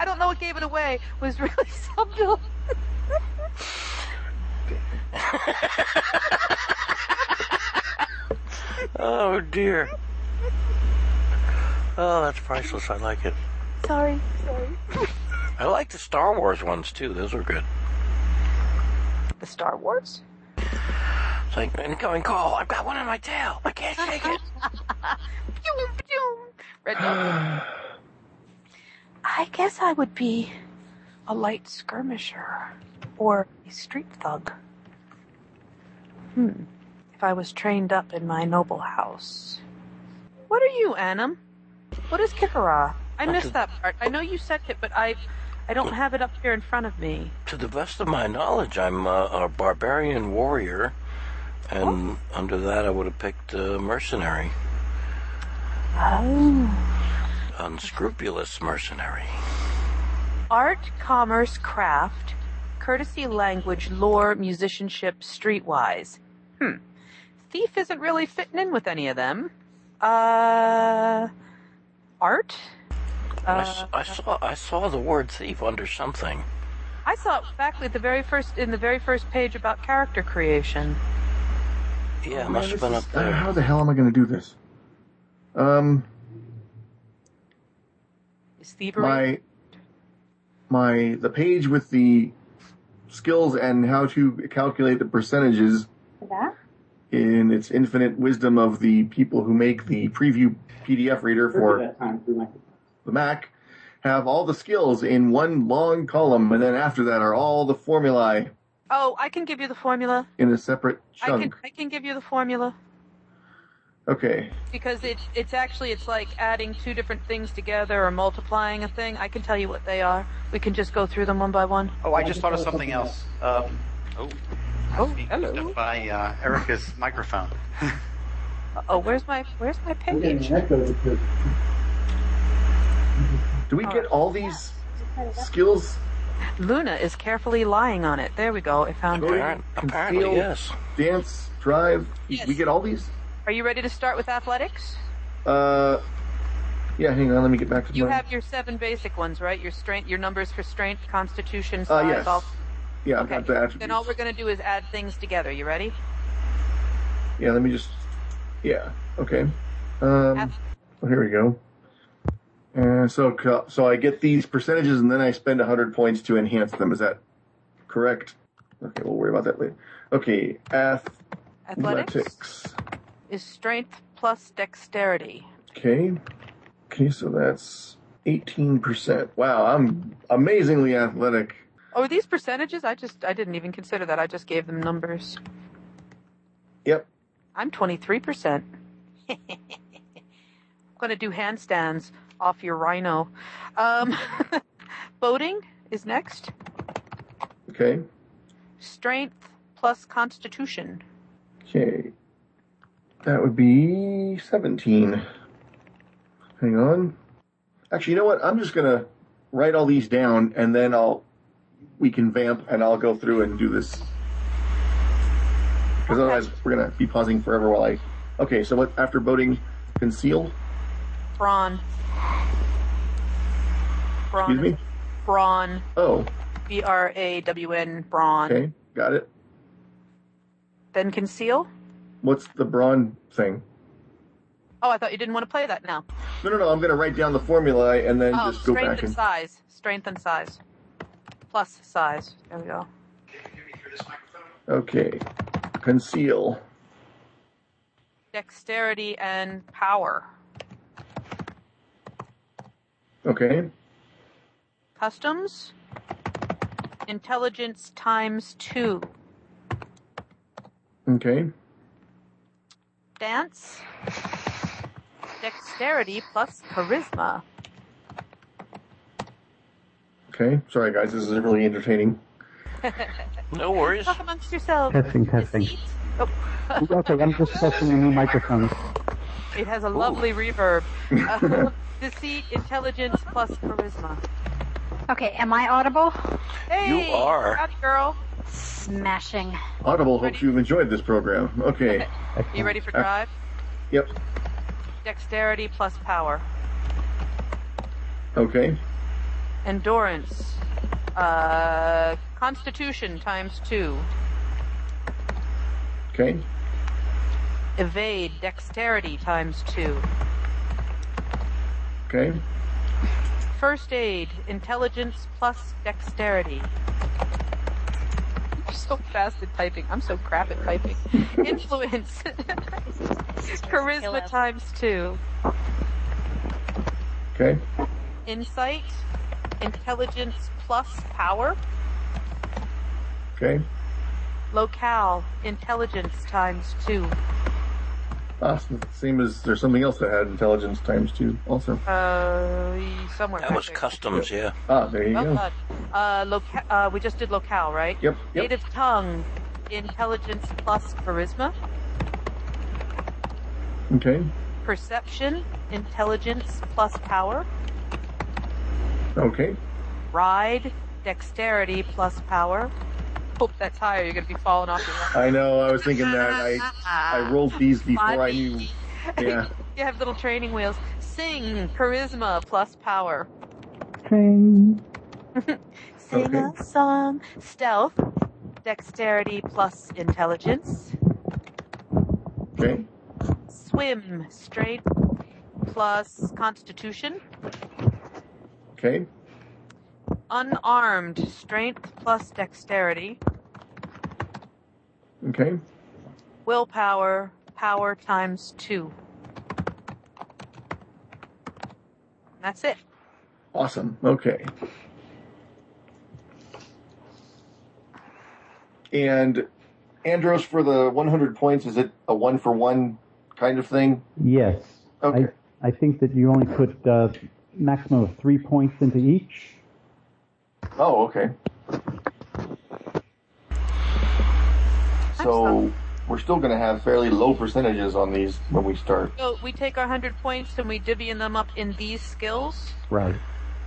S3: I don't know what gave it away. Was really something.
S5: Oh dear. Oh, that's priceless. I like it.
S3: Sorry, sorry.
S5: I like the Star Wars ones too. Those are good.
S2: The Star Wars.
S5: It's like incoming call. I've got one in my tail. I can't shake it.
S3: Pew, pew. Red dot.
S2: I guess I would be a light skirmisher or a street thug. Hmm. If I was trained up in my noble house. What are you, Annam? What is Kipara? I missed that part. I know you said it, but I I don't have it up here in front of me.
S5: To the best of my knowledge, I'm uh, a, a barbarian warrior, and under that, I would have picked uh, mercenary,
S2: Oh.
S5: unscrupulous mercenary.
S2: Art, commerce, craft, courtesy, language, lore, musicianship, streetwise. Hmm. Thief isn't really fitting in with any of them. Uh, art?
S5: I s I I, saw I saw the word thief under something.
S2: I saw it back at the very first in the very first page about character creation.
S5: Yeah, it
S1: Oh, Man,
S5: must
S1: this
S5: have been
S1: is- uh,
S5: up there.
S1: How the hell am I going to do this? Um,
S2: Is thievery?
S1: my my the page with the skills and how to calculate the percentages in its infinite wisdom of the people who make the preview PDF reader for the Mac have all the skills in one long column, and then after that are all the formulae
S2: Oh, I can give you the formula.
S1: in a separate
S2: I can
S1: chunk.
S2: I can give you the formula
S1: Okay,
S2: because it it's actually it's like adding two different things together or multiplying a thing. I can tell you what they are. We can just go through them one by one.
S6: Oh, I just thought of something else. Um, oh,
S2: Oh,
S6: hello. By uh, Erica's microphone.
S2: Oh, where's my where's my
S11: We're getting
S2: page?
S11: an echo because
S1: do we get all these skills
S2: Luna is carefully lying on it. There we go. I found it.
S5: Apparent, apparently,
S1: Conceal.
S5: yes.
S1: dance, drive? We get all these?
S2: Are you ready to start with athletics?
S1: Uh, yeah, hang on, let me get back to Uh,
S2: You
S1: mine.
S2: have your seven basic ones, right? Your strength, your numbers for strength, constitution,
S1: Uh,
S2: size,
S1: yes.
S2: all.
S1: Yeah, I've
S2: Okay.
S1: got the
S2: Then all
S1: attributes.
S2: we're going to do is add things together. You ready?
S1: Yeah, let me just. Yeah, okay. Um,
S2: Ath-
S1: well, here we go. Uh, so, co- so I get these percentages, and then I spend hundred points to enhance them. Is that correct? Okay, we'll worry about that later. Okay,
S2: Athletics
S1: athletics.
S2: is strength plus dexterity.
S1: Okay. Okay, so that's 18%. Wow, I'm amazingly athletic.
S2: Oh, are these percentages? I just I didn't even consider that. I just gave them numbers.
S1: Yep.
S2: I'm 23%. I'm going to do handstands off your rhino. Um, boating is next.
S1: Okay.
S2: Strength plus constitution.
S1: Okay. That would be 17. Hang on. Actually, you know what? I'm just going to write all these down and then I'll we can vamp and I'll go through and do this. Cuz otherwise we're going to be pausing forever while I Okay, so what after boating conceal?
S2: Brawn. Brawn.
S1: Excuse me?
S2: Brawn.
S1: Oh,
S2: B R A W N. Brawn.
S1: okay. Got it.
S2: Then conceal.
S1: What's the brawn thing?
S2: Oh, I thought you didn't want to play that now.
S1: No, no, no. I'm going to write down the formulae and then
S2: oh,
S1: just go
S2: strength
S1: back
S2: and
S1: and.
S2: size. Strength and size. Plus size. There we go.
S1: Okay. Conceal.
S2: Dexterity and power.
S1: Okay.
S2: Customs. Intelligence times two.
S1: Okay.
S2: Dance. Dexterity plus charisma.
S1: Okay. Sorry, guys. This is really entertaining.
S5: No worries.
S2: Talk amongst yourselves.
S11: Testing, testing.
S2: Deceit. Oh.
S11: okay, I'm just testing a new microphone.
S2: It has a lovely reverb. Uh, deceit, intelligence, plus charisma.
S12: Okay, am I audible?
S2: Hey,
S5: are.
S2: howdy, girl.
S12: Smashing.
S1: Audible hopes you've enjoyed this program. Okay.
S2: You ready for
S1: Uh,
S2: drive?
S1: Yep.
S2: Dexterity plus power.
S1: Okay.
S2: Endurance. Uh, constitution times two.
S1: Okay.
S2: Evade. Dexterity times two.
S1: Okay.
S2: First aid. Intelligence plus dexterity. You're so fast at typing. I'm so crap at typing. Influence. Charisma times two.
S1: Okay.
S2: insight, intelligence plus power,
S1: Okay.
S2: locale, intelligence times two.
S1: Awesome. Ah, Same as there's something else that had intelligence times two. Also.
S2: Uh, y- somewhere.
S5: That was
S2: back there.
S5: customs, yeah.
S1: Ah, there you
S2: Oh
S1: go.
S2: God. Uh, loca- uh, we just did locale, right?
S1: Yep. Yep.
S2: Native tongue, intelligence plus charisma,
S1: Okay.
S2: perception, intelligence plus power,
S1: Okay.
S2: ride, dexterity plus power. Hope that's higher. You're gonna be falling off your.
S1: I know. I was thinking that. I I rolled these before I knew. Yeah.
S2: You have little training wheels. Sing, charisma plus power. Sing. Sing
S1: Okay.
S2: a song. Stealth, dexterity plus intelligence.
S1: Okay.
S2: Swim, straight plus constitution.
S1: Okay.
S2: Unarmed, strength plus dexterity.
S1: Okay.
S2: Willpower, power times two. That's it.
S1: Awesome. Okay. And Andros for the 100 points, is it a one for one kind of thing?
S11: Yes.
S1: Okay.
S11: I, I think that you only put uh, maximum of three points into each.
S1: Oh, okay. So we're still going to have fairly low percentages on these when we start.
S2: So we take our 100 points and we divvy them up in these skills.
S11: Right.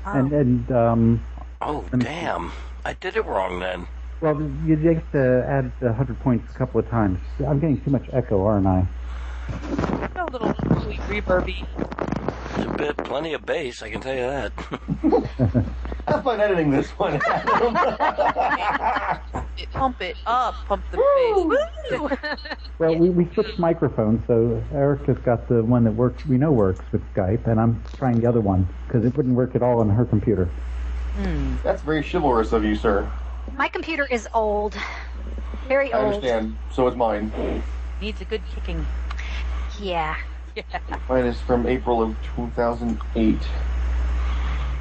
S11: And and um,
S5: Oh, damn. I did it wrong then.
S11: well, you get to add the hundred points a couple of times. I'm getting too much echo, aren't I?
S2: A little sweet reverby.
S5: It's a bit, plenty of bass, I can tell you that.
S1: Have fun editing this one.
S2: Pump it up. Pump the bass.
S11: Well, we, we switched microphones, so Erica's got the one that works we know works with Skype, and I'm trying the other one because it wouldn't work at all on her computer.
S1: That's very chivalrous of you, sir.
S12: My computer is old. Very
S1: I
S12: old.
S1: understand. So is mine.
S2: Needs a good kicking.
S12: Yeah.
S1: Mine is from April of 2008.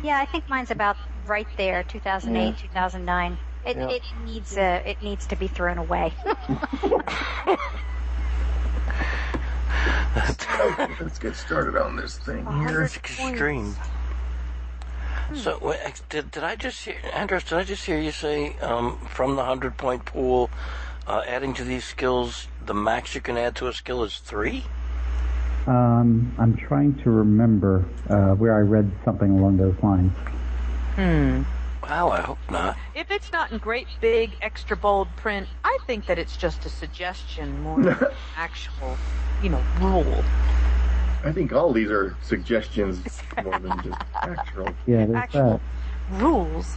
S12: Yeah, I think mine's about right there, 2008,
S1: Yeah.
S12: 2009. It,
S1: Yeah.
S12: it needs a, it needs to be thrown away.
S1: Let's get started on this thing
S5: You're extreme.
S2: Hmm.
S5: So wait, ex- did, did I just hear, Andros? Did I just hear you say um, from the hundred point pool, uh, adding to these skills, the max you can add to a skill is three?
S11: Um, I'm trying to remember uh, where I read something along those lines.
S2: Hmm.
S5: Wow, I hope not.
S2: If it's not in great big extra bold print, I think that it's just a suggestion more than an actual, you know, rule.
S1: I think all these are suggestions more than just actual.
S11: Yeah, there's
S2: Actual rules.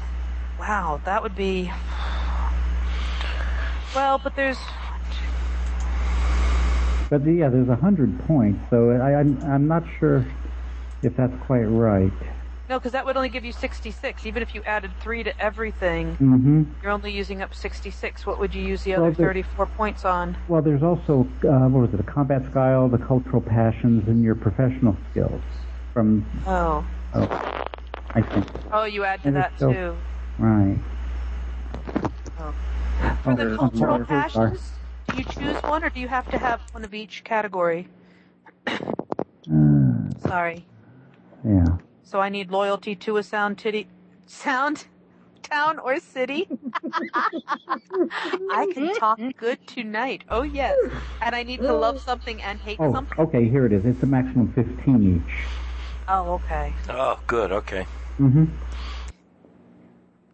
S2: Wow, that would be. Well, but there's.
S11: that. But yeah, there's a hundred points, so I, I'm I'm not sure if that's quite right.
S2: No, because that would only give you 66. Even if you added three to everything,
S11: hmm
S2: you're only using up 66. What would you use the
S11: Well,
S2: other
S11: the-
S2: 34 points on?
S11: Well, there's also uh, what was it? The combat style, the cultural passions, and your professional skills. From
S2: Oh.
S11: oh, I think
S2: Oh, you add to
S11: And
S2: that
S11: it's so-
S2: too.
S11: right.
S2: Oh.
S11: Oh,
S2: For the
S11: there's
S2: cultural
S11: more.
S2: passions, do you choose one or do you have to have one of each category?
S11: Uh,
S2: Sorry.
S11: yeah.
S2: So I need loyalty to a sound titty, sound, town or city. I can talk good tonight. Oh yes, and I need to love something and hate
S11: Oh,
S2: something.
S11: okay. Here it is. It's a maximum of fifteen each.
S2: Oh okay.
S5: Oh, good. Okay.
S11: Mm-hmm.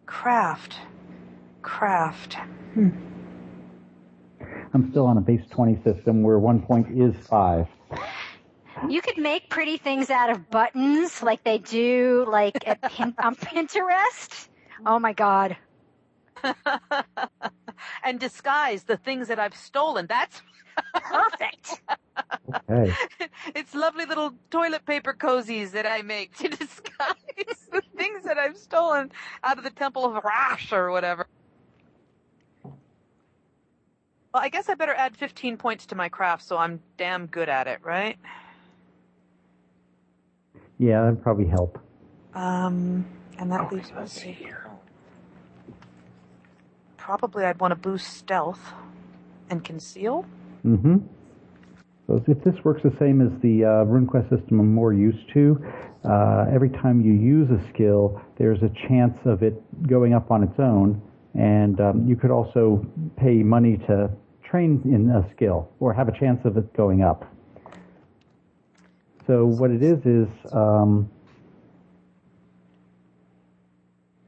S2: Craft, craft.
S11: I'm still on a base twenty system where one point is five.
S12: You could make pretty things out of buttons like they do like at pin- on Pinterest. Oh my god.
S2: and disguise the things that I've stolen. That's
S12: Perfect.
S11: Hey.
S2: it's lovely little toilet paper cozies that I make to disguise the things that I've stolen out of the Temple of Rash or whatever. Well, I guess I better add 15 points to my craft so I'm damn good at it, right?
S11: Yeah, that'd probably help.
S2: Um, and that leaves us Probably I'd want to boost stealth and conceal.
S11: Mm-hmm. So if this works the same as the uh, RuneQuest system I'm more used to, uh, every time you use a skill, there's a chance of it going up on its own, and um, you could also pay money to train in a skill or have a chance of it going up. So what it is is, um,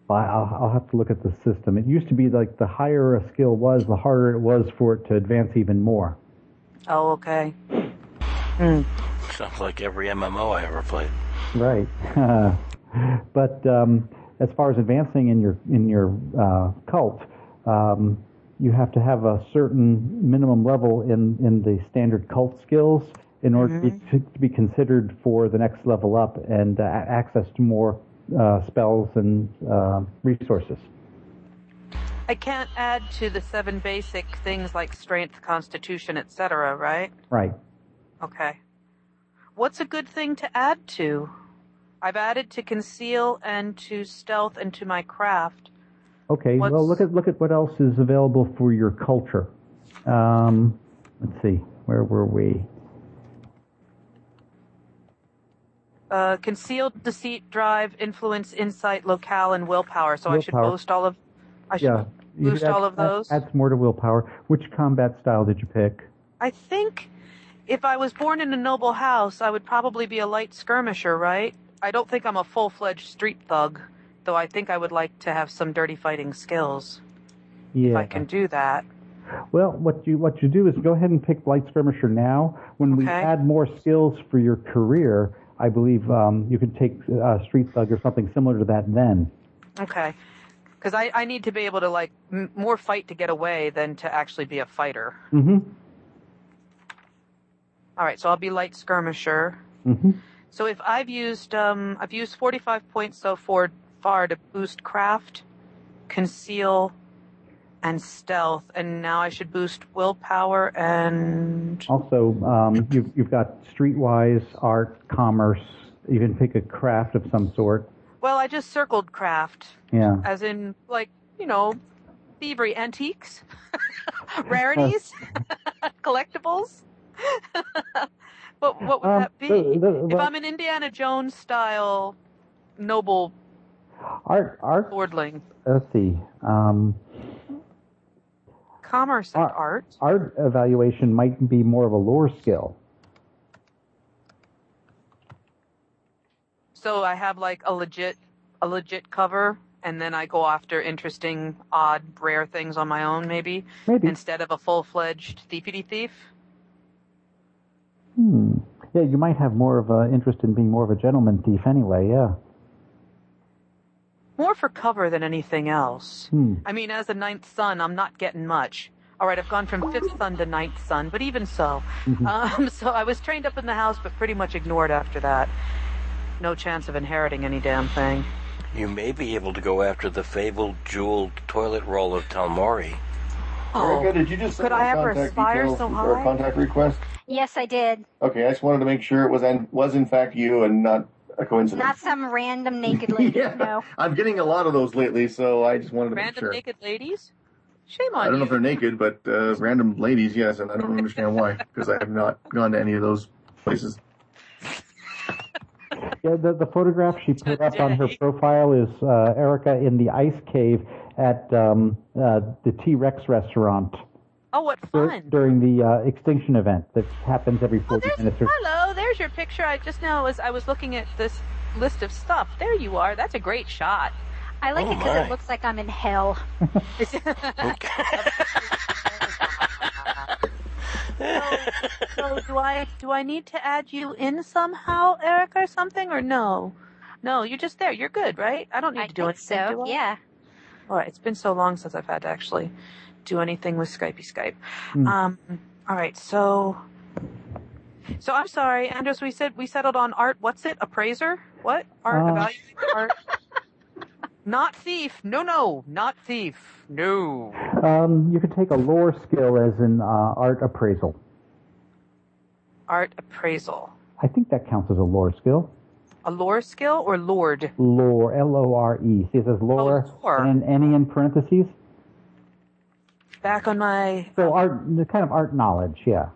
S11: I- I'll, I'll have to look at the system. It used to be like the higher a skill was, the harder it was for it to advance even more.
S2: Oh, okay.
S5: Sounds like every MMO I ever played.
S11: Right. but um, as far as advancing in your in your uh, cult, um, you have to have a certain minimum level in, in the standard cult skills in order to, be, to be considered for the next level up and uh, access to more uh, spells and uh, resources.
S2: I can't add to the seven basic things like strength, constitution, etc., right?
S11: Right.
S2: Okay. What's a good thing to add to? I've added to conceal and to stealth and to my craft.
S11: Okay. Well, look at look at what else is available for your culture. Um, let's see. Where were we?
S2: Uh, concealed, deceit, drive, influence, insight, locale, and willpower. So I should
S11: Willpower.
S2: boast all of. I should
S11: yeah. You
S2: boost
S11: add-
S2: all of
S11: add-
S2: those.
S11: Add, some more to willpower. Which combat style did you pick?
S2: I think if I was born in a noble house, I would probably be a light skirmisher, right? I don't think I'm a full fledged street thug, though I think I would like to have some dirty fighting skills.
S11: Yeah.
S2: If I can do that.
S11: Well, what you what you do is go ahead and pick light skirmisher now. When we
S2: Okay.
S11: add more skills for your career, I believe um, you could take uh, street thug or something similar to that. Then,
S2: Okay. Because I, I need to be able to, like, m- more fight to get away than to actually be a fighter.
S11: hmm
S2: All right, so I'll be light skirmisher.
S11: hmm
S2: So if I've used, um, I've used 45 points so far, far to boost craft, conceal, and stealth, and now I should boost willpower and
S11: also um, you've you've got streetwise, art, commerce. You can pick a craft of some sort.
S2: well, I just circled craft,
S11: Yeah.
S2: as in like you know, thievery, antiques, rarities, collectibles. what what would
S11: Um,
S2: that be?
S11: the- the-
S2: if
S11: well-
S2: I'm an Indiana Jones style noble
S11: Art art.
S2: lordling,
S11: Let's see. Um,
S2: commerce and art.
S11: art evaluation might be more of a lore skill.
S2: So I have like a legit a legit cover and then I go after interesting, odd, rare things on my own maybe,
S11: Maybe.
S2: instead of a full fledged thiefity thief.
S11: Hmm. Yeah, you might have more of an interest in being more of a gentleman thief anyway. Yeah.
S2: More for cover than anything else.
S11: Hmm.
S2: I mean as a ninth son I'm not getting much. All right, I've gone from fifth son to ninth son, but even so.
S11: Mhm.
S2: Um, so I was trained up in the house but pretty much ignored after that. No chance of inheriting any damn thing.
S5: You may be able to go after the fabled jeweled toilet roll of Talmori.
S1: Erica,
S2: Oh,
S1: did you just send
S12: Oh. Could I
S1: a
S12: ever
S1: contact
S12: aspire
S1: details
S12: so
S1: or
S12: high?
S1: contact request?
S12: Yes, I did.
S1: Okay, I just wanted to make sure it was and was in fact you and not a coincidence.
S12: Not some random naked lady.
S1: Yeah.
S12: No.
S1: I'm getting a lot of those lately, so I just wanted to make
S2: Random
S1: sure.
S2: naked ladies? Shame
S1: I
S2: on
S1: don't know
S2: you.
S1: if they're naked, but uh, random ladies, yes, and I don't understand why because I have not gone to any of those places.
S11: Yeah, the, the photograph she put up on her
S2: Today.
S11: profile is uh, Erica in the ice cave at um, uh, the T Rex restaurant
S2: Oh what
S11: dur-
S2: fun.
S11: during the uh, extinction event that happens every
S2: Oh,
S11: 40
S2: there's,
S11: minutes. Or,
S2: hello, there's your picture. I just now was I was looking at this list of stuff. There you are. That's a great shot.
S12: I like
S5: Oh
S12: it because
S5: my.
S12: it looks like I'm in hell.
S2: So do I do I need to add you in somehow, Eric, or something, or no? No, you're just there. You're good, right? I don't need
S12: I
S2: to do
S12: think
S2: anything. do
S12: so.
S2: I?
S12: Yeah.
S2: All right. It's been so long since I've had to actually do anything with Skypey Skype.
S11: Hmm.
S2: Um. All right. So. So I'm sorry, Andres. We said we settled on art. What's it? Appraiser? What? Art
S11: Uh.
S2: evaluating art. Not thief. No, no, not thief. No.
S11: um, you could take a lore skill as in uh, art appraisal.
S2: Art appraisal.
S11: I think that counts as a lore skill.
S2: A lore skill or lord? Oh,
S11: Lore, Uh, L O R E. See, it says lore,
S2: lore.
S11: and any in parentheses.
S2: Back on my
S11: So art, the kind of art knowledge, yeah.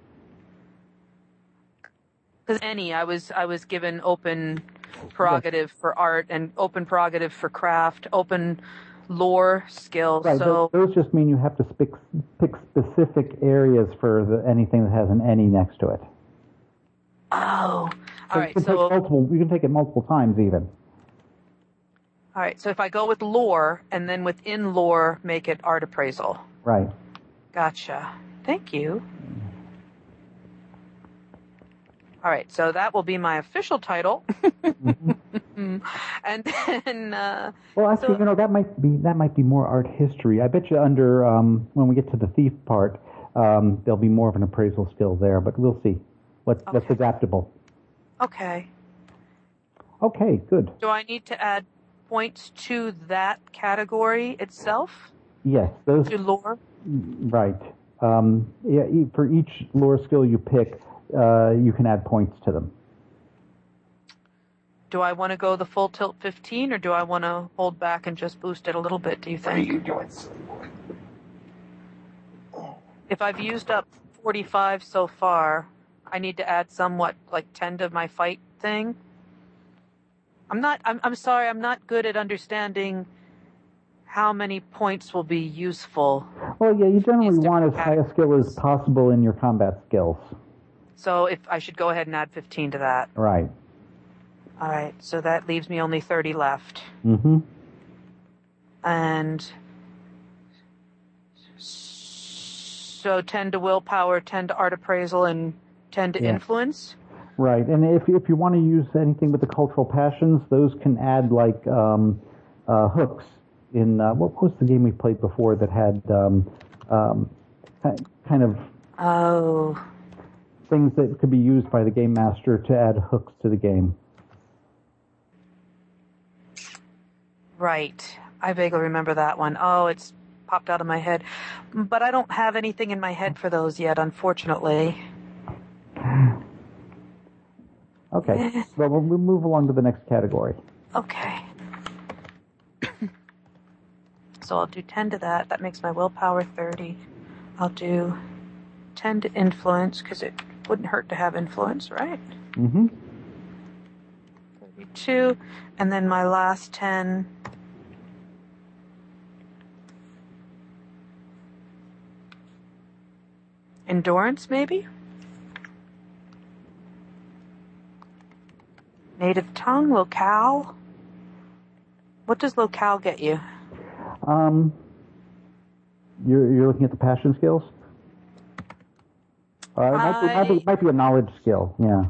S2: because any I was I was given open prerogative for art and open prerogative for craft, open lore skill.
S11: Right.
S2: so
S11: those, those just mean you have to pick, pick specific areas for the, anything that has an any next to it.
S2: oh,
S11: So
S2: all right.
S11: You can
S2: So
S11: take multiple. You can take it multiple times even.
S2: all right. So if I go with lore and then within lore make it art appraisal.
S11: Right.
S2: Gotcha. Thank you. All right, so that will be my official title.
S11: Mm-hmm.
S2: and then, uh,
S11: Well, actually,
S2: So-
S11: you know that might be that might be more art history. I bet you under um, when we get to the thief part, um, there'll be more of an appraisal skill there. But we'll see what, what's
S2: Okay.
S11: adaptable.
S2: okay.
S11: Okay. Good.
S2: Do I need to add points to that category itself?
S11: Yes. Those
S2: To lore?
S11: Right. Um, yeah, e- for each lore skill you pick, uh, you can add points to them.
S2: do I want to go the full tilt 15 or do I want to hold back and just boost it a little bit, do you think? If I've used up 45 so far, I need to add somewhat like 10 to my fight thing. I'm not, I'm, I'm sorry, I'm not good at understanding how many points will be useful.
S11: Well, yeah, you generally want as high a skill as possible in your combat skills.
S2: So if I should go ahead and add 15 to that.
S11: Right.
S2: All right, so that leaves me only 30 left.
S11: Mm-hmm.
S2: And so 10 to willpower, 10 to art appraisal, and 10 to
S11: Yeah.
S2: influence.
S11: Right, and if if you want to use anything with the cultural passions, those can add like um, uh, hooks. In uh, what was the game we played before that had um, um, ki- kind of
S2: Oh.
S11: things that could be used by the game master to add hooks to the game?
S2: Right. I vaguely remember that one. Oh, it's popped out of my head. But I don't have anything in my head for those yet, unfortunately.
S11: Okay, well we'll we'll move along to the next category.
S2: Okay. so I'll do 10 to that. That makes my willpower 30. I'll do 10 to influence because it wouldn't hurt to have influence, right?
S11: Mm-hmm.
S2: 32. And then my last 10. Endurance, maybe? Native tongue, locale? What does locale get you?
S11: Um, you're you're looking at the passion skills. Uh, it might be, might, be, might be a knowledge skill. Yeah,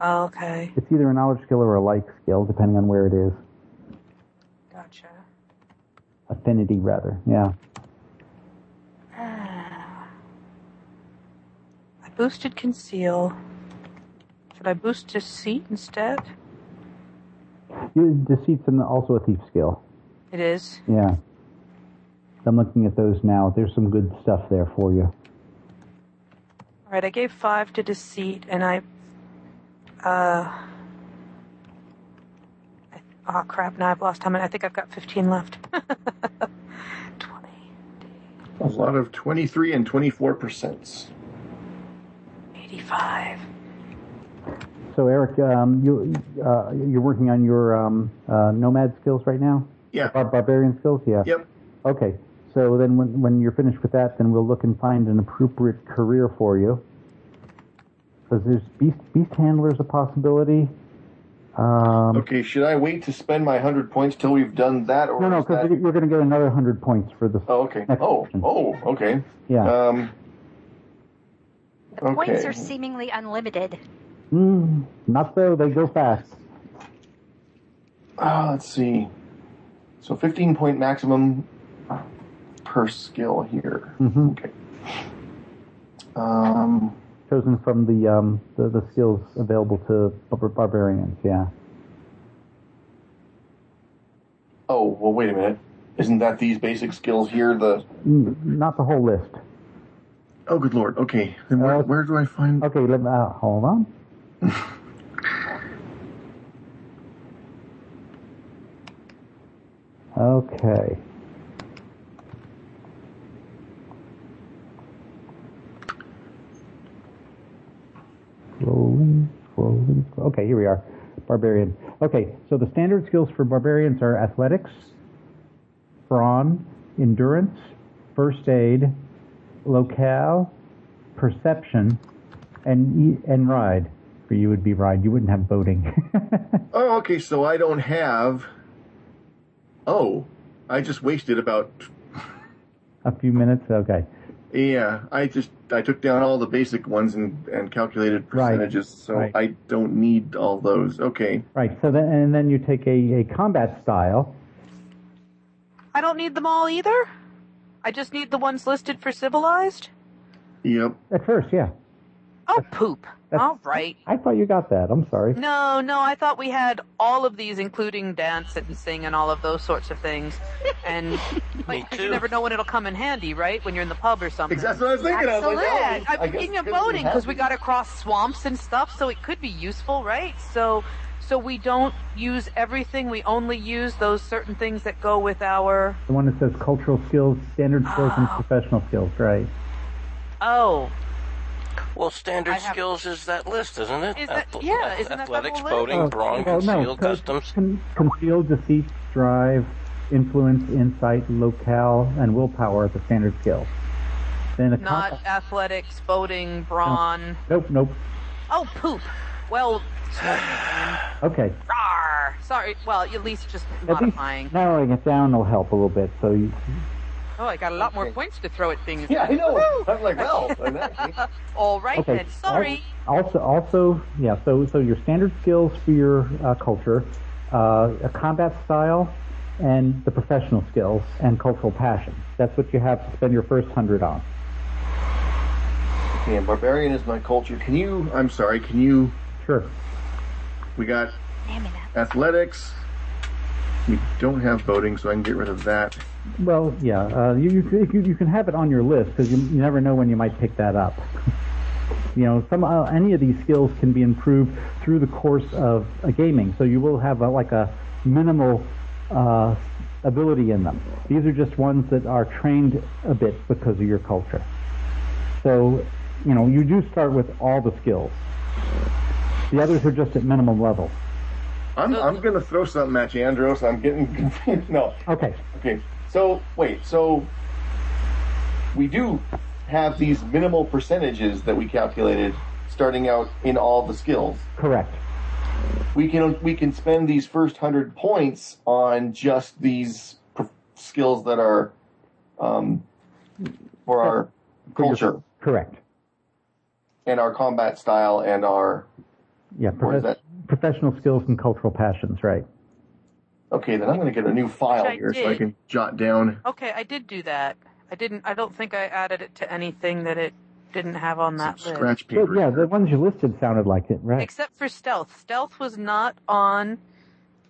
S2: Oh, okay,
S11: it's either a knowledge skill or a like skill, depending on where it is.
S2: gotcha.
S11: Affinity, rather. Yeah.
S2: I boosted conceal. Should I boost deceit instead?
S11: You, deceit's and also a thief skill.
S2: It is.
S11: Yeah. I'm looking at those now. There's some good stuff there for you.
S2: All right, I gave five to deceit, and I. Uh. Oh crap! Now I've lost how many? I think I've got fifteen left.
S1: A lot of 23 and 24 percents.
S2: Eighty-five.
S11: So Eric, um, you uh, you're working on your um, uh, nomad skills right now.
S1: Yeah.
S11: Bar- barbarian skills. Yeah.
S1: Yep.
S11: Okay. So then, when when you're finished with that, then we'll look and find an appropriate career for you. Because there's beast beast handler is a possibility. Um,
S1: Okay, should I wait to spend my 100 points till we've done that? Or
S11: No, no,
S1: is that-
S11: because you're going to get another hundred points for this.
S1: Oh, okay. Oh, oh, okay.
S11: Yeah.
S1: Um,
S12: The points
S11: Okay.
S12: are seemingly unlimited.
S11: Mm, not so. They go fast.
S1: ah, let's see. So 15 point maximum per skill here.
S11: hmm
S1: Okay. Um,
S11: Chosen from the um, the, the skills available to bar- barbarians. Yeah.
S1: oh, well, wait a minute. Isn't that these basic skills here? The
S11: Mm, Not the whole list.
S1: oh, good lord. Okay, then where,
S11: Uh,
S1: where do I find?
S11: Okay, let me, uh, hold on. okay. Rolling, rolling. Okay, here we are. Barbarian. Okay, so the standard skills for barbarians are athletics, brawn, endurance, first aid, locale, perception, and e- and ride. For you would be ride. You wouldn't have boating.
S1: Oh, okay. So I don't have. Oh, I just wasted about.
S11: A few minutes. Okay.
S1: Yeah, I just I took down all the basic ones and and calculated
S11: Right.
S1: percentages, so
S11: Right.
S1: I don't need all those. Okay.
S11: Right. So then and then you take a, a combat style.
S2: I don't need them all either. I just need the ones listed for civilized.
S1: Yep.
S11: At first, yeah.
S2: Oh, poop. All right.
S11: I thought you got that. I'm sorry.
S2: No, no, I thought we had all of these, including dance and sing and all of those sorts of things. And like, 'cause you never know when it'll come in handy, right? When you're in the pub or something.
S1: Exactly what I was thinking. I was like, oh,
S2: Absolute.
S1: I
S2: I'm
S1: guess
S2: thinking of
S1: it could be
S2: boating because we
S1: handy.
S2: got across swamps and stuff, so it could be useful, right? So, so we don't use everything. We only use those certain things that go with our.
S11: The one that says cultural skills, standard skills,
S2: Ah.
S11: and professional skills, right?
S2: Oh,
S5: Well, standard skills is that list, isn't it?
S2: Is that-
S5: Athle-
S2: yeah, isn't that the
S5: athletics,
S2: whole list?
S5: boating,
S11: Uh,
S5: brawn,
S11: well, no,
S5: conceal,
S11: co-
S5: customs.
S11: con- conceal, deceit, drive, influence, insight, locale, and willpower are the standard skills. Then a
S2: not athletics, boating, brawn.
S11: Nope, nope.
S2: Oh, poop. Well,
S11: Okay.
S2: rawr. sorry. Well, at least just
S11: At least
S2: modifying.
S11: narrowing it down will help a little bit. So you,
S2: Oh, I got a lot more points to throw at things.
S1: Yeah, I know.
S2: Woohoo!
S1: I'm like, well, in that
S2: All right
S11: okay.
S2: then. Sorry.
S11: Al- Also, also, yeah. So, so your standard skills for your uh, culture, uh, a combat style, and the professional skills and cultural passion. That's what you have to spend your first hundred on.
S1: Okay, and barbarian is my culture. Can you? I'm sorry. Can you?
S11: Sure.
S1: We got
S12: Damn it.
S1: athletics. We don't have boating, so I can get rid of that.
S11: Well, yeah. Uh, you, you, if you you can have it on your list because you, you never know when you might pick that up. you know, some uh, any of these skills can be improved through the course of uh, gaming. So you will have uh like a minimal uh, ability in them. These are just ones that are trained a bit because of your culture. So, you know, you do start with all the skills. The others are just at minimum level.
S1: I'm I'm gonna throw something at you, Andros. I'm getting confused. No.
S11: Okay.
S1: Okay. So wait. So we do have these minimal percentages that we calculated starting out in all the skills.
S11: Correct.
S1: we can we can spend these first hundred points on just these pr- skills that are um, for our culture
S11: Correct.
S1: and our combat style and our
S11: Yeah.
S1: Or is
S11: profe- professional skills and cultural passions. Right.
S1: okay. Then I'm going to get a new file
S2: Which I
S1: here so I
S2: did.
S1: can jot down.
S2: Okay, I did do that. I didn't. I don't think I added it to anything that it didn't have on that list.
S1: Scratch
S11: So,
S1: paper.
S11: yeah, the ones you listed sounded like it, right?
S2: Except for stealth. Stealth was not on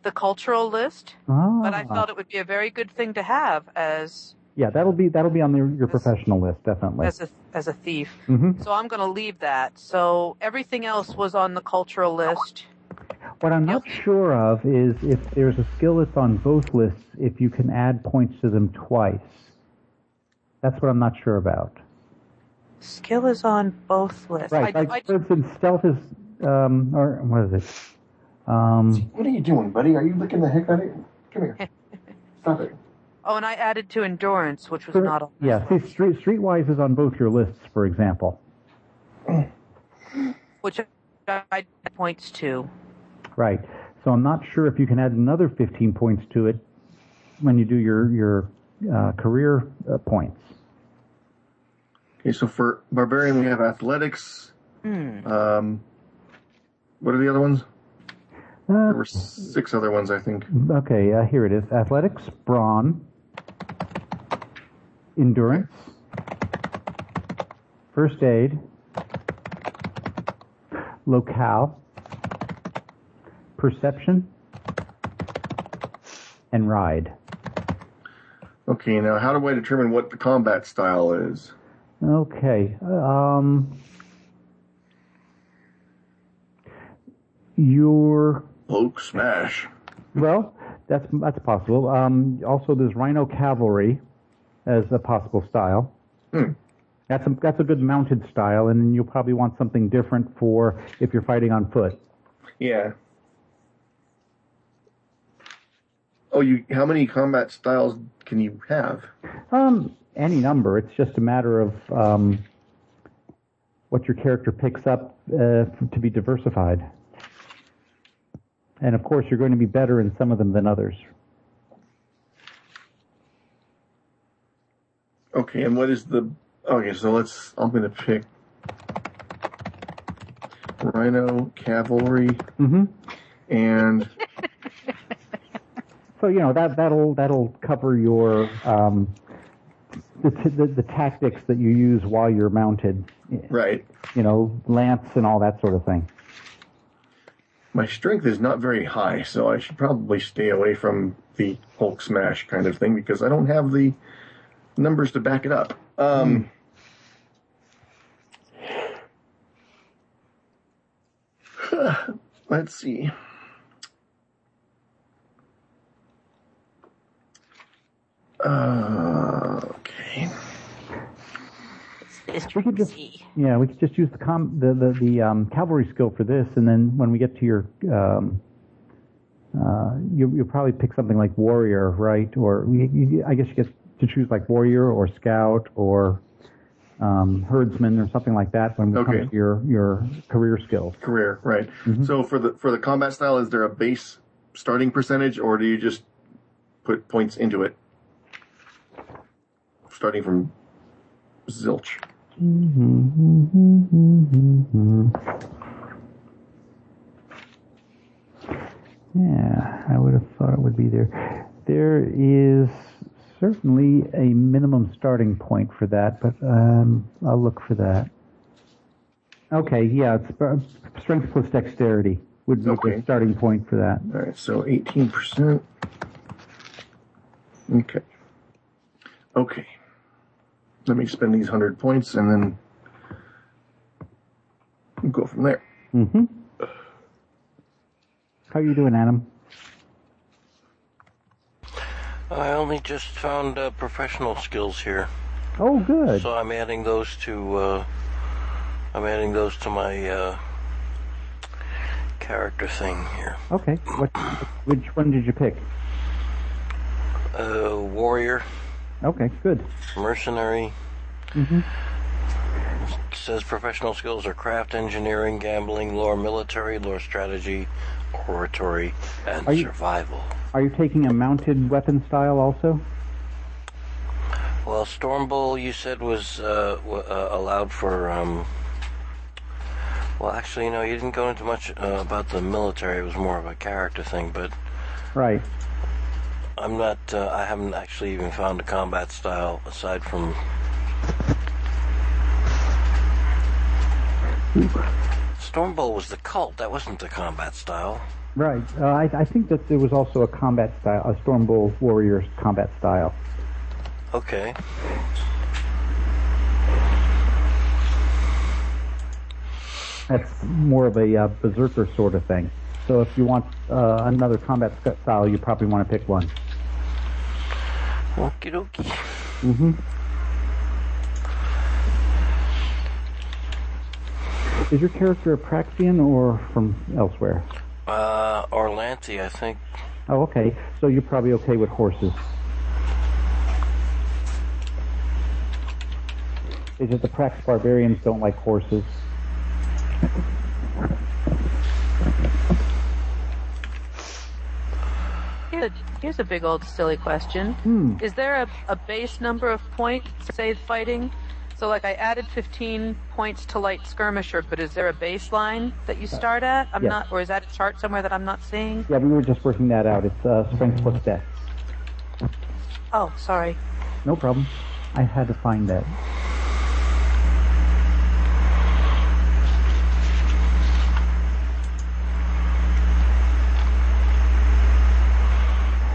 S2: the cultural list,
S11: Ah.
S2: but I felt it would be a very good thing to have as
S11: Yeah, that'll be that'll be on the, your professional list definitely.
S2: as a as a thief.
S11: Mhm.
S2: So I'm going to leave that. So everything else was on the cultural list.
S11: What I'm not sure of is if there's a skill that's on both lists, if you can add points to them twice. That's what I'm not sure about.
S2: Skill is on both lists.
S11: Right,
S2: I,
S11: like
S2: I,
S11: for instance, stealth is um or what is it? Um,
S1: What are you doing, buddy? Are you licking the heck out of it? Come here. Stop it.
S2: oh, and I added to endurance, which was
S11: for-
S2: not on.
S11: yeah, see, street streetwise is on both your lists, for example.
S2: which I I points to.
S11: Right. So I'm not sure if you can add another 15 points to it when you do your your uh, career uh, points.
S1: Okay, so for barbarian we have athletics. Um, what are the other ones?
S11: Uh,
S1: There were six other ones, I think.
S11: Okay, uh, here it is. Athletics, brawn, endurance, first aid, locale, perception, and ride.
S1: Okay, now how do I determine what the combat style is?
S11: Okay. Um, your
S1: Poke smash.
S11: Well, that's that's possible. Um, also, there's Rhino Cavalry as a possible style.
S1: Hmm.
S11: That's a, that's a good mounted style, and then you'll probably want something different for if you're fighting on foot.
S1: Yeah. Oh, you. How many combat styles can you have?
S11: Um, any number. It's just a matter of um, what your character picks up uh, to be diversified. And of course, you're going to be better in some of them than others.
S1: Okay, and what is the? Okay, so let's. I'm gonna pick Rhino Cavalry
S11: hmm
S1: and
S11: So you know that that'll that'll cover your um, the, t- the, the tactics that you use while you're mounted.
S1: Right.
S11: You know, lance and all that sort of thing.
S1: My strength is not very high, so I should probably stay away from the Hulk smash kind of thing because I don't have the numbers to back it up. Um, Let's see. Uh, okay.
S11: We could just, yeah, we could just use the com- the the, the um, cavalry skill for this, and then when we get to your, um, uh, you you'll probably pick something like warrior, right? Or you, you, I guess you get to choose like warrior or scout or um, herdsman or something like that when we
S1: Okay.
S11: come to your your career skill.
S1: Career, right? So for the for the combat style, is there a base starting percentage, or do you just put points into it, starting from zilch?
S11: Mm-hmm. Yeah, I would have thought it would be there. There is certainly a minimum starting point for that, but um, I'll look for that. Okay, yeah, it's uh, strength plus dexterity would be
S1: Okay.
S11: the starting point for that.
S1: All right, so eighteen percent. Okay. Okay. Let me spend these hundred points and then we'll go from there.
S11: Mm-hmm. How you doing, Adam?
S5: I only just found uh, professional skills here,
S11: Oh, good.
S5: so I'm adding those to. Uh, I'm adding those to my uh, character thing here.
S11: Okay. What? Which one did you pick?
S5: Uh, warrior,
S11: Okay, good.
S5: mercenary.
S11: Mm-hmm.
S5: says professional skills are craft, engineering, gambling, lore, military, lore, strategy, oratory, and
S11: Are you-
S5: survival.
S11: Are you taking a mounted weapon style also?
S5: Well, Stormbull, you said was uh, w- uh, allowed for. Um, well, actually, you know, you didn't go into much uh, about the military. It was more of a character thing, but
S11: Right.
S5: I'm not. Uh, I haven't actually even found a combat style aside from. Stormbull was the cult. That wasn't the combat style.
S11: Right. Uh, I, I think that there was also a combat style, a Stormbull warrior combat style.
S5: Okay.
S11: That's more of a uh, berserker sort of thing. So if you want uh, another combat sc- style, you probably want to pick one.
S5: Okie dokie.
S11: Mm-hmm. Is your character a Praxian or from elsewhere?
S5: Uh, Orlanti, I think.
S11: Oh, okay. So you're probably okay with horses. It's just the Prax barbarians don't like horses.
S2: Here's a, here's a big old silly question.
S11: Hmm.
S2: Is there a, a base number of points, say, fighting? So, like, I added 15 points to light skirmisher, but is there a baseline that you start at? I'm
S11: Yes.
S2: not, or is that a chart somewhere that I'm not seeing?
S11: Yeah, we were just working that out. It's uh, strength plus dex.
S2: Oh, sorry.
S11: No problem. I had to find that.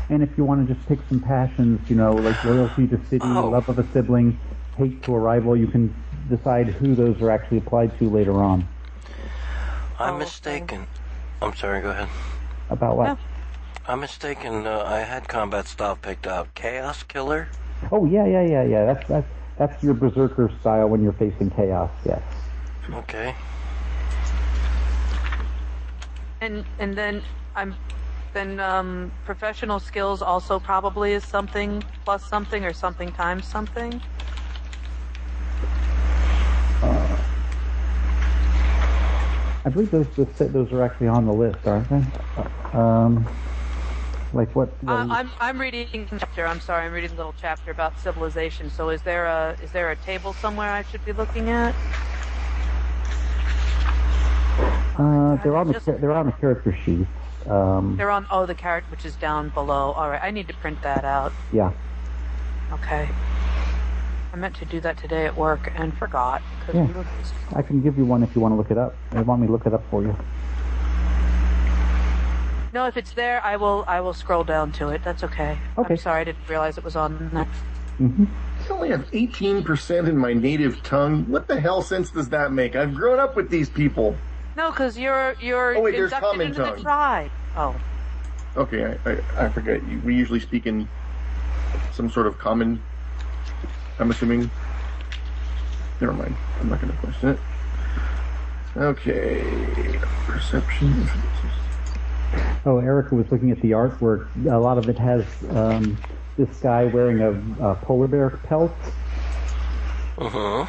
S11: And if you want to just pick some passions, you know, like loyalty to city, love of a sibling, hate to a rival, you can decide who those are actually applied to later on.
S5: I'm mistaken. I'm sorry, go ahead.
S11: About what?
S5: I'm mistaken. Uh, I had combat style picked out. Chaos Killer?
S11: Oh yeah, yeah, yeah, yeah. That's that's that's your berserker style when you're facing chaos. Yes.
S5: Okay.
S2: And and then I'm then um, professional skills also probably is something plus something or something times something. Uh,
S11: I believe those those- those are actually on the list, aren't they? Um, like what?
S2: Uh, I'm I'm reading the chapter. I'm sorry, I'm reading a little chapter about civilization. So is there a is there a table somewhere I should be looking at?
S11: Uh, they're on the cha- they're on the character sheet. Um,
S2: They're on oh the carrot which is down below. All right, I need to print that out.
S11: yeah.
S2: Okay. I meant to do that today at work and forgot. 'cause
S11: Yeah.
S2: we were busy.
S11: I can give you one if you want to look it up. They want me to look it up for you.
S2: No, if it's there, I will. I will scroll down to it. That's okay. I'm sorry, I didn't realize it was on there.
S11: Mm-hmm.
S1: I only have 18% in my native tongue. What the hell sense does that make? I've grown up with these people.
S2: No, because you're you're
S1: Oh, wait, there's
S2: inducted
S1: common
S2: into the
S1: tongue.
S2: tribe. Oh,
S1: Okay, I, I, I forget. We usually speak in some sort of common. I'm assuming. Never mind. I'm not going to question it. Okay. Perception.
S11: Oh, Erica was looking at the artwork. A lot of it has um, this guy wearing a, a polar bear pelt.
S5: Uh-huh.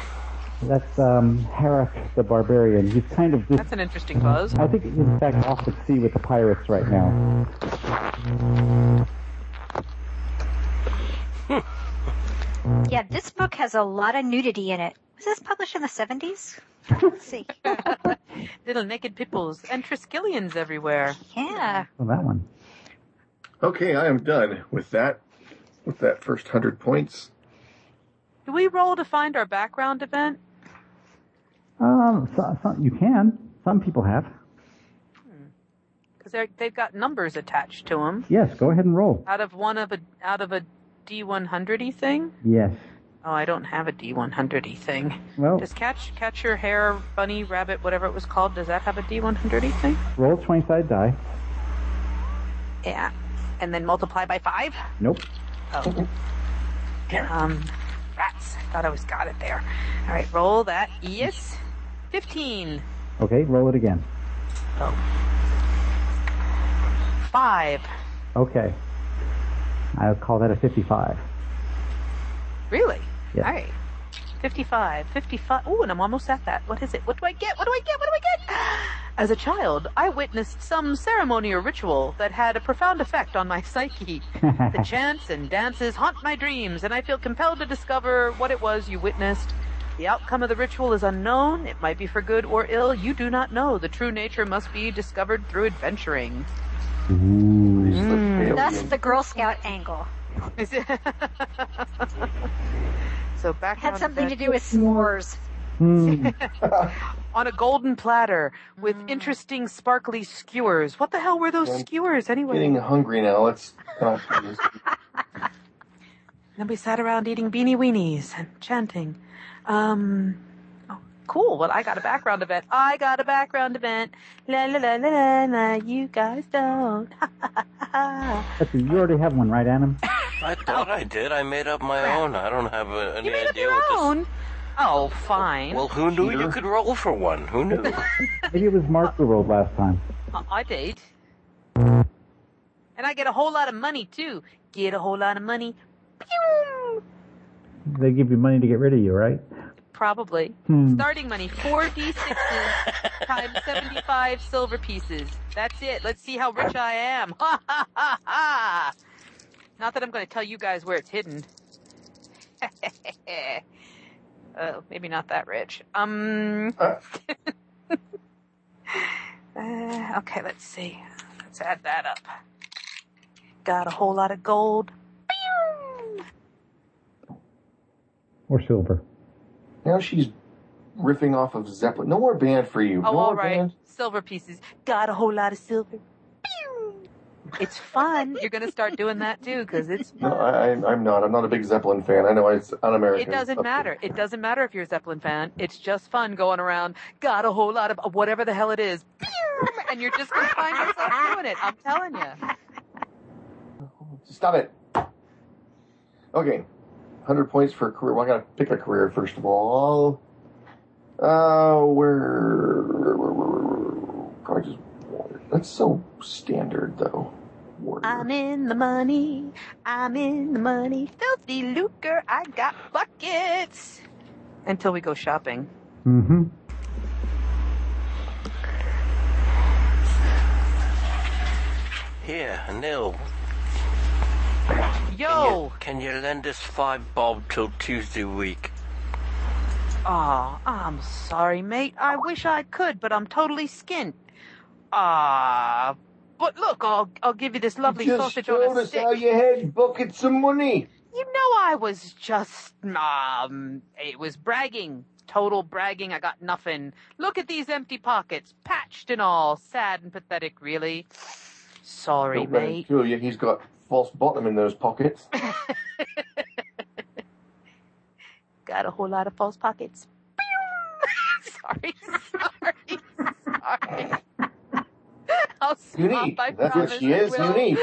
S11: That's um, Harak the Barbarian. He's kind of just.
S2: that's an interesting buzz.
S11: I think he's in fact off at sea with the pirates right now.
S12: Yeah, this book has a lot of nudity in it. Was this published in the 70s? Let's see.
S2: Little naked peoples and Triskelions everywhere.
S12: Yeah.
S11: On Oh, that one.
S1: Okay, I am done with that. With that first 100 points.
S2: Do we roll to find our background event?
S11: Um, so, so- you can. Some people have.
S2: Because they've got numbers attached to them.
S11: Yes, go ahead and roll.
S2: Out of one of a out of a D100y thing.
S11: Yes.
S2: Oh, I don't have a D100y thing.
S11: Well,
S2: Does catch catch your hair, bunny, rabbit, whatever it was called? Does that have a D100y thing?
S11: roll 20 sided die.
S2: Yeah. And then multiply by five.
S11: Nope.
S2: Oh. Um, rats. I thought I was got it there. All right, roll that. E Yes. 15.
S11: Okay, roll it again.
S2: Oh. Five.
S11: Okay. I'll call that a 55.
S2: Really?
S11: Yes.
S2: All right. 55, 55. Oh, and I'm almost at that. What is it? What do I get? What do I get? What do I get? As a child, I witnessed some ceremony or ritual that had a profound effect on my psyche. the chants and dances haunt my dreams, and I feel compelled to discover what it was you witnessed. The outcome of the ritual is unknown. It might be for good or ill. You do not know. The true nature must be discovered through adventuring. Mm,
S12: Thus the Girl Scout angle.
S2: Is it- so back
S12: Had something to do with s'mores.
S11: Hmm.
S2: on a golden platter with interesting sparkly skewers. What the hell were those
S1: Well,
S2: skewers anyway?
S1: Getting hungry now. Let's. Oh, goodness.
S2: Then we sat around eating beanie weenies and chanting. Um, oh, cool. Well, I got a background event. I got a background event. La la la la la. la you guys don't.
S11: That's, you already have one, right, Adam?
S5: I thought I did. I made up my own. I don't have uh any
S2: you made up
S5: idea
S2: your
S5: what this.
S2: own. Oh, fine.
S5: Well, who knew you
S1: Cheater.
S5: could roll for one? Who knew?
S11: Maybe it was Mark who rolled last time.
S2: I- I did. And I get a whole lot of money too. Get a whole lot of money. Pew!
S11: They give you money to get rid of you, right?
S2: Probably.
S11: Hmm.
S2: Starting money, four d6s times 75 silver pieces. That's it. Let's see how rich I am. Ha ha ha ha! Not that I'm going to tell you guys where it's hidden. oh, maybe not that rich. Um.
S1: Uh.
S2: uh, okay, let's see. Let's add that up. Got a whole lot of gold.
S11: Or silver.
S1: Now she's riffing off of Zeppelin. No more band for you.
S2: Oh,
S1: no
S2: all
S1: more
S2: right.
S1: band.
S2: Silver pieces. Got a whole lot of silver. Pew! It's fun. You're going to start doing that too because it's
S1: No, I, I- I'm not. I'm not a big Zeppelin fan. I know it's un-American.
S2: it doesn't
S1: Okay.
S2: matter. It doesn't matter if you're a Zeppelin fan. It's just fun going around. Got a whole lot of whatever the hell it is. Pew! And you're just going to find yourself doing it. I'm telling you.
S1: Stop it. Okay, 100 points for a career. Well, I got to pick a career first of all. Uh, where? God, just that's so standard though. Warrior.
S2: I'm in the money. I'm in the money. Filthy lucre. I got buckets. Until we go shopping.
S11: Mm-hmm.
S5: Here, Neil.
S2: Yo.
S5: Can you lend us five bob till Tuesday week?
S2: Aw, I'm sorry, mate. I wish I could, but I'm totally skint. Ah, but look, I'll I'll give you this lovely
S1: Just
S2: sausage
S1: showed
S2: on a
S1: us
S2: stick.
S1: how you had buckets of money.
S3: You know, I was just, um, it was bragging, total bragging. I got nothing. Look at these empty pockets, patched and all, sad and pathetic, really. Sorry,
S13: Don't let him
S3: mate.
S13: Kill you. He's got false bottom in those pockets.
S3: Got a whole lot of false pockets. sorry, sorry, sorry. I'll stop.
S13: Unique.
S3: I
S13: That's what
S3: promise
S13: she
S3: I
S13: is,
S3: will.
S13: unique.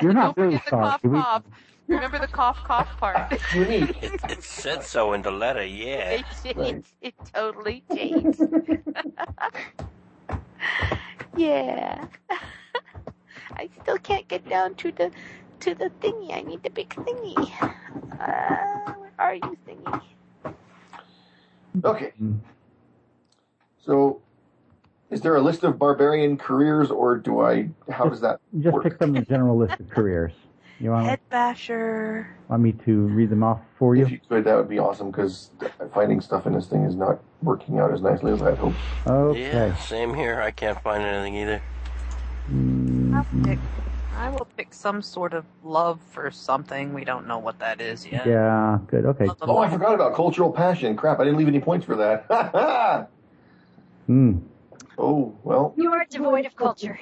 S11: You're not
S3: Don't
S11: really
S3: forget the
S11: sorry.
S3: cough,
S11: We-
S3: cough. Remember the cough, cough part.
S5: It, it said so in the letter, yeah.
S3: It did. It totally changed. yeah. I still can't get down to the to the thingy. I need the big thingy. Uh, where are you, thingy?
S1: Okay. So, is there a list of barbarian careers, or do I? How does that?
S11: Just pick some of the general list of careers. You want,
S3: Headbasher.
S11: want me to read them off for you?
S13: If you could, that would be awesome because finding stuff in this thing is not working out as nicely as I'd hoped.
S11: Okay.
S5: Yeah, same here. I can't find anything either.
S11: Hmm.
S2: I'll pick, I will pick some sort of love for something. We don't know what that is yet.
S11: Yeah, good. Okay.
S13: Oh, I forgot about cultural passion. Crap, I didn't leave any points for that.
S11: Hmm.
S13: oh, well,
S12: You are devoid of culture.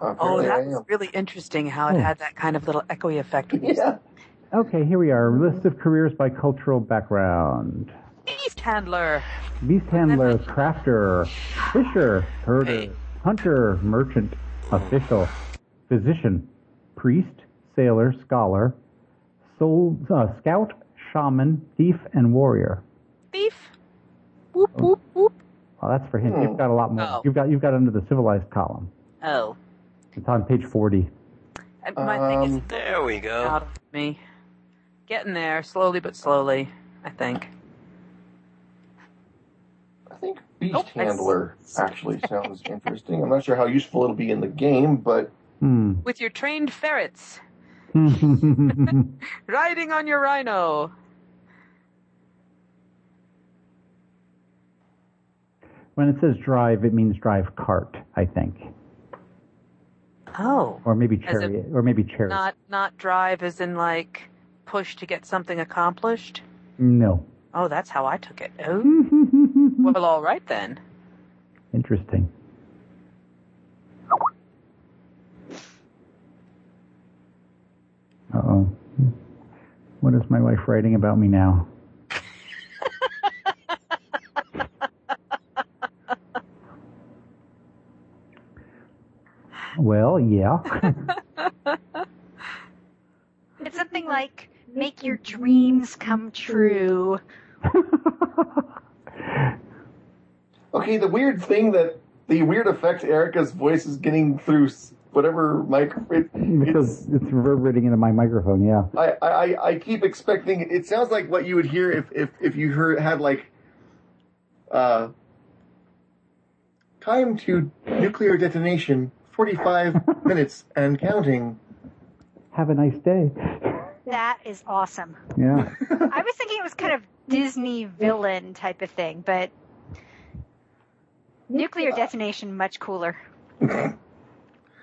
S2: Oh,
S13: apparently I
S2: that
S13: am.
S2: was really interesting how it
S11: Oh.
S2: had that kind of little echoey effect.
S13: Hmm. Yeah.
S11: Okay, here we are. List of careers by cultural background.
S2: Beast handler.
S11: Beast handler, crafter, fisher, herder, hunter, merchant, official, physician, priest, sailor, scholar, soul, uh, scout, shaman, thief, and warrior.
S2: Thief. Whoop, whoop, whoop.
S11: Well, that's for him. You've got a lot more.
S2: Oh.
S11: You've got you've got under the civilized column.
S2: Oh.
S11: It's on page forty.
S2: And My thing is
S5: There we go.
S2: out of me. Getting there, slowly but slowly, I think.
S13: I think Beast
S2: Nope, I s-
S13: Handler actually sounds interesting. I'm not sure how useful it'll be in the game, but
S11: Hmm.
S2: With your trained ferrets,
S11: yeah,
S2: riding on your rhino.
S11: when it says drive, it means drive cart, I think,
S2: Oh.
S11: or maybe
S2: As in
S11: chariot, or maybe chariot.
S2: Not not drive as in like push to get something accomplished.
S11: no.
S2: Oh, that's how I took it. Oh, well, all right then.
S11: Interesting. Uh oh. What is my wife writing about me now? well, yeah.
S12: It's something like make your dreams come true.
S1: Okay, the weird thing that the weird effect Erica's voice is getting through s- whatever mic. It,
S11: because it's reverberating into my microphone, yeah.
S1: I, I, I- I keep expecting it sounds like what you would hear if if, if you heard had like uh time to nuclear detonation 45 minutes and counting
S11: Have a nice day.
S12: That is awesome.
S11: Yeah.
S12: I was thinking it was kind of Disney villain type of thing, but nuclear detonation much cooler.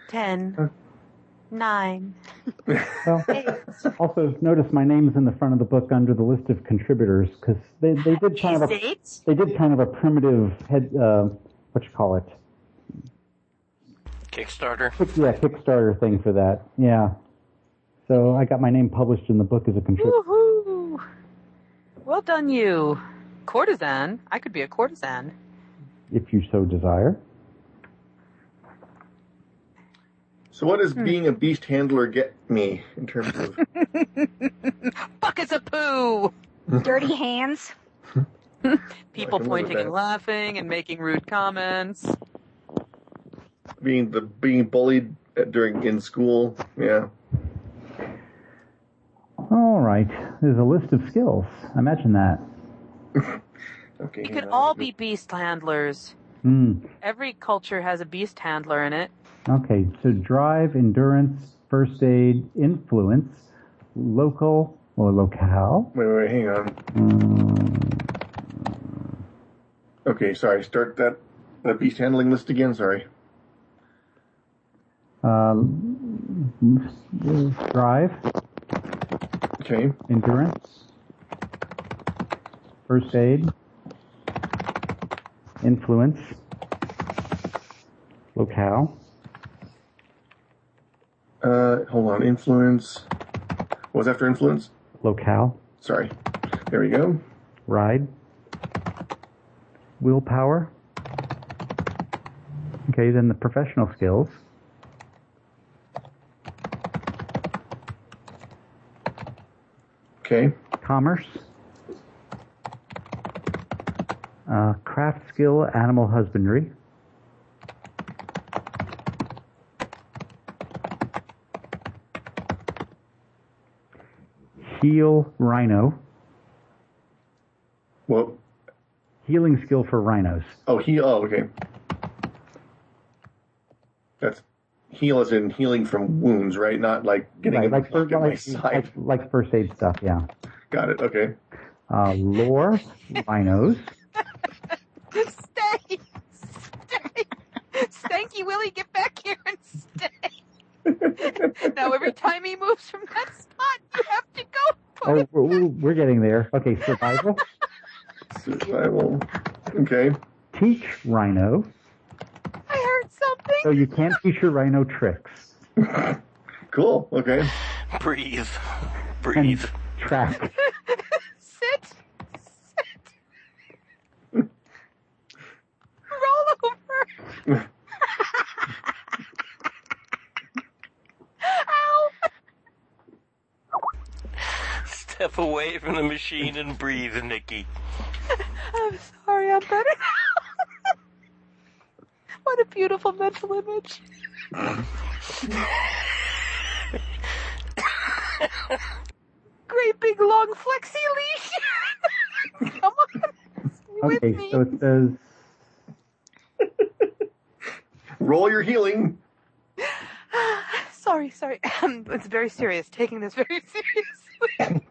S2: Ten. Nine.
S11: Well, also notice my name's in the front of the book under the list of contributors because they, they did kind of a,
S2: Eight.
S11: they did kind of a primitive head uh, what you call it
S5: Kickstarter.
S11: Kick- yeah Kickstarter thing for that yeah. So I got my name published in the book as a contributor.
S2: Woohoo! Well done, you. Courtesan. I could be a courtesan.
S11: If you so desire,
S1: so what
S2: Hmm.
S1: does being a beast handler get me in terms of
S2: Buckets of poo!
S11: Mm-hmm.
S12: Dirty hands.
S2: People
S1: Like another
S2: pointing and
S1: band.
S2: laughing and making rude comments.
S1: being the being bullied at- during in school yeah
S11: all right. There's a list of skills. Imagine that.
S1: okay
S2: You
S1: hang
S2: could
S1: on.
S2: all be beast handlers.
S11: Hmm.
S2: Every culture has a beast handler in it.
S11: Okay, so drive, endurance, first aid, influence, local or locale. Hmm.
S1: wait wait wait, hang on okay sorry start that that beast handling list again sorry
S11: Um, Uh, drive,
S1: Okay.
S11: Endurance. First aid. Influence. Locale.
S1: Uh, hold on. Influence. What was after influence?
S11: Locale.
S1: Sorry. There we go.
S11: Ride. Willpower. Okay, then the professional skills.
S1: Okay.
S11: Commerce. Uh, craft skill, animal husbandry. Heal rhino.
S1: Well,
S11: Healing skill for rhinos.
S1: oh, heal. Oh, okay. That's heal as in healing from wounds, right? Not like getting
S11: Right,
S1: a
S11: like,
S1: knock in my
S11: like,
S1: side.
S11: like, like first aid stuff, yeah.
S1: Got it. Okay.
S11: Uh, lore, rhinos.
S3: Stay! Stay! Stanky Willie, get back here and stay! now, every time he moves from that spot, you have to go!
S11: Oh, we're- we're, we're getting there. Okay, survival.
S1: Survival. Okay.
S11: Teach rhino.
S3: I heard something!
S11: So you can't teach your rhino tricks.
S1: Cool. Okay.
S5: Breathe.
S11: Breathe. Track.
S3: Sit! Sit! Roll over! Ow!
S5: Step away from the machine and breathe, Nikki.
S3: I'm sorry, I'm better. what a beautiful mental image. Great big long flexi leash. Come on. With
S11: Okay,
S3: me.
S11: so it says
S1: Roll your healing.
S3: sorry, sorry. Um, it's very serious. Taking this very seriously.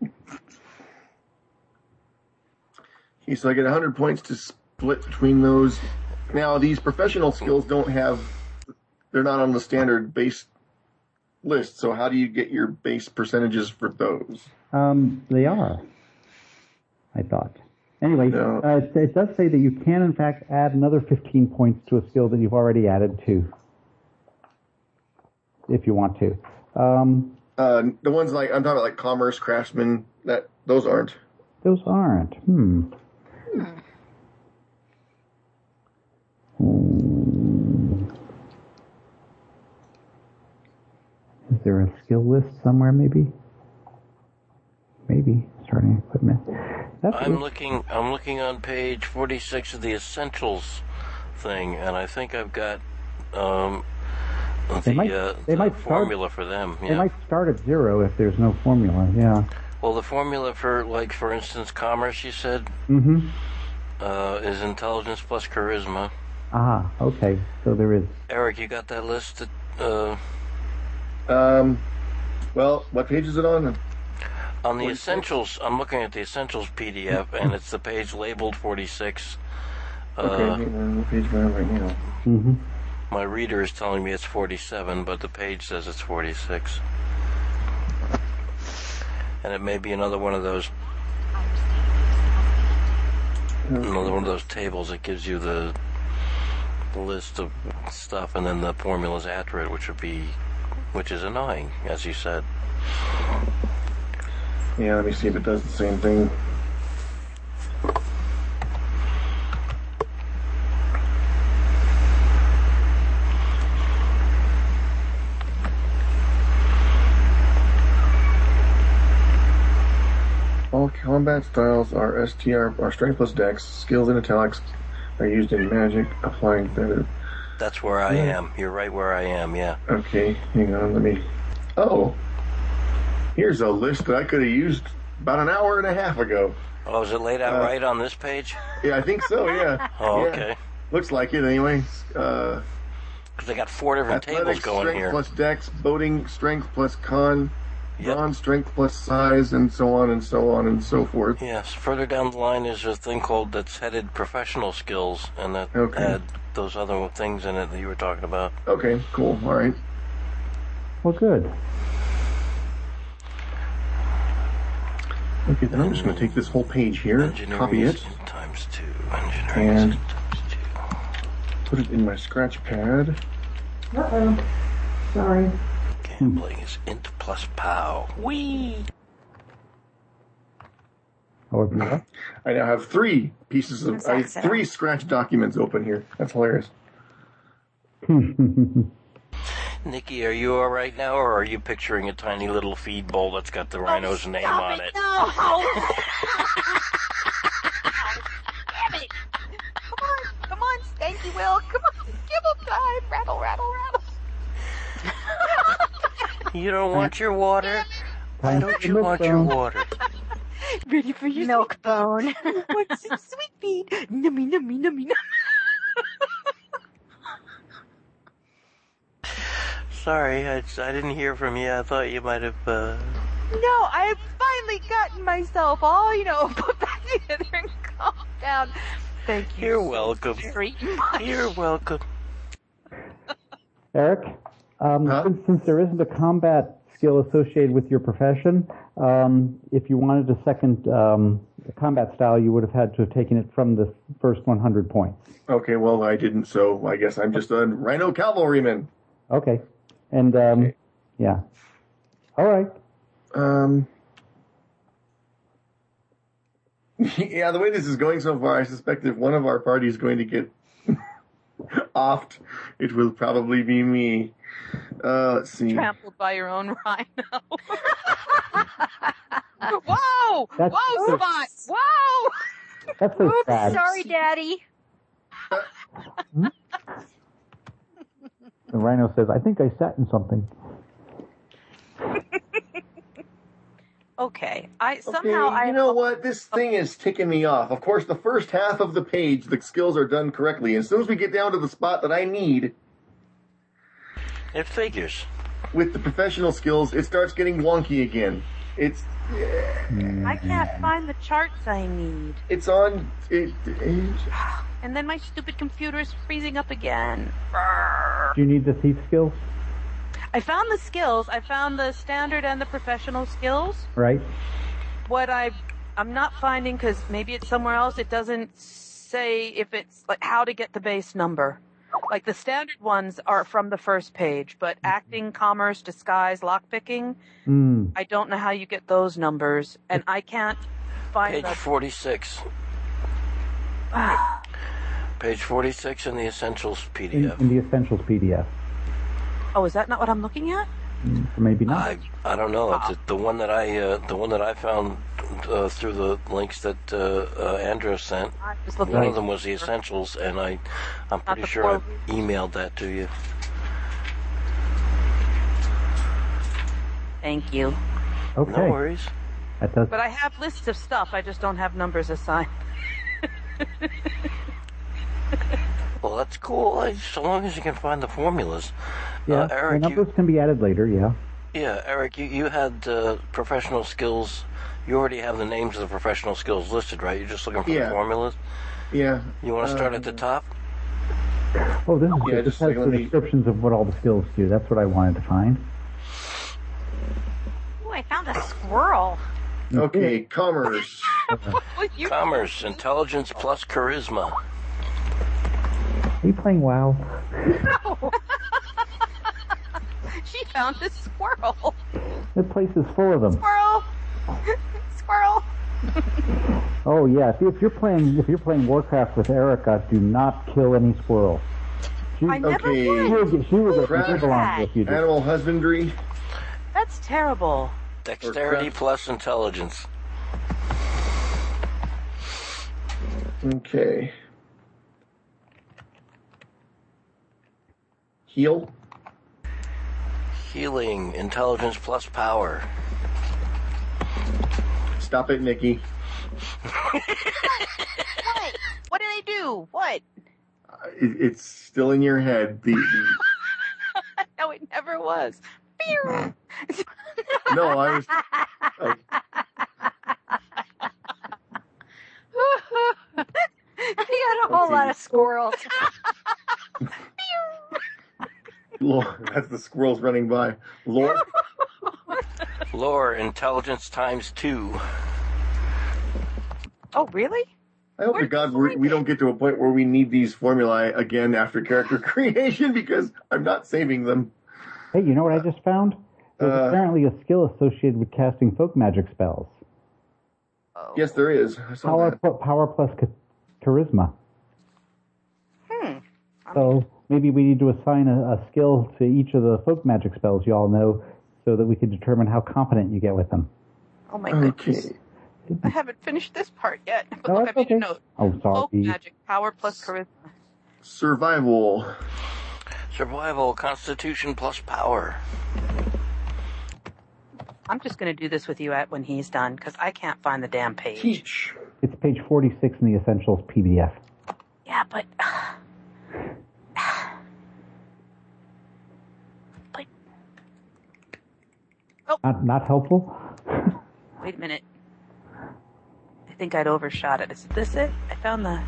S1: Okay, so I get 100 points to split between those. Now, these professional skills don't have, they're not on the standard base list. So, how do you get your base percentages for those?
S11: um, they are. I thought. Anyway,
S1: No.
S11: uh, it- it does say that you can, in fact, add another 15 points to a skill that you've already added to, if you want to. Um,
S1: Uh, the ones like, I'm talking about like commerce, craftsman, that, those aren't.
S11: those aren't. Hmm. Hmm. Is there a skill list somewhere, maybe? Maybe. Starting equipment. That's
S5: I'm looking. I'm looking on page 46 of the essentials thing, and I think I've got um, the,
S11: They might-
S5: uh,
S11: they
S5: the
S11: might start-
S5: formula for them.
S11: They
S5: Yeah.
S11: might start at zero if there's no formula. Yeah.
S5: Well, the formula for, like, for instance, commerce, you said,
S11: Mm-hmm.
S5: uh, is intelligence plus charisma.
S11: Ah, okay. So there is.
S5: Eric, you got that list? Uh,
S1: Um, well, what page is it on?
S5: on the essentials, I'm looking at the essentials PDF, and it's the page labeled 46. Uh,
S1: okay, hang on, what page am I on right now?
S11: Mm-hmm.
S5: My reader is telling me it's 47, but the page says it's 46. And it may be another one of those. Another one of those tables that gives you the the list of stuff and then the formulas after it, which would be, which is annoying, as you said.
S1: Yeah, let me see if it does the same thing. All combat styles are STR are strength plus dex. Skills and italics are used in magic, applying better.
S5: That's where I am. You're right where I am. Yeah.
S1: Okay, hang on, let me. Oh, here's a list that I could have used about an hour and a half ago.
S5: Oh, is it laid out
S1: Uh,
S5: right on this page?
S1: Yeah, I think so. Yeah.
S5: Oh,
S1: Yeah.
S5: okay.
S1: Looks like it, anyway. Uh,
S5: Because they got four different tables
S1: athletics,
S5: going
S1: strength
S5: here.
S1: plus dex, boating, strength plus con, brawn, strength plus size, and so on and so on and so forth.
S5: Yes, further down the line is a thing called that's headed professional skills, and that
S1: Okay.
S5: had those other things in it that you were talking about.
S1: Okay, cool. All right.
S11: Well, good.
S1: Okay, then I'm just going to take this whole page here, copy it,
S5: times two.
S1: and put it in my scratch pad.
S14: Uh oh. Sorry.
S5: Gambling is int plus pow. Wee.
S11: Oh,
S5: Uh-huh.
S1: I now have three pieces of
S14: That's
S1: I have
S14: excellent.
S1: three scratch documents open here. That's hilarious.
S5: Nikki, are you all right now, or are you picturing a tiny little feed bowl that's got the rhino's name on it?
S3: No! Damn it! Come on, come on, Stanky Will. Come on, give him time. Rattle, rattle, rattle.
S5: You don't want your water.
S14: Why
S5: don't you want your water?
S14: Ready for your milk bone. want some sweet feed? Nummy, nummy, nummy, nummy.
S5: Sorry, I, I didn't hear from you. I thought you might have. Uh...
S3: No, I have finally gotten myself all, you know, put back together and calmed down. Thank you.
S5: You're welcome.
S3: Very much.
S5: You're welcome.
S11: Eric, um, since, since there isn't a combat skill associated with your profession, um, if you wanted a second um, combat style, you would have had to have taken it from the first 100 points.
S1: Okay, well I didn't, so I guess I'm just a Rhino Cavalryman.
S11: Okay. And, um, yeah. All right.
S1: Um. yeah, the way this is going so far, I suspect if one of our party is going to get offed, it will probably be me. Uh, let's see.
S2: Trampled by your own rhino.
S3: Whoa!
S1: That's-
S3: Whoa, Spot! Whoa!
S11: That's so
S12: Oops,
S11: sad.
S12: sorry, Daddy.
S11: The rhino says, I think I sat in something.
S2: Okay. I
S1: somehow you know what this thing is ticking me off. Of course, the first half of the page, the skills are done correctly. As soon as we get down to the spot that I need
S5: It figures.
S1: with the professional skills, it starts getting wonky again. It's
S11: Hmm.
S14: I can't find the charts I need.
S1: it's on it.
S3: And then my stupid computer is freezing up again.
S11: Do you need the thief skills?
S2: I found the skills. I found the standard and the professional skills.
S11: Right?
S2: What I I'm not finding because maybe it's somewhere else. It doesn't say if it's like how to get the base number. Like the standard ones are from the first page, but acting, commerce, disguise, lockpicking.
S11: Mm.
S2: I don't know how you get those numbers, and I can't find
S5: Page
S2: the-
S5: 46. Page 46 in the Essentials
S11: In,
S5: PDF.
S11: in the Essentials PDF.
S2: Oh, is that not what I'm looking at?
S11: Mm, Maybe not.
S5: I I don't know. It's the one that I uh, the one that I found uh, through the links that uh, uh, Andrew sent.
S2: just
S5: One
S2: looking
S5: of them was the essentials, and I I'm pretty
S2: the
S5: sure
S2: four
S5: I emailed that to you.
S2: Thank you.
S11: Okay.
S5: No worries.
S11: That does.
S2: But I have lists of stuff. I just don't have numbers assigned.
S5: Well, that's cool. I- So long as you can find the formulas.
S11: Yeah.
S5: Uh, Eric,
S11: the
S5: you,
S11: numbers can be added later, yeah.
S5: yeah, Eric, you you had uh, professional skills. You already have the names of the professional skills listed, right? You're just looking for
S1: Yeah.
S5: the formulas.
S1: Yeah.
S5: You want to start
S2: Um,
S5: at the top?
S11: Oh, this is
S1: Yeah,
S11: good. This
S1: just
S11: has
S1: like,
S11: the
S1: let me-
S11: descriptions of what all the skills do. That's what I wanted to find.
S12: Ooh, I found a squirrel.
S1: Okay, commerce.
S5: Commerce, intelligence plus charisma.
S11: Are you playing WoW?
S3: She found this squirrel.
S11: This place is full of them.
S3: Squirrel! squirrel!
S11: Oh yeah. See, if you're playing if you're playing Warcraft with Erica, do not kill any squirrels. She,
S2: I never Okay. would.
S11: She will get, she will get
S1: Craft,
S11: evil on you if you do.
S1: animal husbandry.
S2: That's terrible.
S5: Dexterity plus intelligence.
S1: Okay. Heal.
S5: Healing, intelligence plus power.
S1: Stop it, Nikki.
S3: What? What did I do? What?
S1: It, it's still in your head. The, the-
S3: No, it never was. Pew!
S1: no, I was. oh,
S12: I got a whole lot of squirrels.
S1: Lord, that's the squirrels running by. Lord.
S5: Lore, intelligence times two.
S2: Oh, really?
S1: I hope to God we're, we don't get to a point where we need these formulae again after character creation because I'm not saving them.
S11: Hey, you know what I just found? There's
S1: uh,
S11: apparently a skill associated with casting folk magic spells.
S1: Yes, there is. I saw
S11: Power,
S1: that.
S11: pl- power plus cha- charisma.
S3: Hmm.
S11: So maybe we need to assign a, a skill to each of the folk magic spells you all know, so that we can determine how competent you get with them.
S3: Oh my goodness. I haven't finished this part yet. But look, I made a note.
S11: Oh, sorry.
S3: Folk magic, power plus charisma.
S1: Survival.
S5: Survival, Constitution plus power.
S2: I'm just going to do this with you at when he's done because I can't find the damn page.
S11: It's page 46 in the Essentials PDF.
S2: Yeah, but.
S11: Not, not helpful.
S2: Wait a minute. I think I'd overshot it. Is this it? I found the.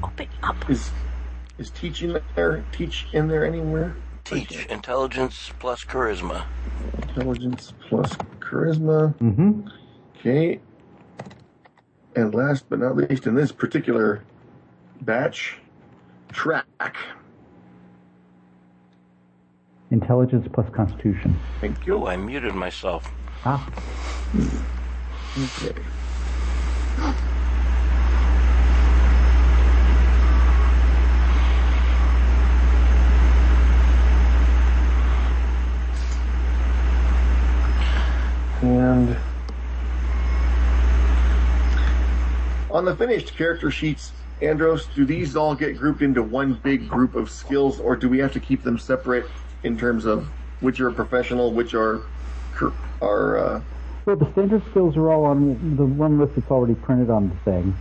S1: Is is teaching there? Teach in there anywhere?
S5: Teach intelligence plus charisma.
S1: Intelligence plus charisma.
S11: Mm-hmm.
S1: Okay. And last but not least, in this particular batch, track.
S11: Intelligence plus Constitution.
S1: Thank
S5: you. Oh, I muted myself.
S11: Ah.
S1: Okay. And on the finished character sheets, Andros, do these all get grouped into one big group of skills, or do we have to keep them separate in terms of which are professional, which are cur- are uh,
S11: Well, the standard skills are all on the one list that's already printed on the thing,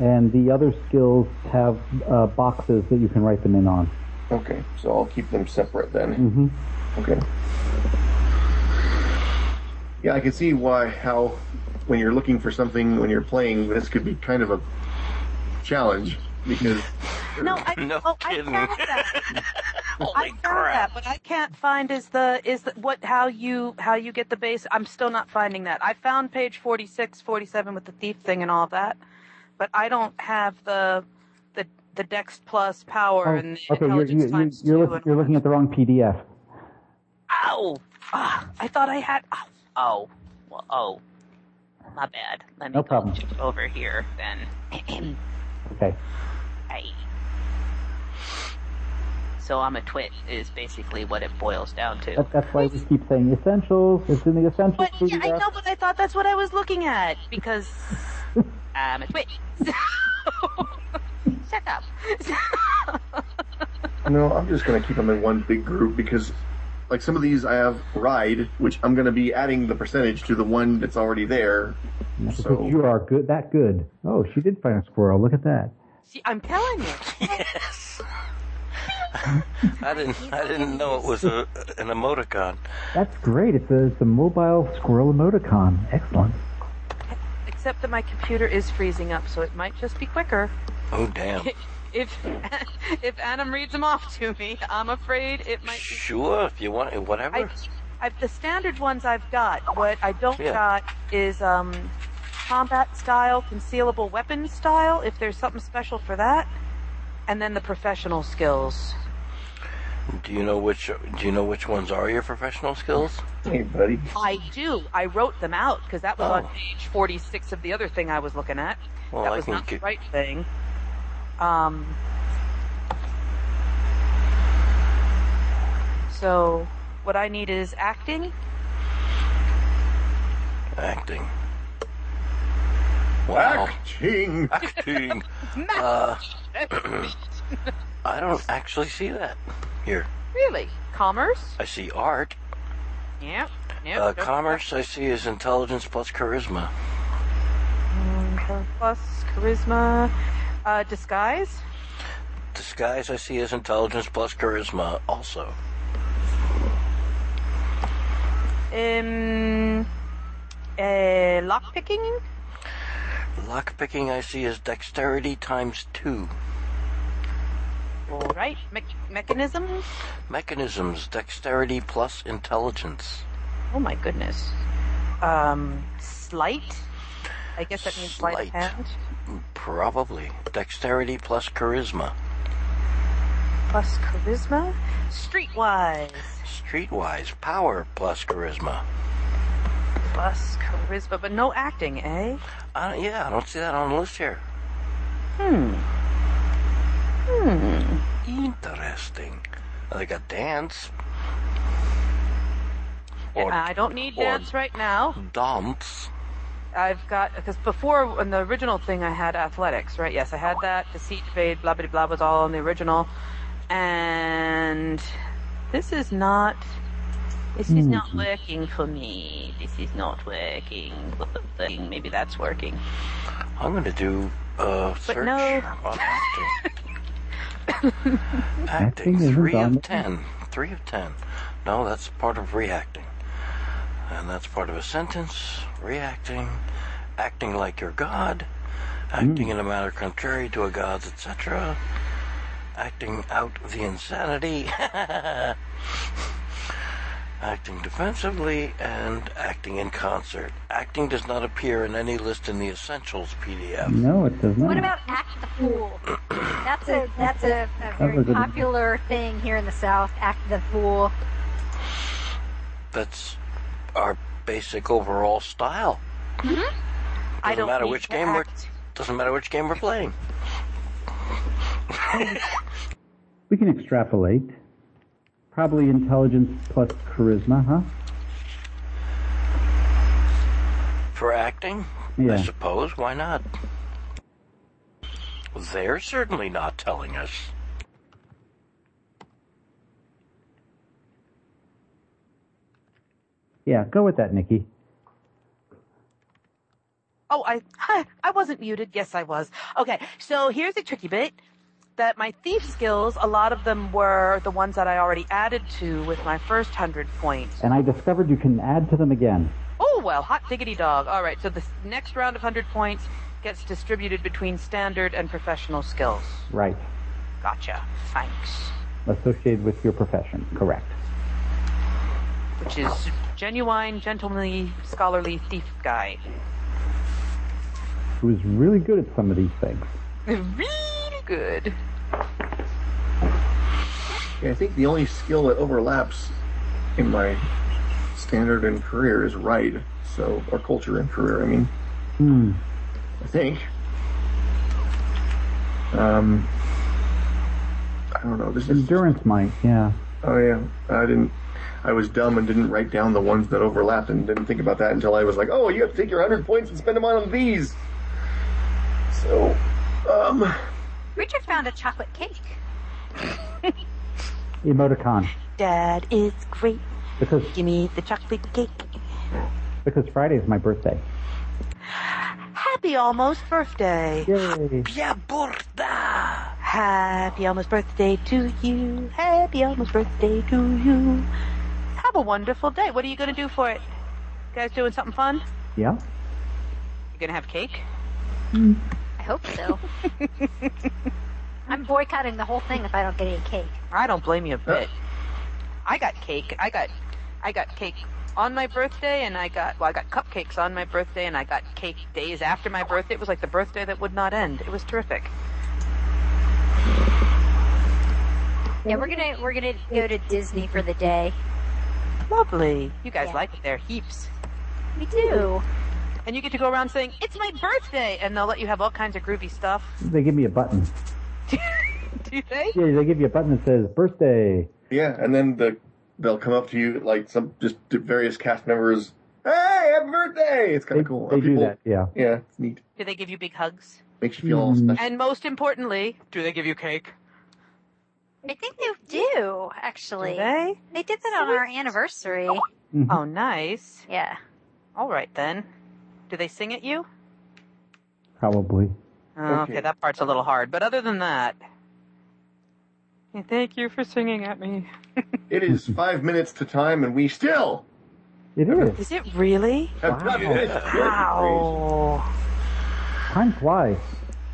S11: and the other skills have uh, boxes that you can write them in on.
S1: okay? So I'll keep them separate then.
S11: hmm
S1: Okay. Yeah, I can see why how when you're looking for something when you're playing, this could be kind of a challenge because
S2: No, I,
S5: no
S2: oh, I found that. Oh, I found that, but I can't find is the is the, what how you how you get the base. I'm still not finding that. I found page 46, 47 with the thief thing and all that, but I don't have the the the Dex plus power
S11: Oh,
S2: and
S11: okay, you're, you, you, you're, look, you're looking at the wrong PDF.
S2: ow. Ah, I thought I had oh, oh well oh my bad. Let me
S11: No
S2: go
S11: problem.
S2: over here then.
S11: Okay.
S2: Hey. So I'm a twit is basically what it boils down to.
S11: That, that's why we keep saying essentials. It's in the essentials.
S2: Yeah, I know, but I thought that's what I was looking at because
S3: um,
S2: I'm a twit. Shut up.
S1: no, I'm just gonna keep them in one big group because like some of these I have ride, which I'm gonna be adding the percentage to the one that's already there.
S11: Because
S1: So
S11: You are good. That good. Oh, she did find a squirrel. Look at that.
S2: See, I'm telling you.
S5: Yes. I didn't. I didn't know it was a, an emoticon.
S11: That's great. It's a, it's a mobile squirrel emoticon. Excellent.
S2: Except that my computer is freezing up, so it might just be quicker.
S5: Oh damn.
S2: If if Adam reads them off to me, I'm afraid it might be
S5: Sure, if you want, whatever.
S2: I, I've, the standard ones I've got. What I don't
S5: Yeah.
S2: got is um, combat style, concealable weapon style. If there's something special for that, and then the professional skills.
S5: Do you know which? Do you know which ones are your professional skills?
S1: Hey, buddy.
S2: I do. I wrote them out because that was on
S5: Oh.
S2: page 46 of the other thing I was looking at.
S5: Well,
S2: that
S5: I
S2: was
S5: can
S2: not the
S5: get-
S2: right thing. Um. So, what I need is acting.
S5: Acting. Wow.
S1: Acting.
S5: Acting. uh, I don't actually see that here.
S2: Really? Commerce?
S5: I see art.
S2: Yep. Yep.
S5: Uh,
S2: Don't-
S5: commerce, I see, is intelligence plus charisma.
S2: Um, plus charisma, uh, disguise.
S5: Disguise, I see, is intelligence plus charisma also.
S2: Um, uh, lock picking.
S5: Lockpicking, I see, is dexterity times two.
S2: Right. Me- mechanisms.
S5: Mechanisms, dexterity plus intelligence.
S2: Oh my goodness. Um, slight.
S3: I guess that means sleight of hand.
S5: Probably. Dexterity plus charisma.
S3: Plus charisma. Streetwise.
S5: Streetwise. Power plus charisma.
S2: Plus charisma, but no acting, eh?
S5: Uh, yeah, I don't see that on the list here.
S2: Hmm. Hmm.
S5: Interesting. Uh, They got dance. Or-
S2: I don't need
S5: or
S2: dance right now.
S5: Dance.
S2: I've got because before in the original thing I had athletics, right? Yes, I had that. Deceit, evade, blah blah blah was all on the original, and this is not. This is not
S3: Mhm.
S2: working for me. This is not working. Maybe that's working.
S5: I'm going to do uh,
S2: But
S5: search
S2: no.
S5: on acting.
S11: Acting
S5: acting.
S11: isn't
S5: Three
S11: on
S5: of
S11: there.
S5: ten. Three of ten. No, that's part of reacting. And that's part of a sentence. Reacting. Acting like your God. Acting in a manner contrary to a god's, etc. Acting out the insanity. acting defensively and acting in concert. Acting does not appear in any list in the Essentials PDF.
S11: No, it does not.
S12: What about act the fool? That's a that's a, a
S5: was
S12: very
S5: a good-
S12: popular thing here in the South. Act the fool.
S5: That's our basic overall style.
S2: Mm-hmm. I
S5: Doesn't
S2: don't
S5: matter
S2: need
S5: which
S2: to
S5: game we're
S2: act.
S5: doesn't matter which game we're playing.
S11: We can extrapolate. Probably intelligence plus charisma, huh?
S5: For acting,
S11: Yeah.
S5: I suppose. Why not? They're certainly not telling us.
S11: Yeah, go with that, Nikki.
S2: Oh, I, I I wasn't muted. Yes, I was. Okay, so here's the tricky bit. That my thief skills, a lot of them were the ones that I already added to with my first hundred point.
S11: And I discovered you can add to them again.
S2: Oh well, hot diggity dog. All right, so the next round of hundred points gets distributed between standard and professional skills.
S11: Right.
S2: Gotcha. Thanks.
S11: Associated with your profession. Correct.
S2: Which is genuine, gentlemanly, scholarly thief guy.
S11: Who is really good at some of these things.
S2: Really good.
S1: Yeah, I think the only skill that overlaps in my standard and career is ride, so or culture and career. I mean,
S11: Hmm.
S1: I think. Um, I don't know. This is
S11: endurance might. Yeah.
S1: Oh yeah, I didn't. I was dumb and didn't write down the ones that overlapped and didn't think about that until I was like, oh, you have to take your hundred points and spend them on these. So, um,
S12: Richard found a chocolate cake.
S11: Emoticon.
S2: Dad is great.
S11: Because
S2: Give me the chocolate cake.
S11: because Friday is my birthday.
S2: Happy almost birthday.
S11: Yay.
S2: Happy almost birthday to you. Happy almost birthday to you. Have a wonderful day. What are you going to do for it? You guys doing something fun?
S11: Yeah.
S2: You going to have cake?
S12: I hope so. I'm boycotting the whole thing if I don't get any cake.
S2: I don't blame you a bit. I got cake. I got I got cake on my birthday and I got well I got cupcakes on my birthday and I got cake days after my birthday. It was like the birthday that would not end. It was terrific.
S12: Yeah, we're gonna we're gonna go to Disney for the day.
S2: Lovely. You guys
S12: Yeah.
S2: like it there heaps.
S12: We do.
S2: And you get to go around saying, "It's my birthday," and they'll let you have all kinds of groovy stuff.
S11: They give me a button.
S2: Do they?
S11: Yeah, they give you a button that says birthday.
S1: yeah, and then the they'll come up to you like some just the various cast members. Hey, happy birthday! It's kind of cool.
S11: They
S1: And
S11: do
S1: people-
S11: that. Yeah.
S1: Yeah, it's neat.
S2: Do they give you big hugs?
S1: Makes you feel all
S11: Mm-hmm.
S1: special.
S2: And most importantly, do they give you cake?
S12: I think they do actually.
S2: Do they?
S12: They did that on our anniversary.
S2: Oh, nice.
S12: Yeah.
S2: All right then. Do they sing at you?
S11: Probably.
S2: Oh,
S11: Okay.
S2: okay, that part's a little hard. But other than that, Hey, thank you for singing at me.
S1: It
S11: Mm-hmm.
S1: is five minutes to time, and we still
S11: It is.
S2: is it really?
S1: have
S11: Wow.
S1: done it.
S2: Wow.
S11: Time flies.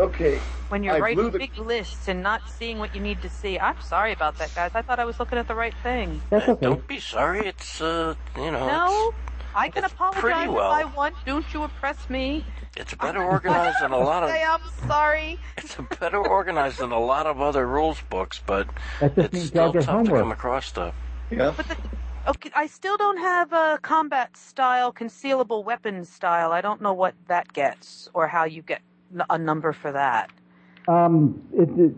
S1: Okay.
S2: When you're
S1: I blew
S2: writing
S1: the-
S2: big lists and not seeing what you need to see, I'm sorry about that, guys. I thought I was looking at the right thing.
S11: That's okay.
S2: Oh,
S5: Don't be sorry. It's uh, you know,
S2: No, I can apologize
S5: well.
S2: if I want. Don't you oppress me?
S5: It's better organized than a lot
S2: Say
S5: of
S2: I'm sorry.
S5: it's better organized than a lot of other rules books, but
S11: That just
S5: it's
S11: means
S5: still
S11: y'all
S5: tough
S11: get
S5: to come
S11: homework.
S5: across stuff.
S1: Yeah.
S2: Okay, I still don't have a combat style, concealable weapon style. I don't know what that gets or how you get n- a number for that.
S11: Um, it, it,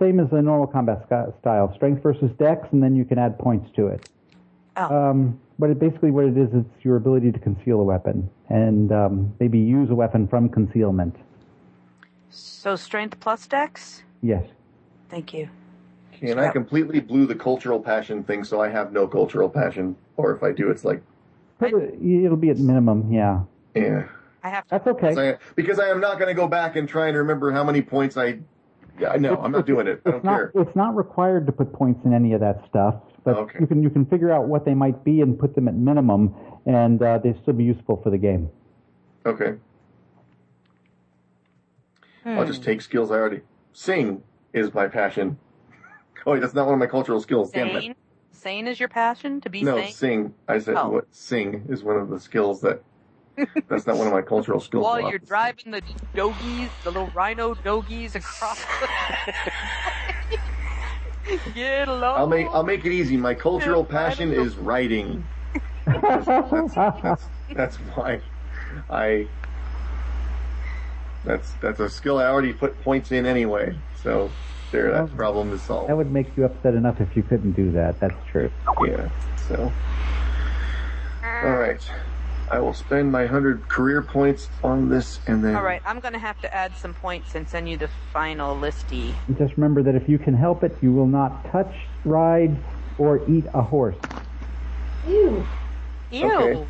S11: same as the normal combat sc- style, strength versus dex, and then you can add points to it. Um, but it, basically, what it is, it's your ability to conceal a weapon and um, maybe use a weapon from concealment.
S2: So strength plus dex?
S11: Yes.
S2: Thank you.
S1: Okay, and I completely blew the cultural passion thing, so I have no cultural passion. Or if I do, it's like,
S11: But it- it'll be at minimum, yeah.
S1: yeah.
S2: I have
S11: That's okay.
S1: I, because I am not going to go back and try and remember how many points I. Yeah, no, I'm not doing it. I don't
S11: It's not,
S1: care.
S11: it's not required to put points in any of that stuff, but
S1: Okay.
S11: you can you can figure out what they might be and put them at minimum, and uh, they still be useful for the game.
S1: Okay. I'll
S2: Hmm.
S1: just take skills I already. Sing is my passion. Oh, wait, that's not one of my cultural skills. Damn it.
S2: Sane? Sane is your passion? To be
S1: No,
S2: sane?
S1: sing. I said
S2: Oh.
S1: what? Sing is one of the skills that. That's not one of my cultural skills.
S2: While
S1: Bob.
S2: you're driving the dogies, the little rhino dogies across the. Get along.
S1: I'll make I'll make it easy. My cultural passion is writing. That's, that's, that's, that's why I. That's that's a skill I already put points in anyway. So there, that problem is solved.
S11: That would make you upset enough if you couldn't do that. That's true.
S1: Yeah. So. All right. I will spend my hundred career points on this, and then
S2: All right, I'm going to have to add some points and send you the final listy.
S11: And just remember that if you can help it, you will not touch, ride, or eat a horse.
S2: Ew. Ew.
S11: Okay.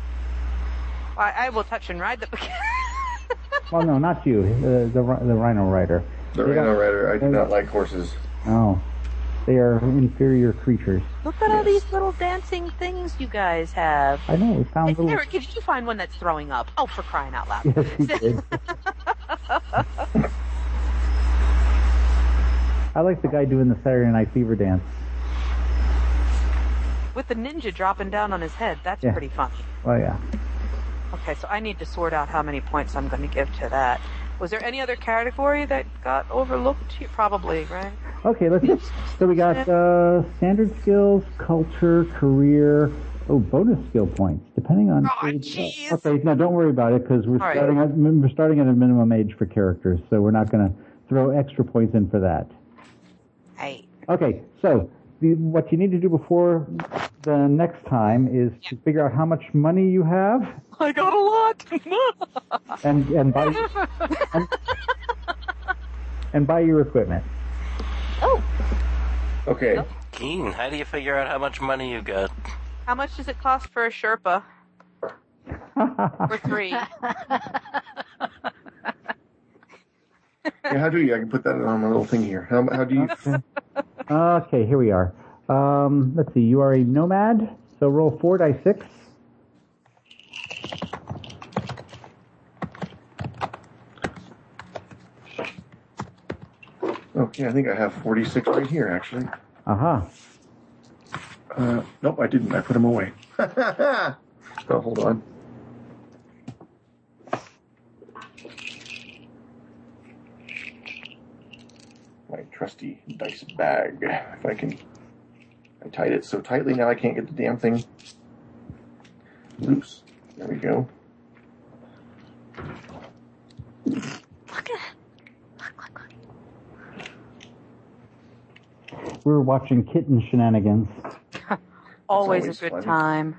S2: I, I will touch and ride the.
S11: Well, no, not you. The the, rhi- the rhino rider.
S1: the
S11: They
S1: Rhino
S11: don't-
S1: Rider. I do not like horses.
S11: Oh, they are inferior creatures.
S2: Look at all these little dancing things you guys have.
S11: I know. We found
S2: Hey,
S11: little.
S2: Eric, did you find one that's throwing up? Oh, for crying out loud.
S11: Yes, we did. I like the guy doing the Saturday Night Fever dance.
S2: With the ninja dropping down on his head, that's
S11: Yeah.
S2: pretty funny.
S11: Oh yeah.
S2: Okay, so I need to sort out how many points I'm going to give to that. Was there any other category that got overlooked? here? Probably, right?
S11: Okay, let's. So we got uh, standard skills, culture, career. Oh, bonus skill points, depending on. age. okay, no, don't worry about it because we're
S2: Oh, All right.
S11: starting. At, we're starting at a minimum age for characters, so we're not going to throw extra points in for that.
S2: Hey.
S11: Okay, so the, what you need to do before the next time is to figure out how much money you have
S2: I got a lot.
S11: and and buy and, and buy your equipment.
S1: Okay.
S5: Keen, how do you figure out how much money you got?
S2: How much does it cost for a Sherpa? for three.
S1: Yeah, how do you? I can put that on my little thing here. How, how do you?
S11: Okay, here we are. Um, let's see. You are a nomad, so roll four die six.
S1: Okay, oh, I think I have forty-six right here, actually.
S11: Aha.
S1: Uh, nope, I didn't. I put them away. oh, hold on. My trusty dice bag. If I can. I tied it so tightly now I can't get the damn thing loose. There we go.
S11: We were watching kitten shenanigans.
S2: always,
S1: always
S2: a good
S1: fun.
S2: time.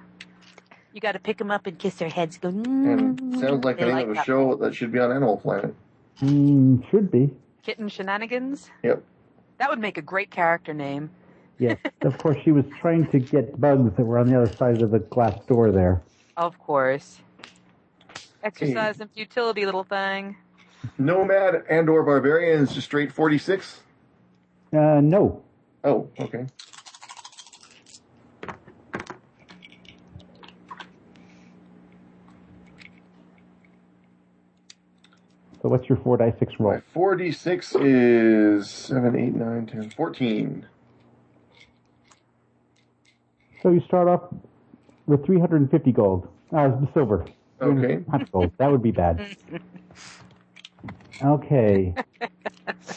S2: You got to pick them up and kiss their heads. Go. "Mm."
S1: And sounds Mm-hmm. like the name of a show that should be on Animal Planet.
S11: Mm, should be.
S2: Kitten shenanigans.
S1: Yep.
S2: That would make a great character name.
S11: Yes. of course, she was trying to get bugs that were on the other side of the glass door there.
S2: Of course. Exercise and futility, little thing.
S1: Nomad and or barbarian is just straight forty-six.
S11: Uh, no.
S1: Oh, okay.
S11: So what's your four die six roll?
S1: 4d6 is 7, 8, 9, 10, 14.
S11: So you start off with 350 gold. Uh, silver.
S1: Okay.
S11: Not gold. That would be bad. Okay.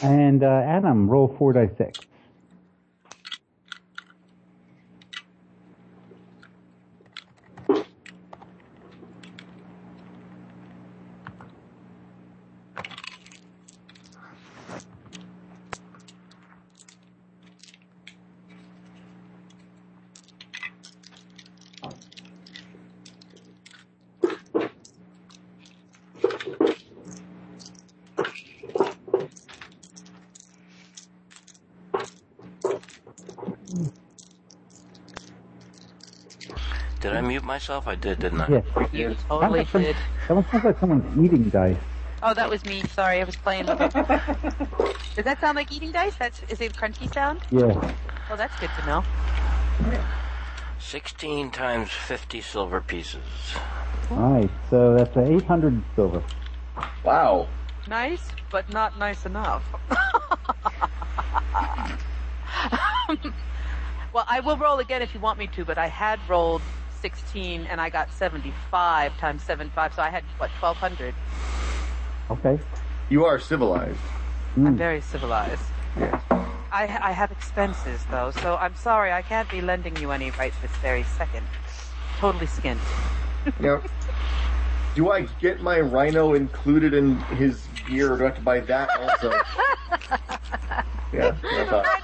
S11: and uh, Adam, roll four die six.
S5: Did I mute myself? I did, didn't I?
S11: Yes.
S3: You
S11: That
S3: totally
S11: was some-
S3: did.
S11: That one sounds like someone's eating dice.
S3: Oh, that was me. Sorry, I was playing. with it. Does that sound like eating dice? That's is it a crunchy sound?
S11: Yeah.
S3: Well, that's good to know.
S5: 16 times 50 silver pieces.
S11: All right. So that's a 800 silver.
S1: Wow.
S2: Nice, but not nice enough.
S3: Well, I will roll again if you want me to, but I had rolled 16 and I got 75 times 75, so I had what 1200.
S11: Okay.
S1: You are civilized.
S2: I'm very civilized. I, I have expenses though, so I'm sorry I can't be lending you any right this very second. Totally skint.
S1: Now, do I get my rhino included in his gear, or do I have to buy that also? yeah. that's what I thought.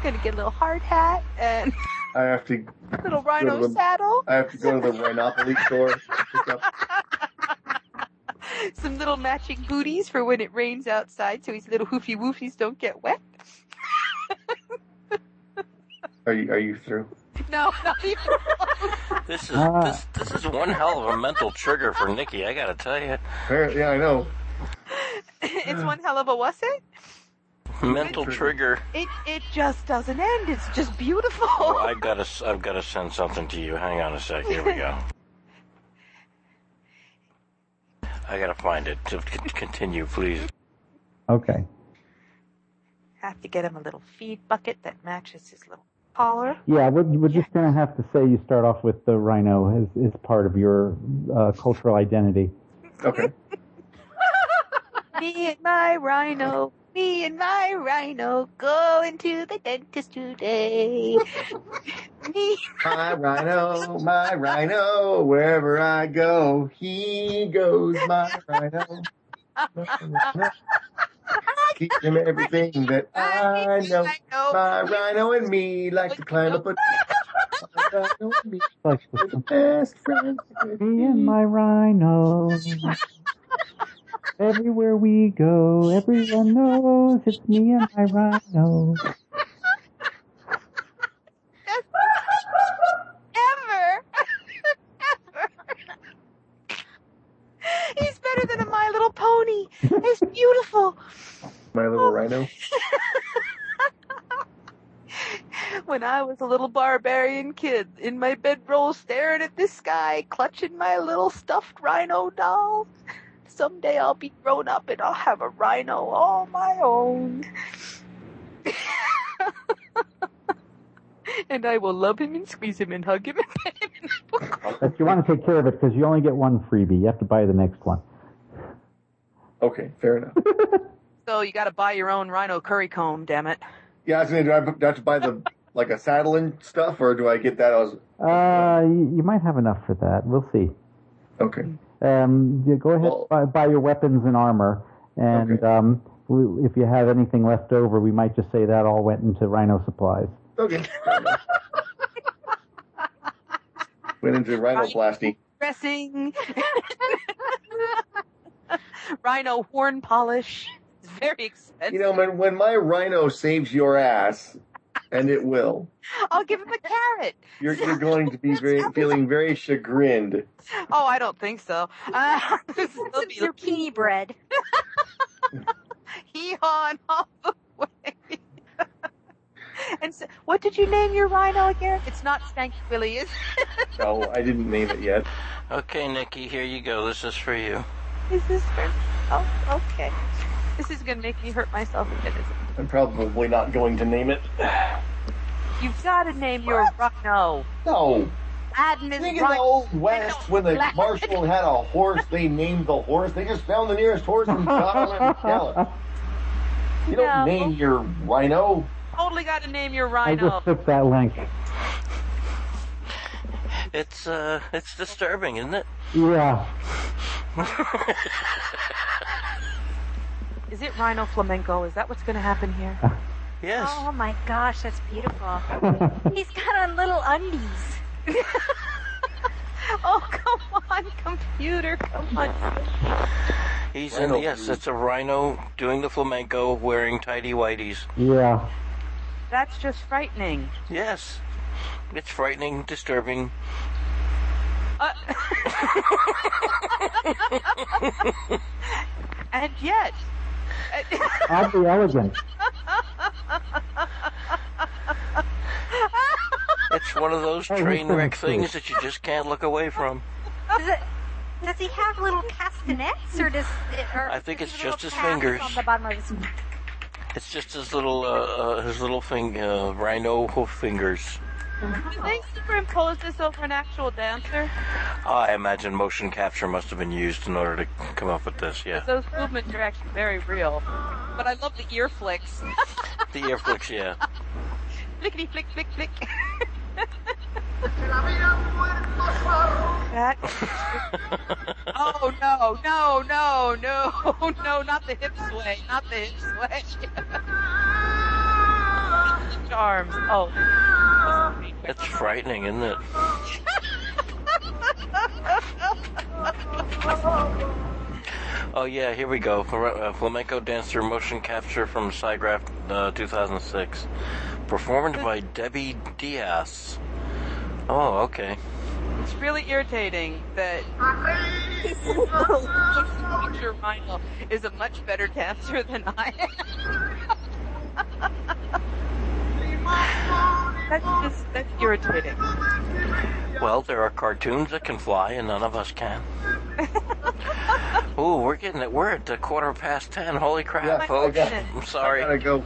S3: Gonna get a little hard hat and
S1: I have to
S3: little
S1: go to
S3: rhino
S1: the-
S3: saddle,
S1: I have to go to the rhinopoly store. to pick up-
S3: some little matching booties for when it rains outside, so his little hoofy woofies don't get wet.
S1: Are you are you through?
S3: No, not even.
S5: This is this this is one hell of a mental trigger for Nikki. I gotta tell you,
S1: Apparently, yeah, I know.
S3: it's one hell of a was it?
S5: mental trigger.
S3: It it just doesn't end. It's just beautiful.
S5: Oh, I gotta s- I've gotta send something to you. Hang on a sec. Here we go. I gotta find it. To c- continue, please.
S11: Okay.
S3: Have to get him a little feed bucket that matches his little collar.
S11: Yeah, we're, we're just going to have to say you start off with the rhino as, as part of your uh, cultural identity.
S1: Okay.
S3: me and my rhino, me and my rhino, going to the dentist today. me,
S1: My rhino, my rhino, wherever I go, he goes. My rhino, my rhino. Teach him everything that I know. My rhino and me like to climb up a. My rhino and me,
S11: Like
S1: we're the best friends.
S11: me and my rhino. Everywhere we go, everyone knows it's me and my rhino.
S3: ever, ever. He's better than a My Little Pony. It's beautiful.
S1: My little rhino.
S3: When I was a little barbarian kid in my bedroll staring at the sky, clutching my little stuffed rhino doll. Someday I'll be grown up and I'll have a rhino all my own. and I will love him and squeeze him and hug him and pet him and I will call
S11: But you want to take care of it because you only get one freebie. You have to buy the next one.
S1: Okay, fair enough.
S2: So you gotta buy your own rhino curry comb, damn it.
S1: Yeah, I was gonna do. I do I have to buy the like a saddle and stuff, or do I get that? I was
S11: Uh, you, you might have enough for that. We'll see.
S1: okay.
S11: Um, you go ahead
S1: Well-
S11: buy, buy your weapons and armor, and um, we, if you have anything left over, we might just say that all went into rhino supplies.
S1: Okay. fair enough. Went into rhinoplasty.
S2: Dressing Rhino horn polish. It's very expensive.
S1: You know, when when my rhino saves your ass, and it will,
S3: I'll give him a carrot.
S1: you're you're going to be very feeling very chagrined.
S2: Oh, I don't think so. Uh, this is still be
S12: zucchini bread.
S3: Hee haw and all the way. and so, what did you name your rhino again? It's not Stanky Willy, is
S1: No, I didn't name it yet.
S5: Okay, Nikki, here you go. This is for you.
S3: Is this for? Oh, okay. This is gonna make me hurt myself if it isn't.
S1: I'm probably not going to name it.
S2: You've got to name your rhino.
S13: No.
S2: Admin
S13: Think in the old west when the marshal had a horse, they named the horse. They just found the nearest horse and got him and killed him. You don't
S2: No.
S13: name your rhino.
S2: Totally got to name your
S11: I
S2: rhino.
S11: just took that link.
S5: It's uh, it's disturbing, isn't it?
S11: Yeah.
S2: Is it rhino flamenco? Is that what's going to happen here?
S5: Yes.
S12: Oh my gosh, that's beautiful. He's got on little undies.
S3: Oh, come on, computer. Come on.
S5: He's in. yes, it's a rhino doing the flamenco, wearing tidy whities.
S11: Yeah.
S2: That's just frightening.
S5: Yes, it's frightening, disturbing.
S2: Uh- and yet.
S11: Oddly elegant.
S5: It's one of those train wreck things that you just can't look away from.
S12: Does, it, does he have little castanets or does it, or
S5: I think it's just his
S12: pads
S5: fingers.
S12: on the bottom of his
S5: It's just his little, uh, uh, his little thing, uh, rhino hoof fingers.
S2: Did they superimpose this over an actual dancer?
S5: I imagine motion capture must have been used in order to come up with this. Yeah,
S2: Those movements are actually very real. But I love the ear flicks.
S5: the air flicks. Yeah.
S2: Flickety flick flick flick. that. oh no no no no no! Not the hip sway! Not the hip sway! Lift arms. Oh.
S5: It's frightening, isn't it? Oh yeah, here we go. Fl- uh, Flamenco dancer motion capture from SciGraph uh, 2006, performed by Debbie Diaz. Oh, okay.
S2: It's really irritating that picture Rhino is a much better dancer than I am. that's just that's irritating.
S5: Well, there are cartoons that can fly, and none of us can. Ooh, we're getting it. We're at the quarter past ten. Holy crap,
S2: Yeah, I
S5: folks!
S2: got it.
S5: I'm sorry.
S1: I go.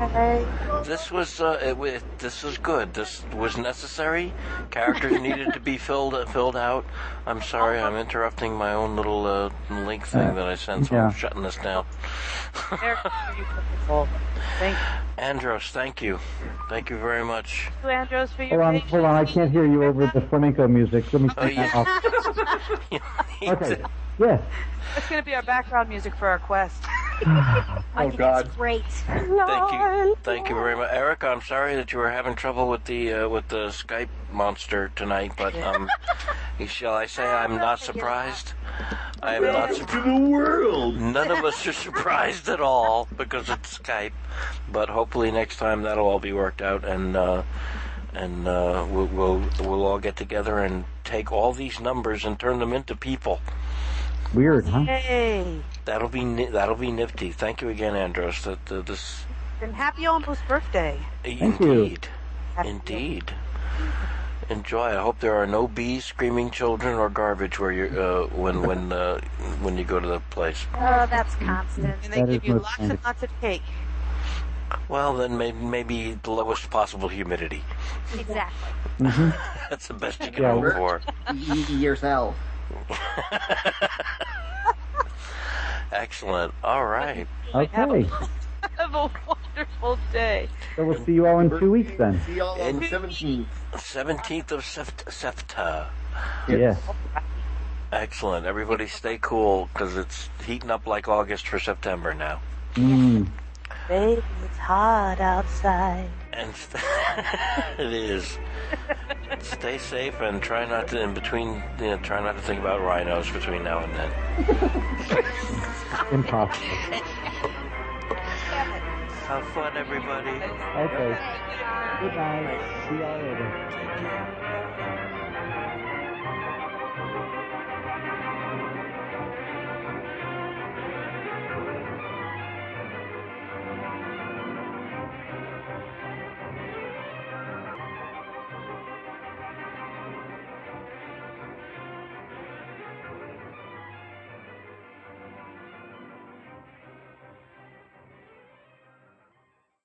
S2: Okay.
S5: This was uh, it, wa- this was good. This was necessary. Characters needed to be filled uh, filled out. I'm sorry, I'm interrupting my own little uh, link thing that I sent, so
S11: yeah.
S5: I'm shutting this down.
S2: They're pretty beautiful. Thank
S5: Andros, thank you, thank you very much.
S2: you, Andros, for
S11: Hold
S2: your
S11: on,
S2: patience.
S11: hold on. I can't hear you over the flamenco music. Let me
S5: Oh,
S11: turn that
S5: yeah.
S11: off.
S5: You
S11: Okay.
S5: did-
S11: Yes.
S2: That's going to be our background music for our quest.
S12: oh
S5: God.
S12: Great.
S5: Thank you, thank you very much, Eric. I'm sorry that you were having trouble with the uh, with the Skype monster tonight, but um, shall I say I'm not surprised? I am not surprised.
S1: to the world.
S5: None of us are surprised at all because it's Skype, but hopefully next time that'll all be worked out and uh, and uh, we'll, we'll we'll all get together and take all these numbers and turn them into people.
S11: Weird, huh?
S2: Hey,
S5: That'll be ni- that'll be nifty. Thank you again, Andros. That uh, this
S2: and happy almost birthday.
S11: Thank you.
S5: indeed, indeed. Enjoy. I hope there are no bees, screaming children, or garbage where you uh, when when uh, when you go to the place.
S12: Oh, that's constant.
S2: And they
S11: That
S2: give
S11: is
S2: you
S11: most
S2: lots
S11: kind.
S2: and lots of cake.
S5: Well, then maybe, maybe the lowest possible humidity.
S12: Exactly.
S5: That's the best you can
S11: Yeah,
S5: hope
S11: we're-
S5: for.
S1: Eat yourself.
S5: Excellent. All right.
S11: Okay.
S2: Have a wonderful day.
S11: So we'll see you all in two weeks then.
S1: See y'all on
S5: And-
S1: the 17th.
S5: 17th of Sept- Septa.
S11: Yes.
S5: Excellent. Everybody stay cool because it's heating up like August for September now.
S11: Mm.
S2: Baby, it's hot outside.
S5: And st- it is. stay safe and try not to, in between, you know, try not to think about rhinos between now and then.
S11: Impossible.
S5: Have fun, everybody.
S11: Okay. Good night. See y'all later.
S5: Take care.